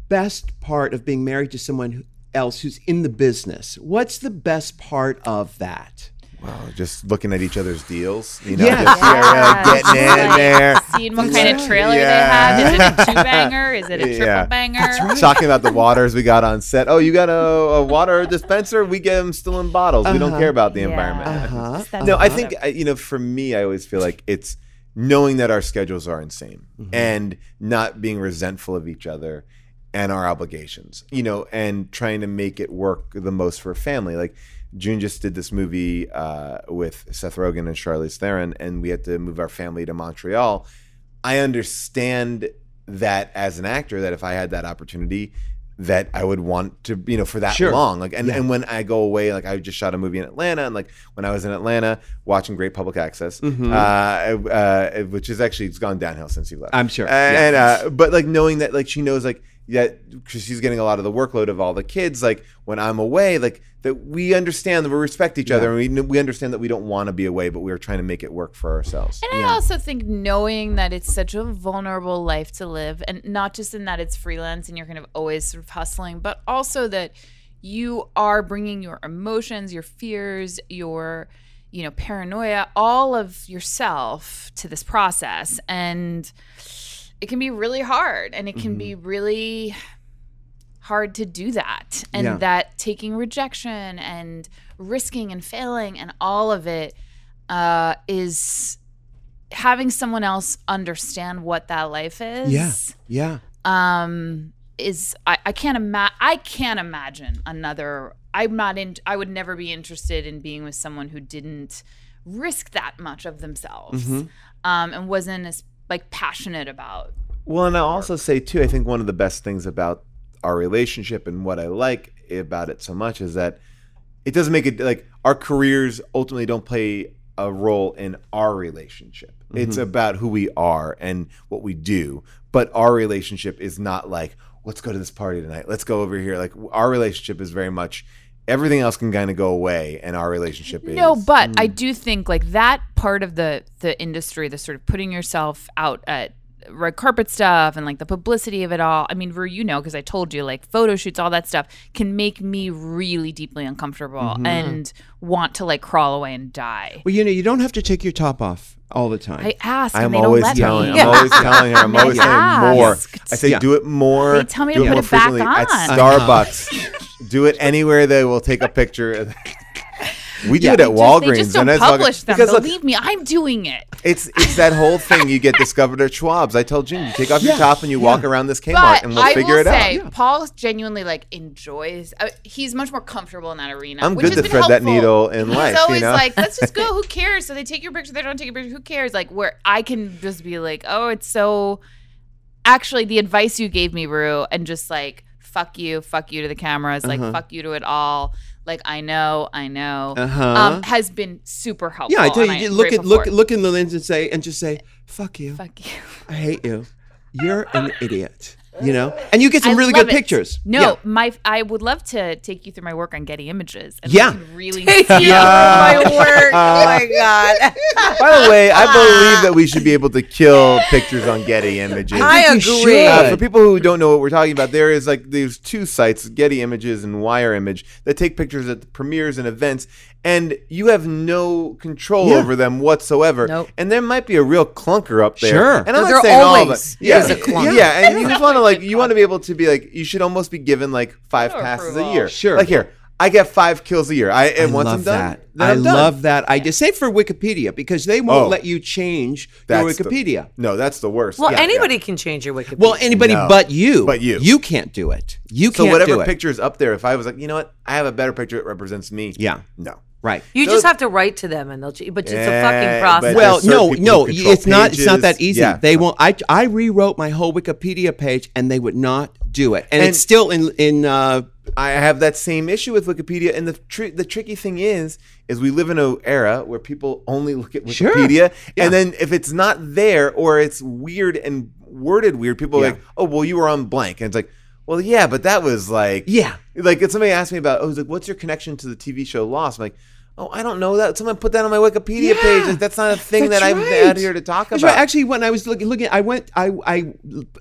[SPEAKER 1] best part of being married to someone who- else who's in the business? What's the best part of that?
[SPEAKER 4] Wow, just looking at each other's deals. You know,
[SPEAKER 1] Yeah.
[SPEAKER 4] just
[SPEAKER 2] Yeah.
[SPEAKER 4] Sierra getting in
[SPEAKER 2] Like,
[SPEAKER 4] there.
[SPEAKER 2] seeing what kind of trailer
[SPEAKER 4] Yeah.
[SPEAKER 2] they have. Is it a two banger? Is it a triple
[SPEAKER 4] Yeah.
[SPEAKER 2] banger?
[SPEAKER 4] Talking about the waters we got on set. Oh, you got a, a water dispenser? We get them still in bottles. We don't care about the
[SPEAKER 2] Yeah.
[SPEAKER 4] environment.
[SPEAKER 1] Uh-huh.
[SPEAKER 2] That's
[SPEAKER 4] No, I
[SPEAKER 2] awesome.
[SPEAKER 4] think I- you know. For me, I always feel like it's knowing that our schedules are insane and not being resentful of each other and our obligations. You know, and trying to make it work the most for family. Like June just did this movie uh, with Seth Rogen and Charlize Theron, and we had to move our family to Montreal. I understand that as an actor that if I had that opportunity that I would want to you know for that
[SPEAKER 1] Sure.
[SPEAKER 4] long like and, and when I go away like I just shot a movie in Atlanta and like when I was in Atlanta watching Great Public Access
[SPEAKER 1] Mm-hmm.
[SPEAKER 4] uh, uh, which is actually it's gone downhill since you left
[SPEAKER 1] I'm sure. Yeah.
[SPEAKER 4] and uh, but like knowing that like she knows like that because she's getting a lot of the workload of all the kids like when I'm away like that we understand that we respect each other and we, kn- we understand that we don't want to be away but we're trying to make it work for ourselves
[SPEAKER 2] And I also think knowing that it's such a vulnerable life to live, and not just in that it's freelance and you're kind of always sort of hustling, but also that you are bringing your emotions, your fears, your you know paranoia, all of yourself to this process, and it can be really hard, and it can be really hard to do that, and
[SPEAKER 1] Yeah.
[SPEAKER 2] that taking rejection and risking and failing and all of it uh, is having someone else understand what that life is
[SPEAKER 1] Yeah. Yeah.
[SPEAKER 2] um is i, I can't imagine i can't imagine another i'm not in i would never be interested in being with someone who didn't risk that much of themselves um and wasn't as like passionate about
[SPEAKER 4] Well, and I'll also say too, I think one of the best things about our relationship and what I like about it so much is that it doesn't make it like our careers ultimately don't play a role in our relationship. It's about who we are and what we do, but our relationship is not like let's go to this party tonight. Let's go over here. Like our relationship is very much everything else can kind of go away and our relationship is
[SPEAKER 2] No, but I
[SPEAKER 4] Hmm.
[SPEAKER 2] do think like that part of the the industry, the sort of putting yourself out at red carpet stuff and like the publicity of it all. I mean, Rue, you know, because I told you, like photo shoots, all that stuff can make me really deeply uncomfortable
[SPEAKER 4] Mm-hmm.
[SPEAKER 2] and want to like crawl away and die.
[SPEAKER 1] Well, you know, you don't have to take your top off all the time.
[SPEAKER 2] I ask, and
[SPEAKER 4] I'm
[SPEAKER 2] they
[SPEAKER 4] always
[SPEAKER 2] don't let
[SPEAKER 4] telling.
[SPEAKER 2] me.
[SPEAKER 4] I'm always telling her. I'm always
[SPEAKER 2] Yeah.
[SPEAKER 4] saying more.
[SPEAKER 2] Asked.
[SPEAKER 4] I say
[SPEAKER 1] Yeah.
[SPEAKER 4] do it more.
[SPEAKER 2] They tell me to
[SPEAKER 4] do it
[SPEAKER 2] put
[SPEAKER 4] more
[SPEAKER 2] it back
[SPEAKER 4] frequently at
[SPEAKER 2] on.
[SPEAKER 4] Starbucks. do it anywhere they will take a picture. We do
[SPEAKER 1] Yeah.
[SPEAKER 4] it at Walgreens.
[SPEAKER 2] They just don't
[SPEAKER 4] and it's
[SPEAKER 2] publish them.
[SPEAKER 4] Because look,
[SPEAKER 2] Believe me, I'm doing it.
[SPEAKER 4] it's it's that whole thing you get discovered at Schwab's. I tell June, you take off your top and you walk around this Kmart
[SPEAKER 2] But
[SPEAKER 4] and we'll
[SPEAKER 2] I
[SPEAKER 4] figure
[SPEAKER 2] will
[SPEAKER 4] it
[SPEAKER 2] say,
[SPEAKER 4] out.
[SPEAKER 2] Paul genuinely like enjoys. Uh, he's much more comfortable in that arena.
[SPEAKER 4] I'm
[SPEAKER 2] which
[SPEAKER 4] good
[SPEAKER 2] has
[SPEAKER 4] to
[SPEAKER 2] been
[SPEAKER 4] thread that
[SPEAKER 2] helpful.
[SPEAKER 4] needle in
[SPEAKER 2] he's
[SPEAKER 4] life, you
[SPEAKER 2] always
[SPEAKER 4] know?
[SPEAKER 2] like, let's just go. Who cares? So they take your picture. They don't take your picture. Who cares? Like where I can just be like, oh, it's so. Actually, the advice you gave me, Rue, and just like fuck you, fuck you to the cameras, like fuck you to it all. Like I know, I know,
[SPEAKER 1] Uh-huh.
[SPEAKER 2] um, has been super helpful.
[SPEAKER 1] yeah, I tell
[SPEAKER 2] and
[SPEAKER 1] you, you
[SPEAKER 2] I'm
[SPEAKER 1] look at
[SPEAKER 2] grateful
[SPEAKER 1] look
[SPEAKER 2] for it.
[SPEAKER 1] look in the lens and say and just say, "Fuck you.
[SPEAKER 2] fuck you.
[SPEAKER 1] I hate you. You're an idiot." you know, and you get some
[SPEAKER 2] I
[SPEAKER 1] really good
[SPEAKER 2] love it.
[SPEAKER 1] pictures.
[SPEAKER 2] No,
[SPEAKER 1] Yeah.
[SPEAKER 2] my I would love to take you through my work on Getty Images. And
[SPEAKER 1] Yeah.
[SPEAKER 2] we can really
[SPEAKER 3] Thank
[SPEAKER 2] see-
[SPEAKER 3] you for Oh my work. Oh my god.
[SPEAKER 4] By the way, I believe that we should be able to kill pictures on Getty Images.
[SPEAKER 3] I
[SPEAKER 1] think you
[SPEAKER 3] agree.
[SPEAKER 1] should.
[SPEAKER 4] Uh, for people who don't know what we're talking about, there is like these two sites, Getty Images and Wire Image, that take pictures at the premieres and events, and you have no control
[SPEAKER 1] Yeah.
[SPEAKER 4] over them whatsoever.
[SPEAKER 3] Nope.
[SPEAKER 4] And there might be a real clunger up there.
[SPEAKER 1] Sure.
[SPEAKER 4] And I'm
[SPEAKER 3] There
[SPEAKER 4] not saying all of
[SPEAKER 3] always
[SPEAKER 4] it. Yeah.
[SPEAKER 3] is a clunker.
[SPEAKER 4] yeah, and you just want to like you want to be able to be like you should almost be given like five
[SPEAKER 2] Photo
[SPEAKER 4] passes a
[SPEAKER 2] approval.
[SPEAKER 4] year.
[SPEAKER 1] Sure.
[SPEAKER 4] Like here, I get five kills a year. I
[SPEAKER 1] I
[SPEAKER 4] and once
[SPEAKER 1] love
[SPEAKER 4] I'm done,
[SPEAKER 1] that.
[SPEAKER 4] then
[SPEAKER 1] I
[SPEAKER 4] I'm done.
[SPEAKER 1] love that idea. Same for Wikipedia because they won't
[SPEAKER 4] Oh.
[SPEAKER 1] let you change your
[SPEAKER 4] That's the-
[SPEAKER 1] Wikipedia.
[SPEAKER 4] no, that's the worst.
[SPEAKER 3] Well,
[SPEAKER 4] Yeah.
[SPEAKER 3] anybody can change your Wikipedia.
[SPEAKER 1] well, anybody
[SPEAKER 4] No.
[SPEAKER 1] but you.
[SPEAKER 4] But you.
[SPEAKER 1] You can't do it. You
[SPEAKER 4] So
[SPEAKER 1] can't do
[SPEAKER 4] whatever
[SPEAKER 1] it.
[SPEAKER 4] picture is up there, if I was like, you know what, I have a better picture that represents me.
[SPEAKER 1] Yeah.
[SPEAKER 4] No.
[SPEAKER 1] Right.
[SPEAKER 3] you
[SPEAKER 4] those-
[SPEAKER 3] just have to write to them, and they'll. ch- But it's a
[SPEAKER 4] Yeah,
[SPEAKER 3] fucking process.
[SPEAKER 4] but
[SPEAKER 1] well,
[SPEAKER 4] there's
[SPEAKER 1] no,
[SPEAKER 4] certain people who
[SPEAKER 1] no,
[SPEAKER 4] control
[SPEAKER 1] it's not. It's not that
[SPEAKER 4] pages.
[SPEAKER 1] easy.
[SPEAKER 4] Yeah.
[SPEAKER 1] They won't. I I rewrote my whole Wikipedia page, and they would not do it. And, it's
[SPEAKER 4] And-
[SPEAKER 1] still in in. Uh,
[SPEAKER 4] I have that same issue with Wikipedia, and the tr- the tricky thing is, is we live in an era where people only look at
[SPEAKER 1] Sure.
[SPEAKER 4] Wikipedia,
[SPEAKER 1] Yeah.
[SPEAKER 4] and then if it's not there or it's weird and worded weird, people are
[SPEAKER 1] Yeah.
[SPEAKER 4] like, oh, well, you were on blank, and it's like, well, yeah, but that was like,
[SPEAKER 1] Yeah.
[SPEAKER 4] like if somebody asked me about, oh, it's like, what's your connection to the TV show Lost? I'm like. Oh, I don't know that. Someone put that on my Wikipedia
[SPEAKER 1] Yeah.
[SPEAKER 4] page. Like, that's not a thing
[SPEAKER 1] That's
[SPEAKER 4] that I'm
[SPEAKER 1] right.
[SPEAKER 4] out here to talk
[SPEAKER 1] That's
[SPEAKER 4] about.
[SPEAKER 1] right. Actually, when I was looking, looking, I went, I, I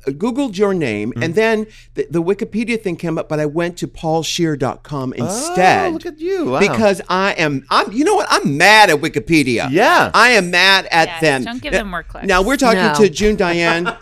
[SPEAKER 1] googled your name,
[SPEAKER 4] Mm-hmm.
[SPEAKER 1] and then the, the Wikipedia thing came up, but I went to paulshear.com instead.
[SPEAKER 4] Oh, look at you. Wow.
[SPEAKER 1] Because I am, I'm, you know what? I'm mad at Wikipedia.
[SPEAKER 4] Yeah.
[SPEAKER 1] I am mad at
[SPEAKER 2] Yes,
[SPEAKER 1] them.
[SPEAKER 2] don't give
[SPEAKER 1] Now-
[SPEAKER 2] them more clicks.
[SPEAKER 1] Now we're talking
[SPEAKER 3] No.
[SPEAKER 1] to June Diane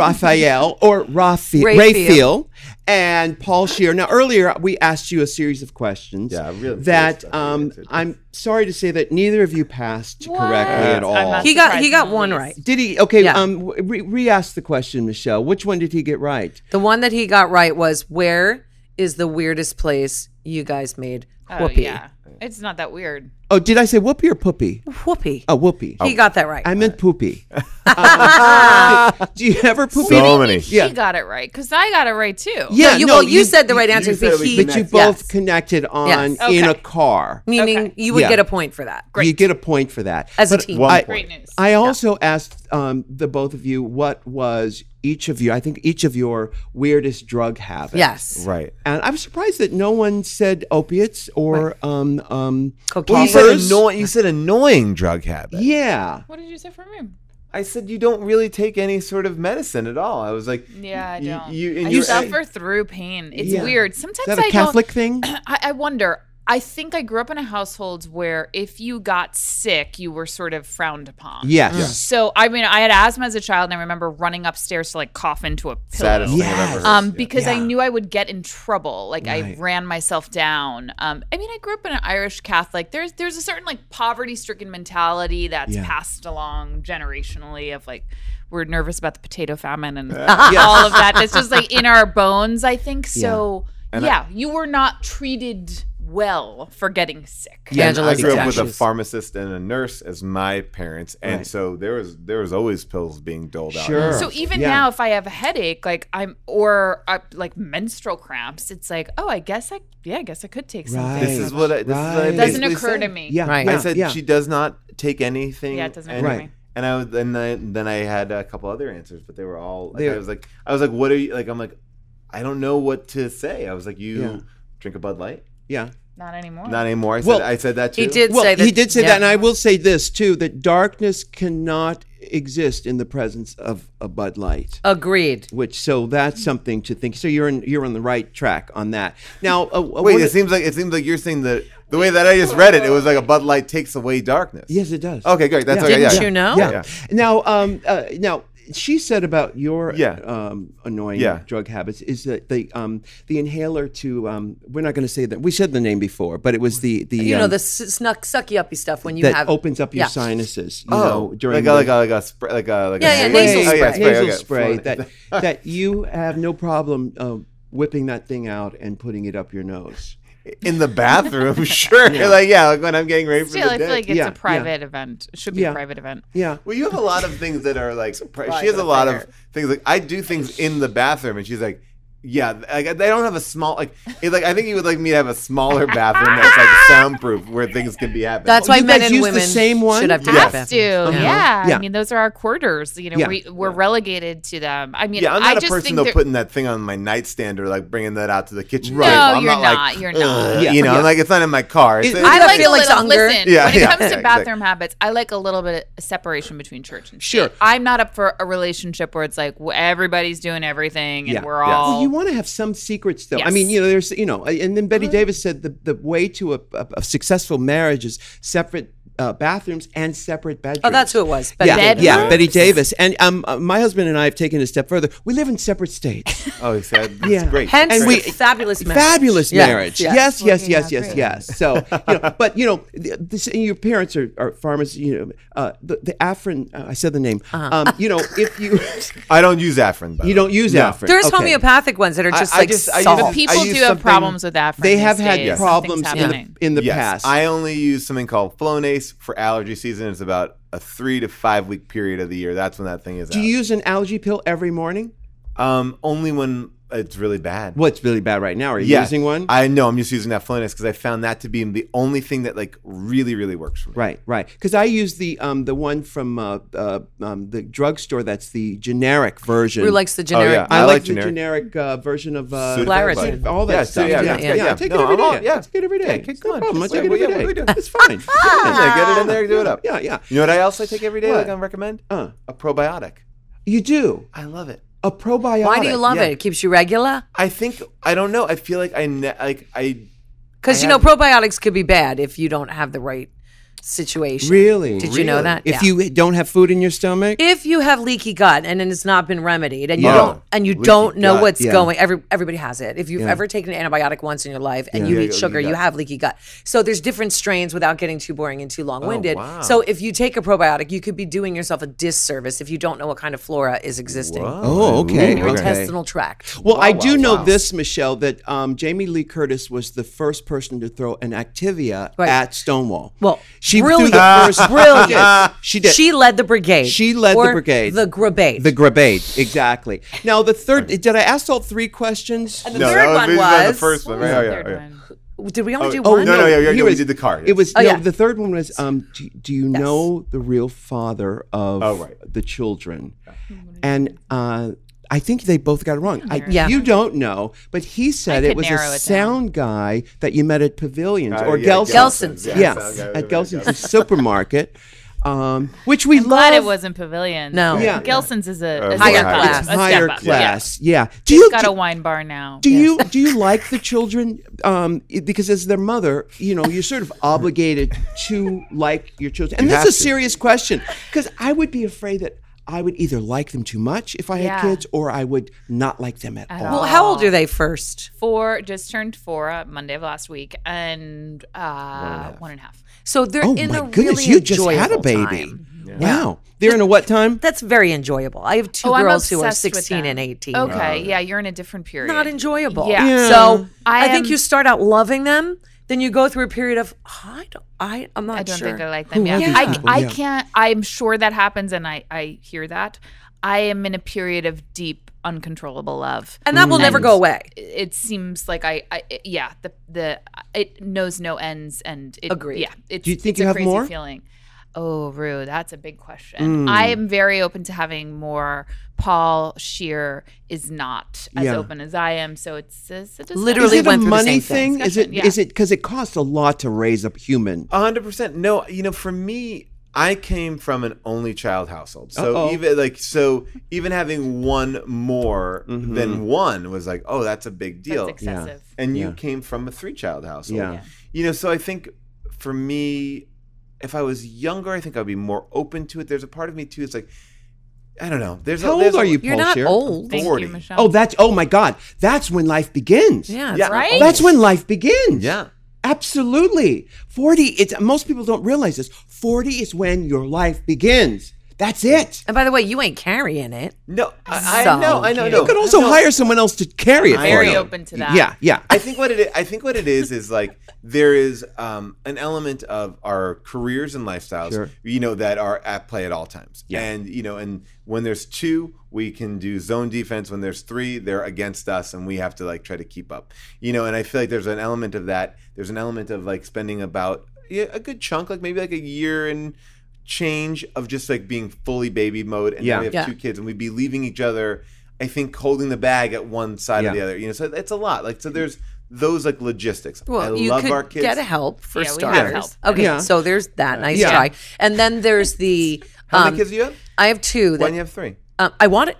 [SPEAKER 1] Raphael or Raphael,
[SPEAKER 3] Raphael.
[SPEAKER 1] Raphael and Paul Shear. Now earlier we asked you a series of questions.
[SPEAKER 4] Yeah, I'm really curious
[SPEAKER 1] that
[SPEAKER 4] about how you
[SPEAKER 1] um,
[SPEAKER 4] answered.
[SPEAKER 1] I'm sorry to say that neither of you passed
[SPEAKER 2] What?
[SPEAKER 1] correctly at all.
[SPEAKER 2] I'm not
[SPEAKER 3] He got.
[SPEAKER 2] surprised
[SPEAKER 3] He got
[SPEAKER 2] in the
[SPEAKER 3] one
[SPEAKER 2] least.
[SPEAKER 3] right.
[SPEAKER 1] Did he? Okay.
[SPEAKER 3] Yeah.
[SPEAKER 1] Um. Re, re-ask the question, Michelle. Which one did he get right?
[SPEAKER 3] The one that he got right was where is the weirdest place you guys made
[SPEAKER 2] Oh,
[SPEAKER 3] whoopee?
[SPEAKER 2] yeah. It's not that weird.
[SPEAKER 1] Oh, did I say whoopee or poopy?
[SPEAKER 3] Whoopee.
[SPEAKER 1] Oh, whoopee.
[SPEAKER 3] He got that right.
[SPEAKER 1] I meant poopy. Um, do you ever poopy?
[SPEAKER 4] So many.
[SPEAKER 2] He
[SPEAKER 1] Yeah.
[SPEAKER 2] got it right because I got it right too.
[SPEAKER 1] Yeah.
[SPEAKER 3] no, you,
[SPEAKER 1] no,
[SPEAKER 3] well, you, said the right answer,
[SPEAKER 4] said
[SPEAKER 3] but
[SPEAKER 4] we
[SPEAKER 3] he,
[SPEAKER 4] could
[SPEAKER 1] But you both
[SPEAKER 3] yes.
[SPEAKER 1] connected on
[SPEAKER 3] Yes. Mm,
[SPEAKER 1] in a
[SPEAKER 2] Okay.
[SPEAKER 1] car.
[SPEAKER 3] meaning
[SPEAKER 2] Okay.
[SPEAKER 3] you would
[SPEAKER 1] Yeah.
[SPEAKER 3] get a point for that.
[SPEAKER 1] You get a point for that.
[SPEAKER 3] As a
[SPEAKER 1] But
[SPEAKER 3] team.
[SPEAKER 4] One
[SPEAKER 1] I-
[SPEAKER 4] point.
[SPEAKER 2] Great news.
[SPEAKER 1] I also asked um, the both of you what was each of you. I think each of your weirdest drug habit.
[SPEAKER 3] Yes.
[SPEAKER 4] Right.
[SPEAKER 1] And I'm surprised that no one said opiates or um, um,
[SPEAKER 3] Cocaine.
[SPEAKER 4] Well, you said,
[SPEAKER 1] Poppers.
[SPEAKER 4] annoying, you said annoying drug habit.
[SPEAKER 1] yeah.
[SPEAKER 2] What did you say for me?
[SPEAKER 4] I said you don't really take any sort of medicine at all. I was like,
[SPEAKER 2] Yeah, I
[SPEAKER 4] y-
[SPEAKER 2] don't.
[SPEAKER 4] You, and
[SPEAKER 2] I
[SPEAKER 4] you
[SPEAKER 2] suffer through pain. It's
[SPEAKER 1] Yeah.
[SPEAKER 2] weird.
[SPEAKER 1] Is
[SPEAKER 2] Sometimes
[SPEAKER 1] that
[SPEAKER 2] I
[SPEAKER 1] a Catholic thing?
[SPEAKER 2] don't. I, I wonder. I think I grew up in a household where if you got sick, you were sort of frowned upon.
[SPEAKER 1] Yes. Yeah.
[SPEAKER 2] So I mean, I had asthma as a child, and I remember running upstairs to like cough into a pillow.
[SPEAKER 4] saddest thing I've
[SPEAKER 1] Yes.
[SPEAKER 4] ever heard.
[SPEAKER 2] um,
[SPEAKER 4] Yeah.
[SPEAKER 2] because I
[SPEAKER 1] Yeah.
[SPEAKER 2] knew I would get in trouble. Like
[SPEAKER 1] Right.
[SPEAKER 2] I ran myself down. Um, I mean, I grew up in an Irish Catholic. There's there's a certain like poverty-stricken mentality that's
[SPEAKER 1] Yeah.
[SPEAKER 2] passed along generationally of like we're nervous about the potato famine and all of that. That's just like in our bones, I think. So yeah, you were not treated well for getting sick.
[SPEAKER 1] Yeah,
[SPEAKER 4] I
[SPEAKER 3] Angela's
[SPEAKER 4] grew up with a
[SPEAKER 3] tattoos.
[SPEAKER 4] pharmacist and a nurse as my parents, and so there was there was always pills being doled out.
[SPEAKER 1] Sure.
[SPEAKER 2] So even
[SPEAKER 1] Yeah.
[SPEAKER 2] now, if I have a headache, like I'm or uh, like menstrual cramps, it's like, oh, I guess I yeah, I guess I could take something.
[SPEAKER 1] Right.
[SPEAKER 4] This is what I, this is what I
[SPEAKER 1] Right.
[SPEAKER 2] Doesn't
[SPEAKER 4] basically
[SPEAKER 2] occur
[SPEAKER 4] said.
[SPEAKER 2] to me.
[SPEAKER 1] Yeah.
[SPEAKER 3] Right.
[SPEAKER 1] Yeah,
[SPEAKER 4] I said
[SPEAKER 1] yeah.
[SPEAKER 4] she does not take anything.
[SPEAKER 2] Yeah, it doesn't
[SPEAKER 4] and-
[SPEAKER 2] occur to
[SPEAKER 1] Right.
[SPEAKER 2] me.
[SPEAKER 4] And I was, and then, then I had a couple other answers, but they were all. Like,
[SPEAKER 1] They-
[SPEAKER 4] I was like, I was like, what are you like? I'm like, I don't know what to say. I was like, you
[SPEAKER 1] Yeah.
[SPEAKER 4] drink a Bud Light?
[SPEAKER 1] Yeah.
[SPEAKER 2] Not anymore.
[SPEAKER 4] Not anymore. I said,
[SPEAKER 1] Well,
[SPEAKER 4] I said that too.
[SPEAKER 3] He did
[SPEAKER 1] Well,
[SPEAKER 3] say that.
[SPEAKER 1] he did say
[SPEAKER 3] yeah.
[SPEAKER 1] that, and I will say this too: that darkness cannot exist in the presence of a Bud Light.
[SPEAKER 3] Agreed.
[SPEAKER 1] Which, so that's something to think. So you're in, you're on the right track on that. Now, uh, uh,
[SPEAKER 4] Oh, Wait,
[SPEAKER 1] one-
[SPEAKER 4] it seems like it seems like you're saying that the way that I just read it, it was like a Bud Light takes away darkness.
[SPEAKER 1] yes, it does.
[SPEAKER 4] Okay, great. That's
[SPEAKER 1] Yeah.
[SPEAKER 4] okay.
[SPEAKER 3] Didn't
[SPEAKER 4] yeah.
[SPEAKER 3] you know?
[SPEAKER 1] Yeah.
[SPEAKER 4] Yeah.
[SPEAKER 1] Now, um, uh, now she said about your
[SPEAKER 4] Yeah.
[SPEAKER 1] um, annoying
[SPEAKER 4] Yeah.
[SPEAKER 1] drug habits is that the um, the inhaler to um, we're not going to say that we said the name before, but it was the the
[SPEAKER 3] You
[SPEAKER 1] um,
[SPEAKER 3] know the s- snuck sucky uppy stuff when you
[SPEAKER 1] that
[SPEAKER 3] have
[SPEAKER 1] opens up your
[SPEAKER 3] yeah.
[SPEAKER 1] sinuses. You
[SPEAKER 4] Oh,
[SPEAKER 1] know, during
[SPEAKER 4] like, a,
[SPEAKER 1] the-
[SPEAKER 4] like a like a spray like a like
[SPEAKER 3] Yeah,
[SPEAKER 4] a
[SPEAKER 3] yeah, nasal
[SPEAKER 4] Oh, yeah,
[SPEAKER 3] spray.
[SPEAKER 4] spray.
[SPEAKER 1] nasal
[SPEAKER 4] okay.
[SPEAKER 1] spray
[SPEAKER 4] Fine.
[SPEAKER 1] that that you have no problem uh, whipping that thing out and putting it up your nose.
[SPEAKER 4] in the bathroom. Sure, like yeah, like when I'm getting ready
[SPEAKER 2] Still,
[SPEAKER 4] for
[SPEAKER 2] I
[SPEAKER 4] the
[SPEAKER 2] feel
[SPEAKER 4] day.
[SPEAKER 2] like it's
[SPEAKER 1] Yeah, yeah.
[SPEAKER 2] a private event. It should be
[SPEAKER 1] Yeah.
[SPEAKER 2] a private event.
[SPEAKER 1] Yeah.
[SPEAKER 4] well, you have a lot of things that are like. pri- She has a lot of things like I do things in the bathroom, and she's like. Yeah, like, they don't have a small like. It, like I think you would like me to have a smaller bathroom that's like soundproof where things can be happening.
[SPEAKER 3] That's why
[SPEAKER 1] Oh, You
[SPEAKER 3] men
[SPEAKER 1] guys
[SPEAKER 3] and
[SPEAKER 1] use the
[SPEAKER 3] women
[SPEAKER 1] same one?
[SPEAKER 3] should have Uh-huh.
[SPEAKER 4] Yes.
[SPEAKER 3] different
[SPEAKER 2] have
[SPEAKER 3] bathrooms.
[SPEAKER 2] to.
[SPEAKER 4] Uh-huh.
[SPEAKER 2] Yeah.
[SPEAKER 1] Yeah.
[SPEAKER 2] I mean, those are our quarters. You know,
[SPEAKER 1] Yeah.
[SPEAKER 2] we, we're relegated to them. I mean,
[SPEAKER 4] yeah, I'm
[SPEAKER 2] I
[SPEAKER 4] not a
[SPEAKER 2] just
[SPEAKER 4] person
[SPEAKER 2] think
[SPEAKER 4] though
[SPEAKER 2] they're-
[SPEAKER 4] putting that thing on my nightstand or like bringing that out to the kitchen.
[SPEAKER 2] No,
[SPEAKER 4] table. I'm
[SPEAKER 2] you're
[SPEAKER 4] like,
[SPEAKER 2] not. You're not.
[SPEAKER 4] "Ugh,"
[SPEAKER 1] Yeah.
[SPEAKER 4] you know,
[SPEAKER 1] Yeah.
[SPEAKER 4] I'm like it's not in my car. It's-
[SPEAKER 1] It-
[SPEAKER 4] it's-
[SPEAKER 2] I
[SPEAKER 3] that
[SPEAKER 2] like
[SPEAKER 3] feel
[SPEAKER 2] a
[SPEAKER 3] like
[SPEAKER 2] little.
[SPEAKER 3] hunger?
[SPEAKER 2] Listen,
[SPEAKER 4] Yeah,
[SPEAKER 2] when
[SPEAKER 4] yeah,
[SPEAKER 2] it comes to
[SPEAKER 4] exactly.
[SPEAKER 2] bathroom habits, I like a little bit of separation between church and state.
[SPEAKER 1] Sure.
[SPEAKER 2] I'm not up for a relationship where it's like w- everybody's doing everything and
[SPEAKER 1] Yeah.
[SPEAKER 2] we're
[SPEAKER 4] Yeah.
[SPEAKER 2] all.
[SPEAKER 1] Well, you want to have some secrets, though. I
[SPEAKER 2] Yes.
[SPEAKER 1] mean, you know, there's, you know, and then Betty Davis said the, the way to a, a, a successful marriage is separate uh, bathrooms and separate bedrooms.
[SPEAKER 3] Oh, that's who it was. Betty
[SPEAKER 1] yeah,
[SPEAKER 3] Davis.
[SPEAKER 1] yeah, Betty Davis. And um, uh, my husband and I have taken it a step further. We live in separate states.
[SPEAKER 4] oh, he said, it's
[SPEAKER 1] Yeah.
[SPEAKER 4] great.
[SPEAKER 3] Hence,
[SPEAKER 1] And we-
[SPEAKER 3] fabulous marriage.
[SPEAKER 1] Fabulous
[SPEAKER 3] Yeah.
[SPEAKER 1] marriage.
[SPEAKER 3] Yeah.
[SPEAKER 1] Yes, yes, yes,
[SPEAKER 2] out
[SPEAKER 1] yes,
[SPEAKER 2] great.
[SPEAKER 1] yes. So, you know, but you know, th- this, and your parents are, are farmers. You know, uh, the, the Afrin. Uh, I said the name. Um, you know, if you
[SPEAKER 4] I don't use Afrin. By
[SPEAKER 1] you
[SPEAKER 4] the way.
[SPEAKER 1] don't use
[SPEAKER 4] No.
[SPEAKER 1] Afrin,
[SPEAKER 3] There's
[SPEAKER 1] okay.
[SPEAKER 3] homeopathic ones that are just
[SPEAKER 4] I
[SPEAKER 3] like
[SPEAKER 4] just- I
[SPEAKER 3] salt.
[SPEAKER 4] use-
[SPEAKER 2] But people
[SPEAKER 4] I
[SPEAKER 2] do
[SPEAKER 4] use
[SPEAKER 2] have
[SPEAKER 4] something-
[SPEAKER 2] problems with that.
[SPEAKER 1] They have had problems in the, in the
[SPEAKER 4] yes,
[SPEAKER 1] past.
[SPEAKER 4] I only use something called Flonase for allergy season. It's about a three to five week period of the year. That's when that thing is
[SPEAKER 1] Do
[SPEAKER 4] out.
[SPEAKER 1] you use an allergy pill every morning?
[SPEAKER 4] um, only when it's really bad.
[SPEAKER 1] Well, it's really bad right now. Are you
[SPEAKER 4] Yeah.
[SPEAKER 1] using one?
[SPEAKER 4] I know. I'm just using that Flonase because I found that to be the only thing that like really, really works for me.
[SPEAKER 1] right, right. Because I use the um, the one from uh, uh, um, the drugstore. That's the generic version.
[SPEAKER 3] Who likes the
[SPEAKER 4] Oh
[SPEAKER 3] generic?
[SPEAKER 4] yeah,
[SPEAKER 1] I,
[SPEAKER 4] I,
[SPEAKER 1] like,
[SPEAKER 4] like
[SPEAKER 1] the generic uh, version of uh,
[SPEAKER 4] Sudafed,
[SPEAKER 3] Claritin.
[SPEAKER 1] all that
[SPEAKER 4] Yeah,
[SPEAKER 1] stuff.
[SPEAKER 4] so, yeah, yeah, yeah,
[SPEAKER 1] I
[SPEAKER 4] yeah.
[SPEAKER 1] take
[SPEAKER 4] No,
[SPEAKER 1] it every
[SPEAKER 4] I'm
[SPEAKER 1] day.
[SPEAKER 4] all- yeah.
[SPEAKER 1] I take it every day.
[SPEAKER 4] Yeah, okay,
[SPEAKER 1] it's
[SPEAKER 4] come
[SPEAKER 1] no
[SPEAKER 4] on,
[SPEAKER 1] problem. I
[SPEAKER 4] just
[SPEAKER 1] take
[SPEAKER 4] like,
[SPEAKER 1] it every
[SPEAKER 4] what-
[SPEAKER 1] day.
[SPEAKER 4] what do we do?
[SPEAKER 1] It's fine. It's fine.
[SPEAKER 4] Yeah, get it in there, do it up.
[SPEAKER 1] Yeah, yeah.
[SPEAKER 4] You know what I else I take every day?
[SPEAKER 1] What?
[SPEAKER 4] Like I recommend
[SPEAKER 1] Uh,
[SPEAKER 4] a probiotic.
[SPEAKER 1] you do
[SPEAKER 4] I love it.
[SPEAKER 1] a probiotic.
[SPEAKER 3] Why do you love
[SPEAKER 4] yeah.
[SPEAKER 3] it? It keeps you regular.
[SPEAKER 4] I think I don't know. I feel like I ne- like I
[SPEAKER 3] Because you know probiotics could be bad if you don't have the right situation.
[SPEAKER 1] Really?
[SPEAKER 3] Did you know
[SPEAKER 4] Really?
[SPEAKER 3] that?
[SPEAKER 1] If
[SPEAKER 3] Yeah.
[SPEAKER 1] you don't have food in your stomach,
[SPEAKER 3] if you have leaky gut and then it's not been remedied and you
[SPEAKER 4] Yeah.
[SPEAKER 3] don't and you
[SPEAKER 4] Leaky
[SPEAKER 3] don't know
[SPEAKER 4] gut,
[SPEAKER 3] what's
[SPEAKER 1] yeah.
[SPEAKER 3] going every, everybody has it if you've
[SPEAKER 1] Yeah.
[SPEAKER 3] ever taken an antibiotic once in your life and you
[SPEAKER 4] Yeah,
[SPEAKER 3] eat
[SPEAKER 4] leaky
[SPEAKER 3] sugar you
[SPEAKER 4] gut.
[SPEAKER 3] have leaky gut so there's different strains without getting too boring and too long-winded
[SPEAKER 4] Oh, wow.
[SPEAKER 3] so if you take a probiotic you could be doing yourself a disservice if you don't know what kind of flora is existing
[SPEAKER 1] Oh, okay,
[SPEAKER 3] in your
[SPEAKER 1] okay.
[SPEAKER 3] intestinal tract
[SPEAKER 1] Well, I do
[SPEAKER 4] wow,
[SPEAKER 1] know
[SPEAKER 4] wow.
[SPEAKER 1] this, Michelle, that um, Jamie Lee Curtis was the first person to throw an Activia
[SPEAKER 3] Right.
[SPEAKER 1] at Stonewall.
[SPEAKER 3] Well,
[SPEAKER 1] she
[SPEAKER 3] brilliant.
[SPEAKER 1] threw the first.
[SPEAKER 3] Brilliant.
[SPEAKER 1] Yes, she did.
[SPEAKER 3] she led the brigade
[SPEAKER 1] She led the
[SPEAKER 3] Or
[SPEAKER 1] brigade.
[SPEAKER 3] the grabate
[SPEAKER 1] the Grabate, exactly. Now the third. Did I ask all three questions?
[SPEAKER 3] And the
[SPEAKER 4] No,
[SPEAKER 3] third
[SPEAKER 4] that was,
[SPEAKER 3] one
[SPEAKER 4] that was
[SPEAKER 3] was-
[SPEAKER 4] the first one, right? Oh, yeah, oh, yeah.
[SPEAKER 3] did we only do
[SPEAKER 4] oh,
[SPEAKER 3] one?
[SPEAKER 4] no, no, yeah, yeah,
[SPEAKER 1] he
[SPEAKER 4] yeah, we did the card,
[SPEAKER 1] It
[SPEAKER 4] yes.
[SPEAKER 1] was
[SPEAKER 3] Oh,
[SPEAKER 1] no,
[SPEAKER 3] yeah.
[SPEAKER 1] the third one was. Um, do, do you know the real father of
[SPEAKER 4] Oh, right.
[SPEAKER 1] the children? And uh, I think they both got it wrong. I,
[SPEAKER 3] Yeah.
[SPEAKER 1] You don't know, but he said
[SPEAKER 2] I
[SPEAKER 1] it
[SPEAKER 2] could
[SPEAKER 1] was a
[SPEAKER 2] narrow it down.
[SPEAKER 1] sound guy that you met at Pavilions
[SPEAKER 4] Uh,
[SPEAKER 1] or
[SPEAKER 4] yeah,
[SPEAKER 1] Gelson's.
[SPEAKER 3] Gelson's,
[SPEAKER 1] Yeah,
[SPEAKER 4] Gelson's, yeah,
[SPEAKER 1] at Gelson's supermarket, um, which we love.
[SPEAKER 2] Glad it wasn't Pavilion.
[SPEAKER 3] No.
[SPEAKER 1] Yeah.
[SPEAKER 2] Gelson's is a,
[SPEAKER 4] Uh,
[SPEAKER 2] a
[SPEAKER 4] higher
[SPEAKER 2] step up,
[SPEAKER 4] class.
[SPEAKER 2] a
[SPEAKER 1] It's
[SPEAKER 2] step
[SPEAKER 1] higher
[SPEAKER 2] up.
[SPEAKER 1] class. Yeah. Do
[SPEAKER 2] Yeah.
[SPEAKER 1] you
[SPEAKER 2] It's got
[SPEAKER 1] do,
[SPEAKER 2] a wine bar now.
[SPEAKER 1] do you do you like the children? Um, i- because as their mother, you know, you're sort of obligated to like your children, and
[SPEAKER 4] You
[SPEAKER 1] that's a
[SPEAKER 4] have to.
[SPEAKER 1] serious question. Because I would be afraid that I would either like them too much if I had
[SPEAKER 2] Yeah.
[SPEAKER 1] kids, or I would not like them at, all.
[SPEAKER 3] well how old are they first
[SPEAKER 2] four just turned four uh, Monday of last week and uh, one and a half.
[SPEAKER 3] so they're
[SPEAKER 1] Oh
[SPEAKER 3] in
[SPEAKER 1] my
[SPEAKER 3] a
[SPEAKER 1] goodness!
[SPEAKER 3] really
[SPEAKER 1] you just had a
[SPEAKER 3] enjoyable
[SPEAKER 1] baby.
[SPEAKER 3] time.
[SPEAKER 1] Wow, they're in a what time?
[SPEAKER 3] That's very enjoyable. I have two
[SPEAKER 2] Oh, I'm
[SPEAKER 3] girls who are
[SPEAKER 2] obsessed with
[SPEAKER 3] 16
[SPEAKER 2] them.
[SPEAKER 3] and 18.
[SPEAKER 2] Okay, yeah, you're in a different period.
[SPEAKER 3] Not enjoyable.
[SPEAKER 2] Yeah. Yeah.
[SPEAKER 3] So
[SPEAKER 2] I
[SPEAKER 3] I, think
[SPEAKER 2] am-
[SPEAKER 3] you start out loving them, then you go through a period of I don't, I I'm not
[SPEAKER 2] I don't
[SPEAKER 3] sure.
[SPEAKER 2] think I like them.
[SPEAKER 1] are
[SPEAKER 2] Yeah.
[SPEAKER 1] these
[SPEAKER 2] I,
[SPEAKER 1] people?
[SPEAKER 2] I
[SPEAKER 1] Yeah.
[SPEAKER 2] can't. I'm sure that happens, and I I hear that. I am in a period of deep, uncontrollable love.
[SPEAKER 3] and that will never go away.
[SPEAKER 2] it seems like I, I it- yeah, the the it knows no ends, and it,
[SPEAKER 3] Agreed.
[SPEAKER 2] Yeah, it's,
[SPEAKER 1] Do you think
[SPEAKER 2] it's
[SPEAKER 1] you
[SPEAKER 2] a
[SPEAKER 1] have
[SPEAKER 2] crazy
[SPEAKER 1] more? Hmm.
[SPEAKER 2] feeling? Oh, Rue, that's a big question. I am very open to having more. Paul Shear is not as
[SPEAKER 1] Yeah.
[SPEAKER 2] open as I am, so it's, it's a discussion.
[SPEAKER 1] Is
[SPEAKER 3] Literally
[SPEAKER 1] it a
[SPEAKER 3] went through the
[SPEAKER 1] money
[SPEAKER 3] same thing.
[SPEAKER 1] thing? Is it? Is
[SPEAKER 2] Discussion, yeah.
[SPEAKER 1] it because it costs a lot to raise a human?
[SPEAKER 4] A hundred percent. No, you know, for me, I came from an only child household. So
[SPEAKER 1] Uh-oh.
[SPEAKER 4] even like so even having one more than one was like, oh, that's a big deal.
[SPEAKER 2] That's excessive.
[SPEAKER 4] and you
[SPEAKER 1] Mm-hmm. Yeah.
[SPEAKER 4] came from a three child household.
[SPEAKER 1] Yeah. Yeah.
[SPEAKER 4] You know, so I think for me, if I was younger, I think I'd be more open to it. There's a part of me too, it's like I don't know. There's a-
[SPEAKER 1] How old
[SPEAKER 4] there's a-
[SPEAKER 1] are you, Paul?
[SPEAKER 3] You're not
[SPEAKER 1] Scheer?
[SPEAKER 3] old.
[SPEAKER 2] Thank
[SPEAKER 4] Forty.
[SPEAKER 2] you, Michelle.
[SPEAKER 1] Oh, that's oh my God! That's when life begins.
[SPEAKER 3] Yeah. it's
[SPEAKER 4] Yeah.
[SPEAKER 3] not-
[SPEAKER 2] Right?
[SPEAKER 1] oh, That's when life begins.
[SPEAKER 4] Yeah.
[SPEAKER 1] Absolutely. 40, it's most people don't realize this. 40 is when your life begins. That's it.
[SPEAKER 3] And by the way, you ain't carrying it.
[SPEAKER 4] No, I, I
[SPEAKER 3] So
[SPEAKER 4] know, I know,
[SPEAKER 3] cute.
[SPEAKER 4] no.
[SPEAKER 1] You could also hire someone else to carry it.
[SPEAKER 4] I
[SPEAKER 1] for
[SPEAKER 2] Very
[SPEAKER 1] you.
[SPEAKER 4] know.
[SPEAKER 2] open to that.
[SPEAKER 1] Yeah, yeah.
[SPEAKER 4] I think what it is, I think what it is is like there is um, an element of our careers and lifestyles,
[SPEAKER 1] Sure.
[SPEAKER 4] you know, that are at play at all times.
[SPEAKER 1] Yeah.
[SPEAKER 4] And you know, and when there's two, we can do zone defense. When there's three, they're against us, and we have to like try to keep up. You know, and I feel like there's an element of that. There's an element of like spending about yeah, a good chunk, like maybe like a year and change of just like being fully baby mode, and
[SPEAKER 1] Yeah.
[SPEAKER 4] then we have
[SPEAKER 3] Yeah.
[SPEAKER 4] two kids, and we'd be leaving each other. I think holding the bag at one side
[SPEAKER 1] Yeah.
[SPEAKER 4] or the other. You know, so it's a lot. Like so, there's those like logistics. I
[SPEAKER 3] Well, you
[SPEAKER 4] love
[SPEAKER 3] could
[SPEAKER 4] our kids.
[SPEAKER 3] get help for
[SPEAKER 2] Yeah, we have
[SPEAKER 3] starters.
[SPEAKER 2] help.
[SPEAKER 3] Okay,
[SPEAKER 1] Yeah.
[SPEAKER 3] so there's that. Nice
[SPEAKER 1] Yeah.
[SPEAKER 3] try. And then there's the.
[SPEAKER 4] How
[SPEAKER 3] Um,
[SPEAKER 4] many kids do you have?
[SPEAKER 3] I have two.
[SPEAKER 4] One,
[SPEAKER 3] That,
[SPEAKER 4] you have three.
[SPEAKER 3] um, I wanted.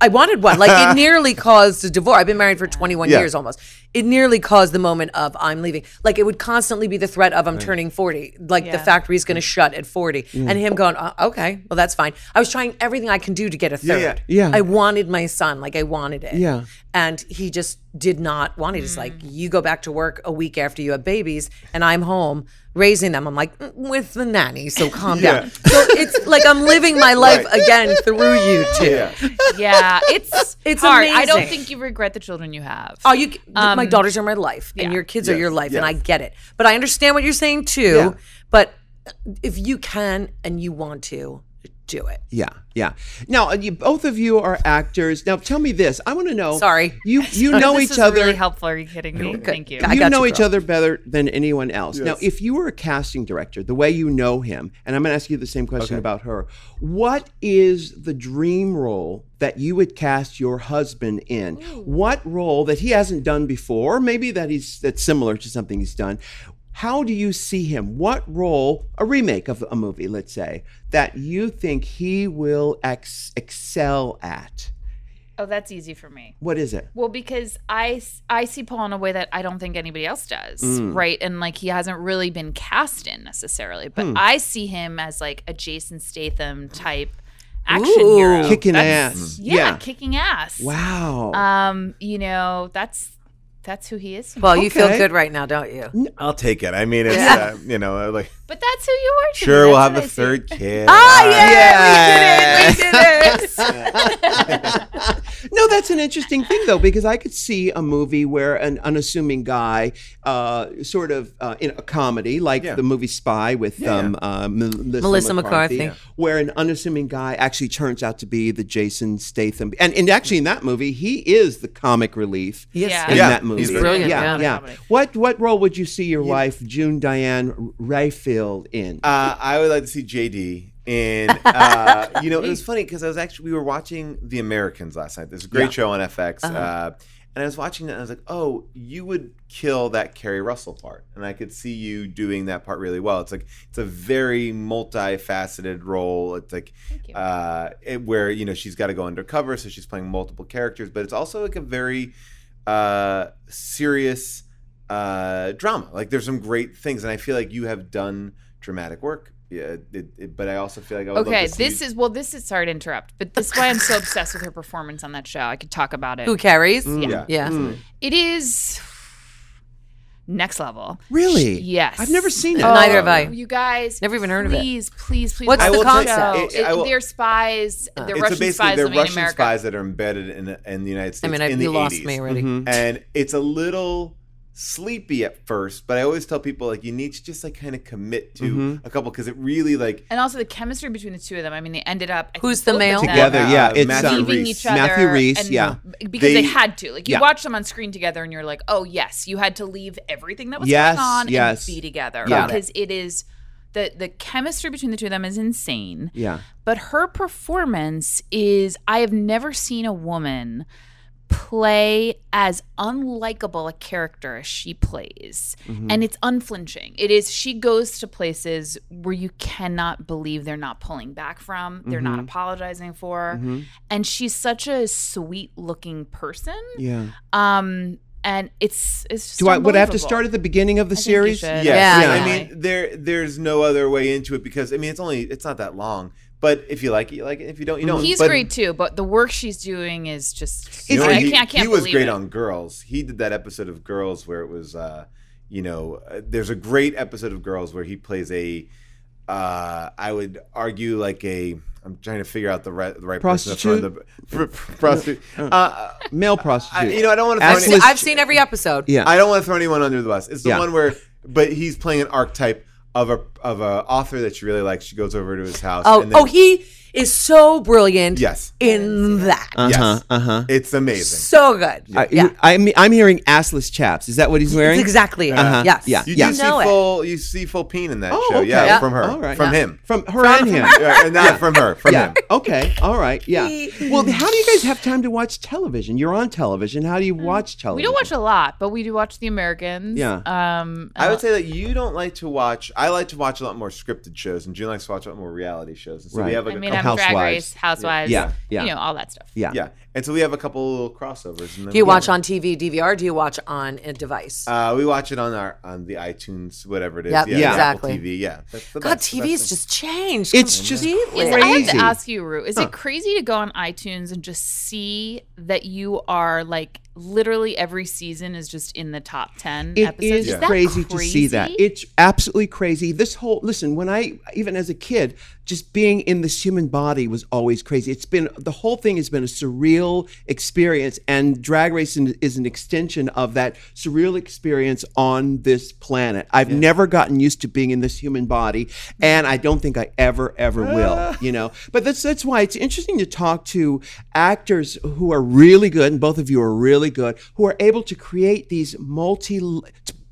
[SPEAKER 3] I wanted one. Like it nearly caused a divorce. I've been married for 21
[SPEAKER 4] Yeah.
[SPEAKER 3] years almost. It nearly caused the moment of I'm leaving. Like it would constantly be the threat of I'm turning 40. Like the
[SPEAKER 2] Yeah.
[SPEAKER 3] factory's
[SPEAKER 4] Mm.
[SPEAKER 3] going to shut at 40, and him going, "Uh, okay, well that's fine. I was trying everything I can do to get a
[SPEAKER 4] Yeah,
[SPEAKER 3] third.
[SPEAKER 4] yeah.
[SPEAKER 1] Yeah.
[SPEAKER 3] I wanted my son. Like I wanted it.
[SPEAKER 1] Yeah.
[SPEAKER 3] And he just did not want it. It's like, you go back to work a week after you have babies, and I'm home raising them. I'm like, "Mm, with the nanny, so calm down. So it's like I'm living my life
[SPEAKER 4] Right.
[SPEAKER 3] again through you two.
[SPEAKER 4] Yeah.
[SPEAKER 2] Yeah, it's
[SPEAKER 3] It's
[SPEAKER 2] it's hard. I don't
[SPEAKER 3] amazing.
[SPEAKER 2] think you regret the children you have.
[SPEAKER 3] Oh, you, my daughters are my life, and your kids are
[SPEAKER 4] Yes,
[SPEAKER 3] your life, and
[SPEAKER 4] yes.
[SPEAKER 3] I get it. But I understand what you're saying too.
[SPEAKER 4] Yeah.
[SPEAKER 3] But uh, if you can and you want to, do it.
[SPEAKER 1] Yeah, yeah. Now, uh, you, both of you are actors. Now, tell me this. I want to know.
[SPEAKER 3] Sorry.
[SPEAKER 1] You you know
[SPEAKER 2] this
[SPEAKER 1] each
[SPEAKER 2] is
[SPEAKER 1] other.
[SPEAKER 2] Really helpful. Are you kidding me? Thank you.
[SPEAKER 3] I
[SPEAKER 1] you
[SPEAKER 3] got
[SPEAKER 1] know
[SPEAKER 3] you,
[SPEAKER 1] each
[SPEAKER 3] girl.
[SPEAKER 1] other better than anyone else. Now,
[SPEAKER 4] Yes.
[SPEAKER 1] if you were a casting director, the way you know him, and I'm going to ask you the same question about her, what is the dream role that you would cast your husband in? What role that he hasn't done before, or maybe that he's that's similar to something he's done? How do you see him? What role, a remake of a movie, let's say, that you think he will ex- excel at?
[SPEAKER 2] Oh, that's easy for me.
[SPEAKER 1] What is it?
[SPEAKER 2] Well, because I, s- I see Paul in a way that I don't think anybody else does,
[SPEAKER 4] Mm.
[SPEAKER 2] right? And like he hasn't really been cast in necessarily, but
[SPEAKER 4] Hmm.
[SPEAKER 2] I see him as like a Jason Statham type action
[SPEAKER 3] Ooh.
[SPEAKER 2] hero,
[SPEAKER 1] Kicking
[SPEAKER 2] That's-
[SPEAKER 1] ass.
[SPEAKER 2] yeah,
[SPEAKER 1] Yeah.
[SPEAKER 2] kicking ass.
[SPEAKER 1] Wow.
[SPEAKER 2] Um, you know that's that's who he is.
[SPEAKER 3] Well, you feel
[SPEAKER 1] Okay.
[SPEAKER 3] good right now, don't you?
[SPEAKER 4] I'll take it. I mean, it's uh, you know, like
[SPEAKER 2] but that's who you are. to me.
[SPEAKER 4] sure, we'll
[SPEAKER 2] That's
[SPEAKER 4] have
[SPEAKER 2] what
[SPEAKER 4] a
[SPEAKER 2] I see.
[SPEAKER 4] third kid. Ah,
[SPEAKER 2] Yeah, we did it. We did it.
[SPEAKER 1] No, that's an interesting thing though, because I could see a movie where an unassuming guy, uh, sort of uh, in a comedy like
[SPEAKER 4] Yeah.
[SPEAKER 1] the movie Spy with um, Uh, Melissa,
[SPEAKER 3] Melissa
[SPEAKER 1] McCarthy,
[SPEAKER 3] McCarthy.
[SPEAKER 1] where an unassuming guy actually turns out to be the Jason Statham, and and actually in that movie he is the comic relief.
[SPEAKER 2] Yeah.
[SPEAKER 1] In
[SPEAKER 4] Yeah,
[SPEAKER 1] that movie,
[SPEAKER 4] he's brilliant,
[SPEAKER 1] Yeah,
[SPEAKER 3] yeah.
[SPEAKER 1] yeah.
[SPEAKER 2] Comedy.
[SPEAKER 1] What what role would you see your wife June Diane Rayfield in?
[SPEAKER 4] Uh, I would like to see JD. And uh, you know, it was funny because I was actually we were watching The Americans last night. There's a great
[SPEAKER 1] Yeah.
[SPEAKER 4] show on FX, uh, and I was watching it. and I was like, oh, you would kill that Carrie Russell part, and I could see you doing that part really well. It's like it's a very multifaceted role. It's like
[SPEAKER 2] you.
[SPEAKER 4] uh, it, where you know she's got to go undercover, so she's playing multiple characters, but it's also like a very uh, serious uh, drama. Like there's some great things, and I feel like you have done dramatic work. Yeah, it, it, but I also feel like I would
[SPEAKER 2] Okay,
[SPEAKER 4] love to see
[SPEAKER 2] this is well. This is sorry to interrupt, but this is why I'm so obsessed with her performance on that show. I could talk about it.
[SPEAKER 3] Who carries?
[SPEAKER 4] yeah.
[SPEAKER 3] Yeah.
[SPEAKER 2] It is next level.
[SPEAKER 1] really?
[SPEAKER 2] yes.
[SPEAKER 1] I've never seen it.
[SPEAKER 3] Oh. Neither have I.
[SPEAKER 2] You guys,
[SPEAKER 3] Never even heard of it.
[SPEAKER 2] Please, please, please.
[SPEAKER 3] What's
[SPEAKER 2] watch
[SPEAKER 3] the
[SPEAKER 2] the
[SPEAKER 3] concept?
[SPEAKER 2] show.
[SPEAKER 4] It- I
[SPEAKER 2] It-
[SPEAKER 4] will-
[SPEAKER 2] they're spies. They're
[SPEAKER 4] It's a
[SPEAKER 2] Russian
[SPEAKER 4] basically
[SPEAKER 2] spies
[SPEAKER 4] they're
[SPEAKER 2] living
[SPEAKER 4] Russian
[SPEAKER 2] in America.
[SPEAKER 4] spies that are embedded in, in the United
[SPEAKER 3] I
[SPEAKER 4] States.
[SPEAKER 3] mean, I,
[SPEAKER 4] in the
[SPEAKER 3] you lost
[SPEAKER 4] 80s.
[SPEAKER 3] me already.
[SPEAKER 1] Mm-hmm.
[SPEAKER 4] and it's a little sleepy at first but i always tell people like you need to just like kind of commit to
[SPEAKER 1] Mm-hmm.
[SPEAKER 4] a couple because it really like
[SPEAKER 2] And also the chemistry between the two of them. I mean, they ended up. I think,
[SPEAKER 3] Who's the
[SPEAKER 2] both of
[SPEAKER 3] male?
[SPEAKER 2] them
[SPEAKER 1] Together, yeah.
[SPEAKER 4] Uh,
[SPEAKER 1] It's
[SPEAKER 4] Matthew
[SPEAKER 1] um,
[SPEAKER 2] leaving
[SPEAKER 4] Reese.
[SPEAKER 2] each other.
[SPEAKER 1] Matthew Reese,
[SPEAKER 2] and-
[SPEAKER 1] yeah.
[SPEAKER 2] Because they,
[SPEAKER 4] They-
[SPEAKER 2] had to. Like you
[SPEAKER 1] yeah.
[SPEAKER 2] watch them on screen together, and you're like, oh yes, you had to leave everything that was
[SPEAKER 1] Yes,
[SPEAKER 2] going on
[SPEAKER 1] yes.
[SPEAKER 2] and be together
[SPEAKER 1] Yeah.
[SPEAKER 2] because it is the the chemistry between the two of them is insane.
[SPEAKER 1] Yeah.
[SPEAKER 2] But her performance is I have never seen a woman play as unlikable a character as she plays.
[SPEAKER 1] Mm-hmm.
[SPEAKER 2] And it's unflinching. It is she goes to places where you cannot believe they're not pulling back from, they're
[SPEAKER 1] Mm-hmm.
[SPEAKER 2] not apologizing for. And she's such a sweet looking person.
[SPEAKER 1] Yeah.
[SPEAKER 2] Um and it's it's just
[SPEAKER 1] Do I would I have to
[SPEAKER 2] unbelievable.
[SPEAKER 1] start at the beginning of the
[SPEAKER 2] think you
[SPEAKER 1] series?
[SPEAKER 2] should.
[SPEAKER 4] yeah,
[SPEAKER 3] Yeah.
[SPEAKER 4] I mean, there there's no other way into it because I mean, it's only it's not that long. But if you like it, you like it. If you don't, you don't.
[SPEAKER 2] Mm-hmm. He's
[SPEAKER 4] But,
[SPEAKER 2] great too, but the work she's doing is just
[SPEAKER 4] You know,
[SPEAKER 2] I
[SPEAKER 4] he,
[SPEAKER 2] can't I can't
[SPEAKER 4] he was
[SPEAKER 2] believe it.
[SPEAKER 4] great on Girls. He did that episode of Girls where it was, uh, you know, uh, there's a great episode of Girls where he plays a uh, I would argue like a. I'm trying to figure out the right, the right person. to throw in The, pr- prostitute. Uh,
[SPEAKER 1] Male prostitute.
[SPEAKER 4] you know, I don't want to throw
[SPEAKER 1] Ass-
[SPEAKER 4] any-
[SPEAKER 1] Let's-
[SPEAKER 3] I've seen every episode.
[SPEAKER 1] yeah.
[SPEAKER 4] I don't want to throw anyone under the bus. It's the
[SPEAKER 1] Yeah.
[SPEAKER 4] one where, but he's playing an archetype of a of a author that she really likes. She goes over to his house.
[SPEAKER 3] Oh,
[SPEAKER 4] and then-
[SPEAKER 3] oh, he is so brilliant.
[SPEAKER 4] Yes.
[SPEAKER 3] In that,
[SPEAKER 4] yes,
[SPEAKER 1] Uh huh.
[SPEAKER 4] it's amazing.
[SPEAKER 3] so good.
[SPEAKER 1] I,
[SPEAKER 3] yeah,
[SPEAKER 1] I'm I'm hearing assless chaps. Is that what he's wearing?
[SPEAKER 3] That's exactly. it.
[SPEAKER 1] Uh-huh.
[SPEAKER 3] Yes.
[SPEAKER 1] Yeah.
[SPEAKER 4] You,
[SPEAKER 1] Yeah.
[SPEAKER 4] do
[SPEAKER 3] You know
[SPEAKER 4] see
[SPEAKER 3] it.
[SPEAKER 4] full, you see full peen in that
[SPEAKER 1] Oh,
[SPEAKER 4] show,
[SPEAKER 1] okay.
[SPEAKER 4] yeah,
[SPEAKER 1] Yeah.
[SPEAKER 4] from her,
[SPEAKER 1] All right.
[SPEAKER 4] from
[SPEAKER 1] Yeah.
[SPEAKER 4] him,
[SPEAKER 1] From her and him.
[SPEAKER 4] Yeah, not from her, from
[SPEAKER 1] yeah.
[SPEAKER 4] him.
[SPEAKER 1] Okay. All right. Yeah. Well, how do you guys have time to watch television? You're on television. How do you watch
[SPEAKER 2] We
[SPEAKER 1] television?
[SPEAKER 2] don't watch a lot, but we do watch The Americans.
[SPEAKER 1] Yeah.
[SPEAKER 2] Um,
[SPEAKER 4] I would say that you don't like to watch. I like to watch a lot more scripted shows, and June likes to watch a lot more reality shows. And so
[SPEAKER 1] Right.
[SPEAKER 4] we have like
[SPEAKER 2] I
[SPEAKER 4] a
[SPEAKER 2] mean, I'm
[SPEAKER 4] couple,
[SPEAKER 2] Drag
[SPEAKER 1] oh, Housewives.
[SPEAKER 2] Race, Housewives.
[SPEAKER 1] Yeah, yeah.
[SPEAKER 2] You know, all that stuff.
[SPEAKER 1] Yeah.
[SPEAKER 4] yeah, and so we have a couple little crossovers. And then
[SPEAKER 3] Do you
[SPEAKER 4] we-
[SPEAKER 3] watch on TV, DVR? Do you watch on a device?
[SPEAKER 4] Uh, we watch it on our on the iTunes, whatever it is.
[SPEAKER 3] Yep,
[SPEAKER 4] yeah,
[SPEAKER 1] Yeah.
[SPEAKER 4] Apple
[SPEAKER 3] exactly.
[SPEAKER 4] TV. Yeah, That's the
[SPEAKER 3] God,
[SPEAKER 4] best-
[SPEAKER 3] TV
[SPEAKER 4] that's
[SPEAKER 3] has
[SPEAKER 4] the-
[SPEAKER 3] just changed.
[SPEAKER 1] It's just
[SPEAKER 3] completely.
[SPEAKER 2] Is- I have
[SPEAKER 1] Crazy.
[SPEAKER 2] to ask you, Rue, is it crazy to go on iTunes and just see that you are like literally every season is just in the top 10
[SPEAKER 1] It
[SPEAKER 2] episodes?
[SPEAKER 1] is
[SPEAKER 2] that
[SPEAKER 1] crazy to see that.
[SPEAKER 2] crazy?
[SPEAKER 1] It's absolutely crazy. This whole listen, when I even as a kid, just being in this human body was always crazy. It's been the whole thing has been a surreal experience, and drag racing is an extension of that surreal experience on this planet. I've never gotten used to being in this human body, and I don't think I ever ever will. You know, but that's that's why it's interesting to talk to actors who are really good, and both of you are really good, who are able to create these multi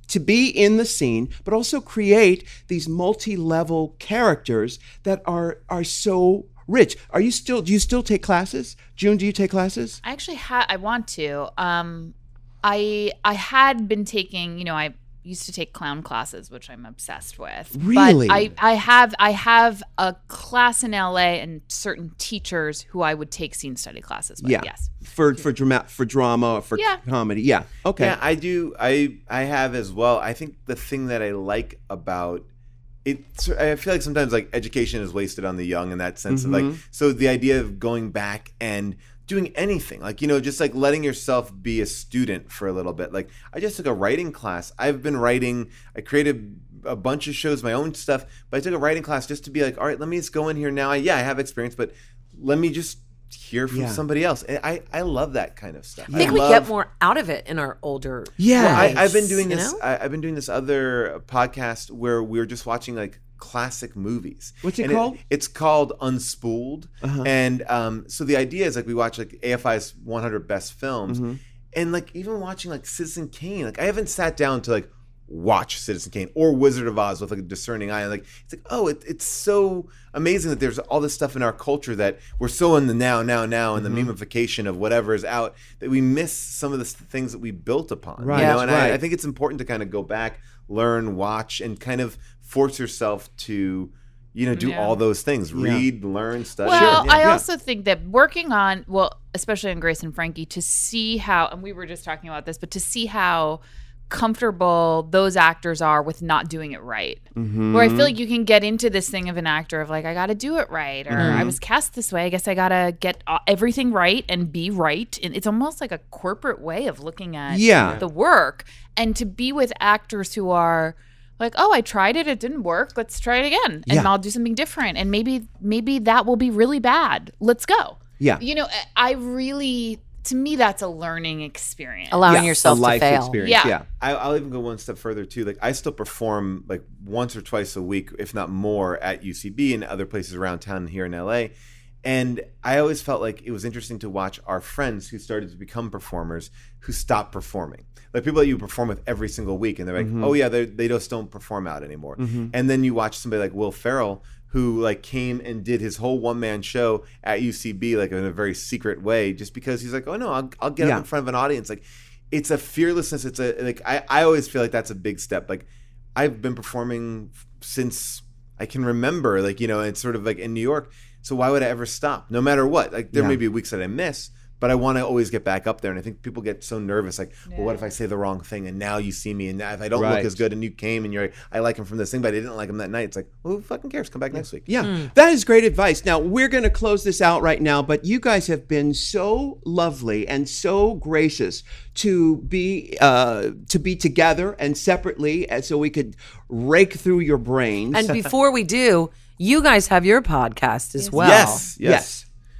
[SPEAKER 1] to be in the scene, but also create these multi-level characters that are are so rich. Are you still? Do you still take classes, June? Do you take classes?
[SPEAKER 2] I actually ha- I want to. Um, I I had been taking, you know, I used to take clown classes, which I'm obsessed with.
[SPEAKER 1] Really?
[SPEAKER 2] But I I have I have a class in LA and certain teachers who I would take scene study classes with.
[SPEAKER 1] Yeah.
[SPEAKER 2] Yes.
[SPEAKER 1] For for drama for drama or for
[SPEAKER 2] Yeah.
[SPEAKER 1] comedy. Yeah. Okay.
[SPEAKER 4] Yeah, I do. I I have as well. I think the thing that I like about it, so I feel like sometimes like education is wasted on the young in that sense of
[SPEAKER 1] Mm-hmm.
[SPEAKER 4] like. So the idea of going back and doing anything, like you know, just like letting yourself be a student for a little bit. Like I just took a writing class. I've been writing. I created a bunch of shows, my own stuff, but I took a writing class just to be like, all right, let me just go in here now. I, yeah, I have experience, but let me just hear from
[SPEAKER 1] Yeah.
[SPEAKER 4] somebody else. And I I love that kind of stuff.
[SPEAKER 3] I think
[SPEAKER 4] I
[SPEAKER 3] we
[SPEAKER 4] love,
[SPEAKER 3] get more out of it in our older.
[SPEAKER 1] Yeah.
[SPEAKER 3] lives,
[SPEAKER 4] I, I've been doing
[SPEAKER 3] you
[SPEAKER 4] this. uh,
[SPEAKER 3] know?
[SPEAKER 4] I, I've been doing this other podcast where we are just watching like classic movies.
[SPEAKER 1] What's it
[SPEAKER 4] And
[SPEAKER 1] called? Uh-huh.
[SPEAKER 4] it's called Unspooled. And um, so the idea is like we watch like AFI's 100 best films,
[SPEAKER 1] Mm-hmm.
[SPEAKER 4] and like even watching like Citizen Kane. Like I haven't sat down to like watch Citizen Kane or Wizard of Oz with like a discerning eye. Like it's like oh, it, it's so amazing that there's all this stuff in our culture that we're so in the now, now, now, and the memification of whatever is out that we miss some of the s- things that we built upon.
[SPEAKER 1] Right,
[SPEAKER 4] You know? And
[SPEAKER 1] right.
[SPEAKER 4] I, I think it's important to kind of go back, learn, watch, and kind of force yourself to. You know, do
[SPEAKER 2] Yeah.
[SPEAKER 4] all those things: read, learn, study.
[SPEAKER 2] Well,
[SPEAKER 4] Yeah.
[SPEAKER 2] I also think that working on, well, especially on Grace and Frankie, to see how, and we were just talking about this, but to see how comfortable those actors are with not doing it right.
[SPEAKER 1] Mm-hmm.
[SPEAKER 2] Where I feel like you can get into this thing of an actor of like, I got to do it right, or
[SPEAKER 1] Mm-hmm.
[SPEAKER 2] I was cast this way. I guess I got to get uh, everything right and be right. And it's almost like a corporate way of looking at
[SPEAKER 1] Yeah.
[SPEAKER 2] the work. And to be with actors who are, like oh i tried it it didn't work let's try it again and
[SPEAKER 1] Yeah.
[SPEAKER 2] i'll do something different and maybe maybe that will be really bad let's go
[SPEAKER 1] Yeah.
[SPEAKER 2] you know I- i really to me that's a learning experience
[SPEAKER 3] Allowing
[SPEAKER 1] Yeah.
[SPEAKER 3] yourself
[SPEAKER 1] a life
[SPEAKER 3] to fail.
[SPEAKER 1] experience.
[SPEAKER 2] Yeah.
[SPEAKER 1] yeah.
[SPEAKER 4] I, I'll even go one step further too. Like I still perform like once or twice a week, if not more, at UCB and other places around town here in LA. And I always felt like it was interesting to watch our friends who started to become performers who stopped performing. Like people that you perform with every single week, and they're like, oh yeah, they they just don't perform out anymore.
[SPEAKER 1] Mm-hmm.
[SPEAKER 4] And then you watch somebody like Will Ferrell who like came and did his whole one man show at UCB like in a very secret way, just because he's like, oh no, I'll, I'll get
[SPEAKER 1] Yeah.
[SPEAKER 4] up in front of an audience. Like it's a fearlessness. It's a like I, I always feel like that's a big step. Like I've been performing f- since I can remember. Like you know, it's sort of like in New York. So why would I ever stop? No matter what. Like there may be weeks that I miss, But I want to always get back up there, and I think people get so nervous, like, well, what if I say the wrong thing, and now you see me, and now if I don't
[SPEAKER 1] Right.
[SPEAKER 4] look as good, and you came, and you're, like, I like him from this thing, but I didn't like him that night. It's like, well, who fucking cares? Come back next week.
[SPEAKER 1] Yeah, Mm.
[SPEAKER 3] Hmm.
[SPEAKER 1] that is great advice. Now, we're going to close this out right now, but you guys have been so lovely and so gracious to be uh, to be together and separately, and so we could rake through your brains.
[SPEAKER 3] And before we do, you guys have your podcast as well.
[SPEAKER 4] Yes, yes.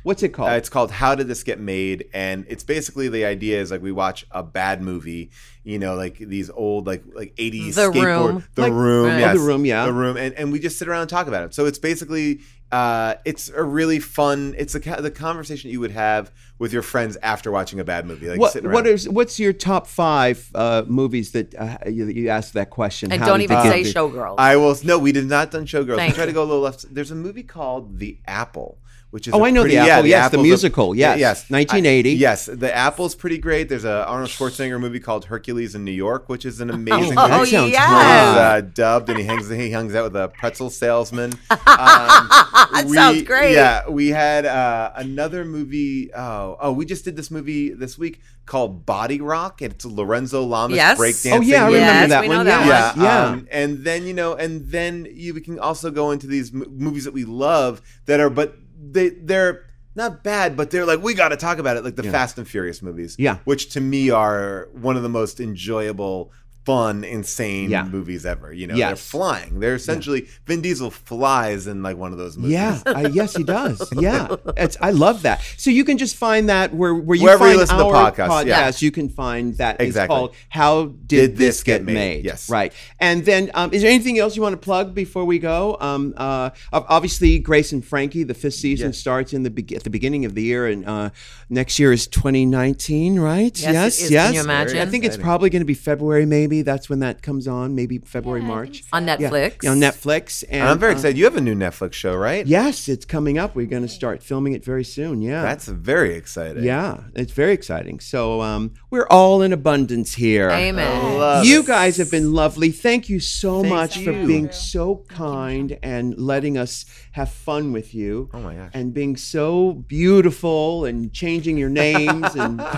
[SPEAKER 1] What's it called?
[SPEAKER 4] Uh, it's called How Did This Get Made? And it's basically the idea is like we watch a bad movie, you know, like these old like like eighties
[SPEAKER 3] The
[SPEAKER 4] skateboard
[SPEAKER 3] Room.
[SPEAKER 4] The
[SPEAKER 1] Like-
[SPEAKER 4] Room,
[SPEAKER 1] Oh, The
[SPEAKER 4] yes.
[SPEAKER 1] Room, yeah.
[SPEAKER 4] The Room. And and we just sit around and talk about it. So it's basically uh, it's a really fun. It's the ca- the conversation you would have with your friends after watching a bad movie. Like
[SPEAKER 1] what
[SPEAKER 4] sitting
[SPEAKER 1] what
[SPEAKER 4] around.
[SPEAKER 1] is what's your top five uh, movies that uh, you, you asked that question?
[SPEAKER 3] And
[SPEAKER 1] How
[SPEAKER 3] don't
[SPEAKER 1] did they
[SPEAKER 3] even
[SPEAKER 1] get
[SPEAKER 3] say
[SPEAKER 1] the-
[SPEAKER 3] showgirls.
[SPEAKER 4] I will. No, we did not done Showgirls.
[SPEAKER 3] Thank
[SPEAKER 4] we tried
[SPEAKER 3] you.
[SPEAKER 4] to go a little left. There's a movie called The Apple, which is
[SPEAKER 1] Oh,
[SPEAKER 4] I
[SPEAKER 1] I know The Apple, yes, the musical, yes,
[SPEAKER 4] yes,
[SPEAKER 1] 1980.
[SPEAKER 4] I- yes, The Apple's pretty great. There's a Arnold Schwarzenegger movie called Hercules in New York, which is an amazing.
[SPEAKER 1] Oh,
[SPEAKER 4] movie.
[SPEAKER 1] that sounds
[SPEAKER 3] yes.
[SPEAKER 1] great.
[SPEAKER 4] He's, uh, dubbed and he hangs he hangs out with a pretzel salesman. that
[SPEAKER 3] sounds great.
[SPEAKER 4] Yeah, we had uh, another movie. Oh, oh, we just did this movie this week called Body Rock. It's Lorenzo Lamas
[SPEAKER 3] Yes.
[SPEAKER 4] breakdancing.
[SPEAKER 1] Oh yeah, I remember
[SPEAKER 4] movie.
[SPEAKER 3] Yes,
[SPEAKER 1] that
[SPEAKER 3] we
[SPEAKER 1] one.
[SPEAKER 3] know that
[SPEAKER 1] yeah,
[SPEAKER 4] Yeah,
[SPEAKER 3] one.
[SPEAKER 1] yeah.
[SPEAKER 4] um, and then you know, and then you we can also go into these m- movies that we love that are, but they they're not bad, but they're like we got to talk about it, like the Fast and Furious movies.
[SPEAKER 1] Yeah.
[SPEAKER 4] which to me are one of the most enjoyable. Fun, insane
[SPEAKER 1] Yeah.
[SPEAKER 4] movies ever. You know, they're
[SPEAKER 1] Yes.
[SPEAKER 4] flying. They're essentially Vin Diesel flies in like one of those movies.
[SPEAKER 1] Yeah, uh, yes, he does. Yeah, it's, I love that. So you can just find that where where you
[SPEAKER 4] Wherever you
[SPEAKER 1] find
[SPEAKER 4] listen to
[SPEAKER 1] our
[SPEAKER 4] podcasts,
[SPEAKER 1] podcast,
[SPEAKER 4] yeah.
[SPEAKER 1] you can find that. It's
[SPEAKER 4] Exactly.
[SPEAKER 1] called "How Did, This Get Made?
[SPEAKER 4] Yes.
[SPEAKER 1] right. And then, um, is there anything else you want to plug before we go? Um, uh, ob- obviously, Grace and Frankie, the fifth season starts in the be- at the beginning of the year, and uh, next year is 2019, right?
[SPEAKER 3] Yes, it is. Can you imagine?
[SPEAKER 1] I think it's probably going to be February, maybe. That's when that comes on, maybe February, March.
[SPEAKER 3] on Netflix.
[SPEAKER 1] Yeah, on Netflix. And
[SPEAKER 4] And I'm very
[SPEAKER 1] uh,
[SPEAKER 4] excited. You have a new Netflix show, right?
[SPEAKER 1] Yes, it's coming up. We're going to start filming it very soon. Yeah.
[SPEAKER 4] that's very exciting.
[SPEAKER 1] yeah, it's very exciting. So um, we're all in abundance here. Uh,
[SPEAKER 3] Amen.
[SPEAKER 4] Love
[SPEAKER 1] You
[SPEAKER 4] it.
[SPEAKER 1] guys have been lovely. Thank you so much for
[SPEAKER 4] you.
[SPEAKER 1] being so kind and letting us have fun with you. Oh
[SPEAKER 4] my gosh.
[SPEAKER 1] And being so beautiful and changing your names and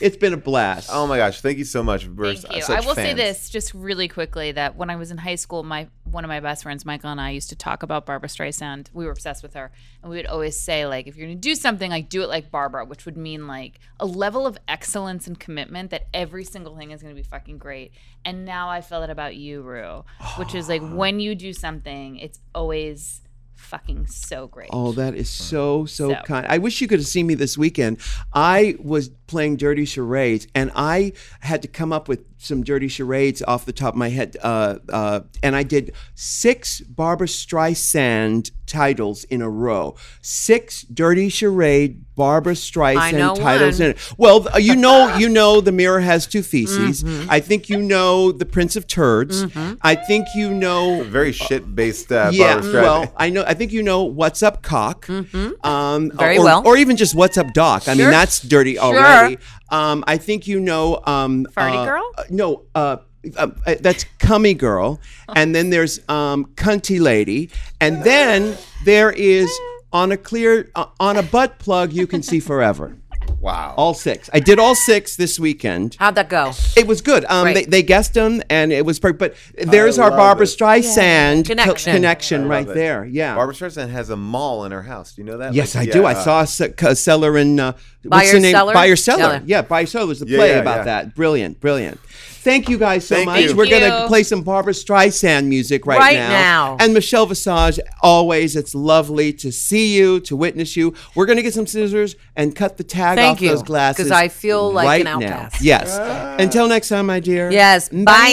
[SPEAKER 1] it's been a blast.
[SPEAKER 4] Oh my gosh! Thank you so much. We're uh,
[SPEAKER 2] Thank you.
[SPEAKER 4] such
[SPEAKER 2] I will say
[SPEAKER 4] fans.
[SPEAKER 2] this just really quickly that when I was in high school, my one of my best friends, Michael and I, used to talk about Barbara Streisand. We were obsessed with her, and we would always say like, if you're going to do something, like do it like Barbara, which would mean like a level of excellence and commitment that every single thing is going to be fucking great. And now I feel that about you, Rue, which is like when you do something, it's always fucking so great.
[SPEAKER 1] Oh, that is so, so
[SPEAKER 2] So.
[SPEAKER 1] kind. I wish you could have seen me this weekend. I was playing dirty charades and I had to come up with some dirty charades off the top of my head. Uh, uh, and I did six Barbara Streisand titles in a row. Six dirty charade Barbara
[SPEAKER 3] know
[SPEAKER 1] Streisand titles
[SPEAKER 3] one.
[SPEAKER 1] in it. Well, th- you know, you know, the mirror has two feces. I think you know the Prince of Turds. I think you know
[SPEAKER 4] very shit based uh,
[SPEAKER 1] yeah,
[SPEAKER 4] Barbra Streisand.
[SPEAKER 1] well, I know. I think you know what's up, cock. Um,
[SPEAKER 3] Mm-hmm. Very
[SPEAKER 1] or,
[SPEAKER 3] well.
[SPEAKER 1] or even just what's up, doc. I mean,
[SPEAKER 3] Sure.
[SPEAKER 1] that's dirty already. Um, I think you know. Um,
[SPEAKER 2] Farty
[SPEAKER 1] uh,
[SPEAKER 2] girl?
[SPEAKER 1] uh, No, uh, uh, uh, that's cummy girl, and then there's um, cunty lady, and then there is on a clear uh, on a butt plug you can see forever.
[SPEAKER 4] wow.
[SPEAKER 1] All six. I did all six this weekend.
[SPEAKER 3] How'd that go?
[SPEAKER 1] It was good. Um,
[SPEAKER 3] Right.
[SPEAKER 1] they, they guessed him, and it was perfect. But there's our
[SPEAKER 4] love
[SPEAKER 1] Barbara
[SPEAKER 4] it.
[SPEAKER 1] Streisand co-
[SPEAKER 3] Connection.
[SPEAKER 1] connection right
[SPEAKER 4] it.
[SPEAKER 1] there. Yeah.
[SPEAKER 4] Barbara Streisand has a mall in her house. Do you know that?
[SPEAKER 1] yes,
[SPEAKER 4] Like,
[SPEAKER 1] I
[SPEAKER 4] yeah,
[SPEAKER 1] do. I
[SPEAKER 4] uh,
[SPEAKER 1] saw a, se- a seller in uh, what's
[SPEAKER 3] Buyer,
[SPEAKER 1] the name?
[SPEAKER 3] seller?
[SPEAKER 1] Buyer seller.
[SPEAKER 3] Seller.
[SPEAKER 1] Yeah, buyer seller is the
[SPEAKER 4] Yeah,
[SPEAKER 1] play
[SPEAKER 4] yeah,
[SPEAKER 1] about
[SPEAKER 4] yeah.
[SPEAKER 1] that. Brilliant, brilliant. Thank you guys so
[SPEAKER 4] Thank
[SPEAKER 1] much.
[SPEAKER 4] you.
[SPEAKER 1] We're
[SPEAKER 2] Thank
[SPEAKER 1] gonna
[SPEAKER 2] you.
[SPEAKER 1] play some Barbara Streisand music right,
[SPEAKER 3] Right now.
[SPEAKER 1] And Michelle Visage, always, it's lovely to see you, to witness you. We're gonna get some scissors and cut the tag
[SPEAKER 3] Thank
[SPEAKER 1] off
[SPEAKER 3] you,
[SPEAKER 1] those
[SPEAKER 3] 'cause
[SPEAKER 1] glasses.
[SPEAKER 3] I feel like
[SPEAKER 1] right
[SPEAKER 3] an
[SPEAKER 1] now.
[SPEAKER 3] outcast.
[SPEAKER 1] Yes.
[SPEAKER 4] Ah.
[SPEAKER 1] Until next time, my dear.
[SPEAKER 3] Yes. Bye.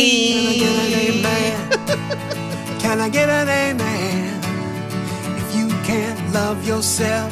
[SPEAKER 5] Can I get an amen? Can I get an amen? If you can't love yourself,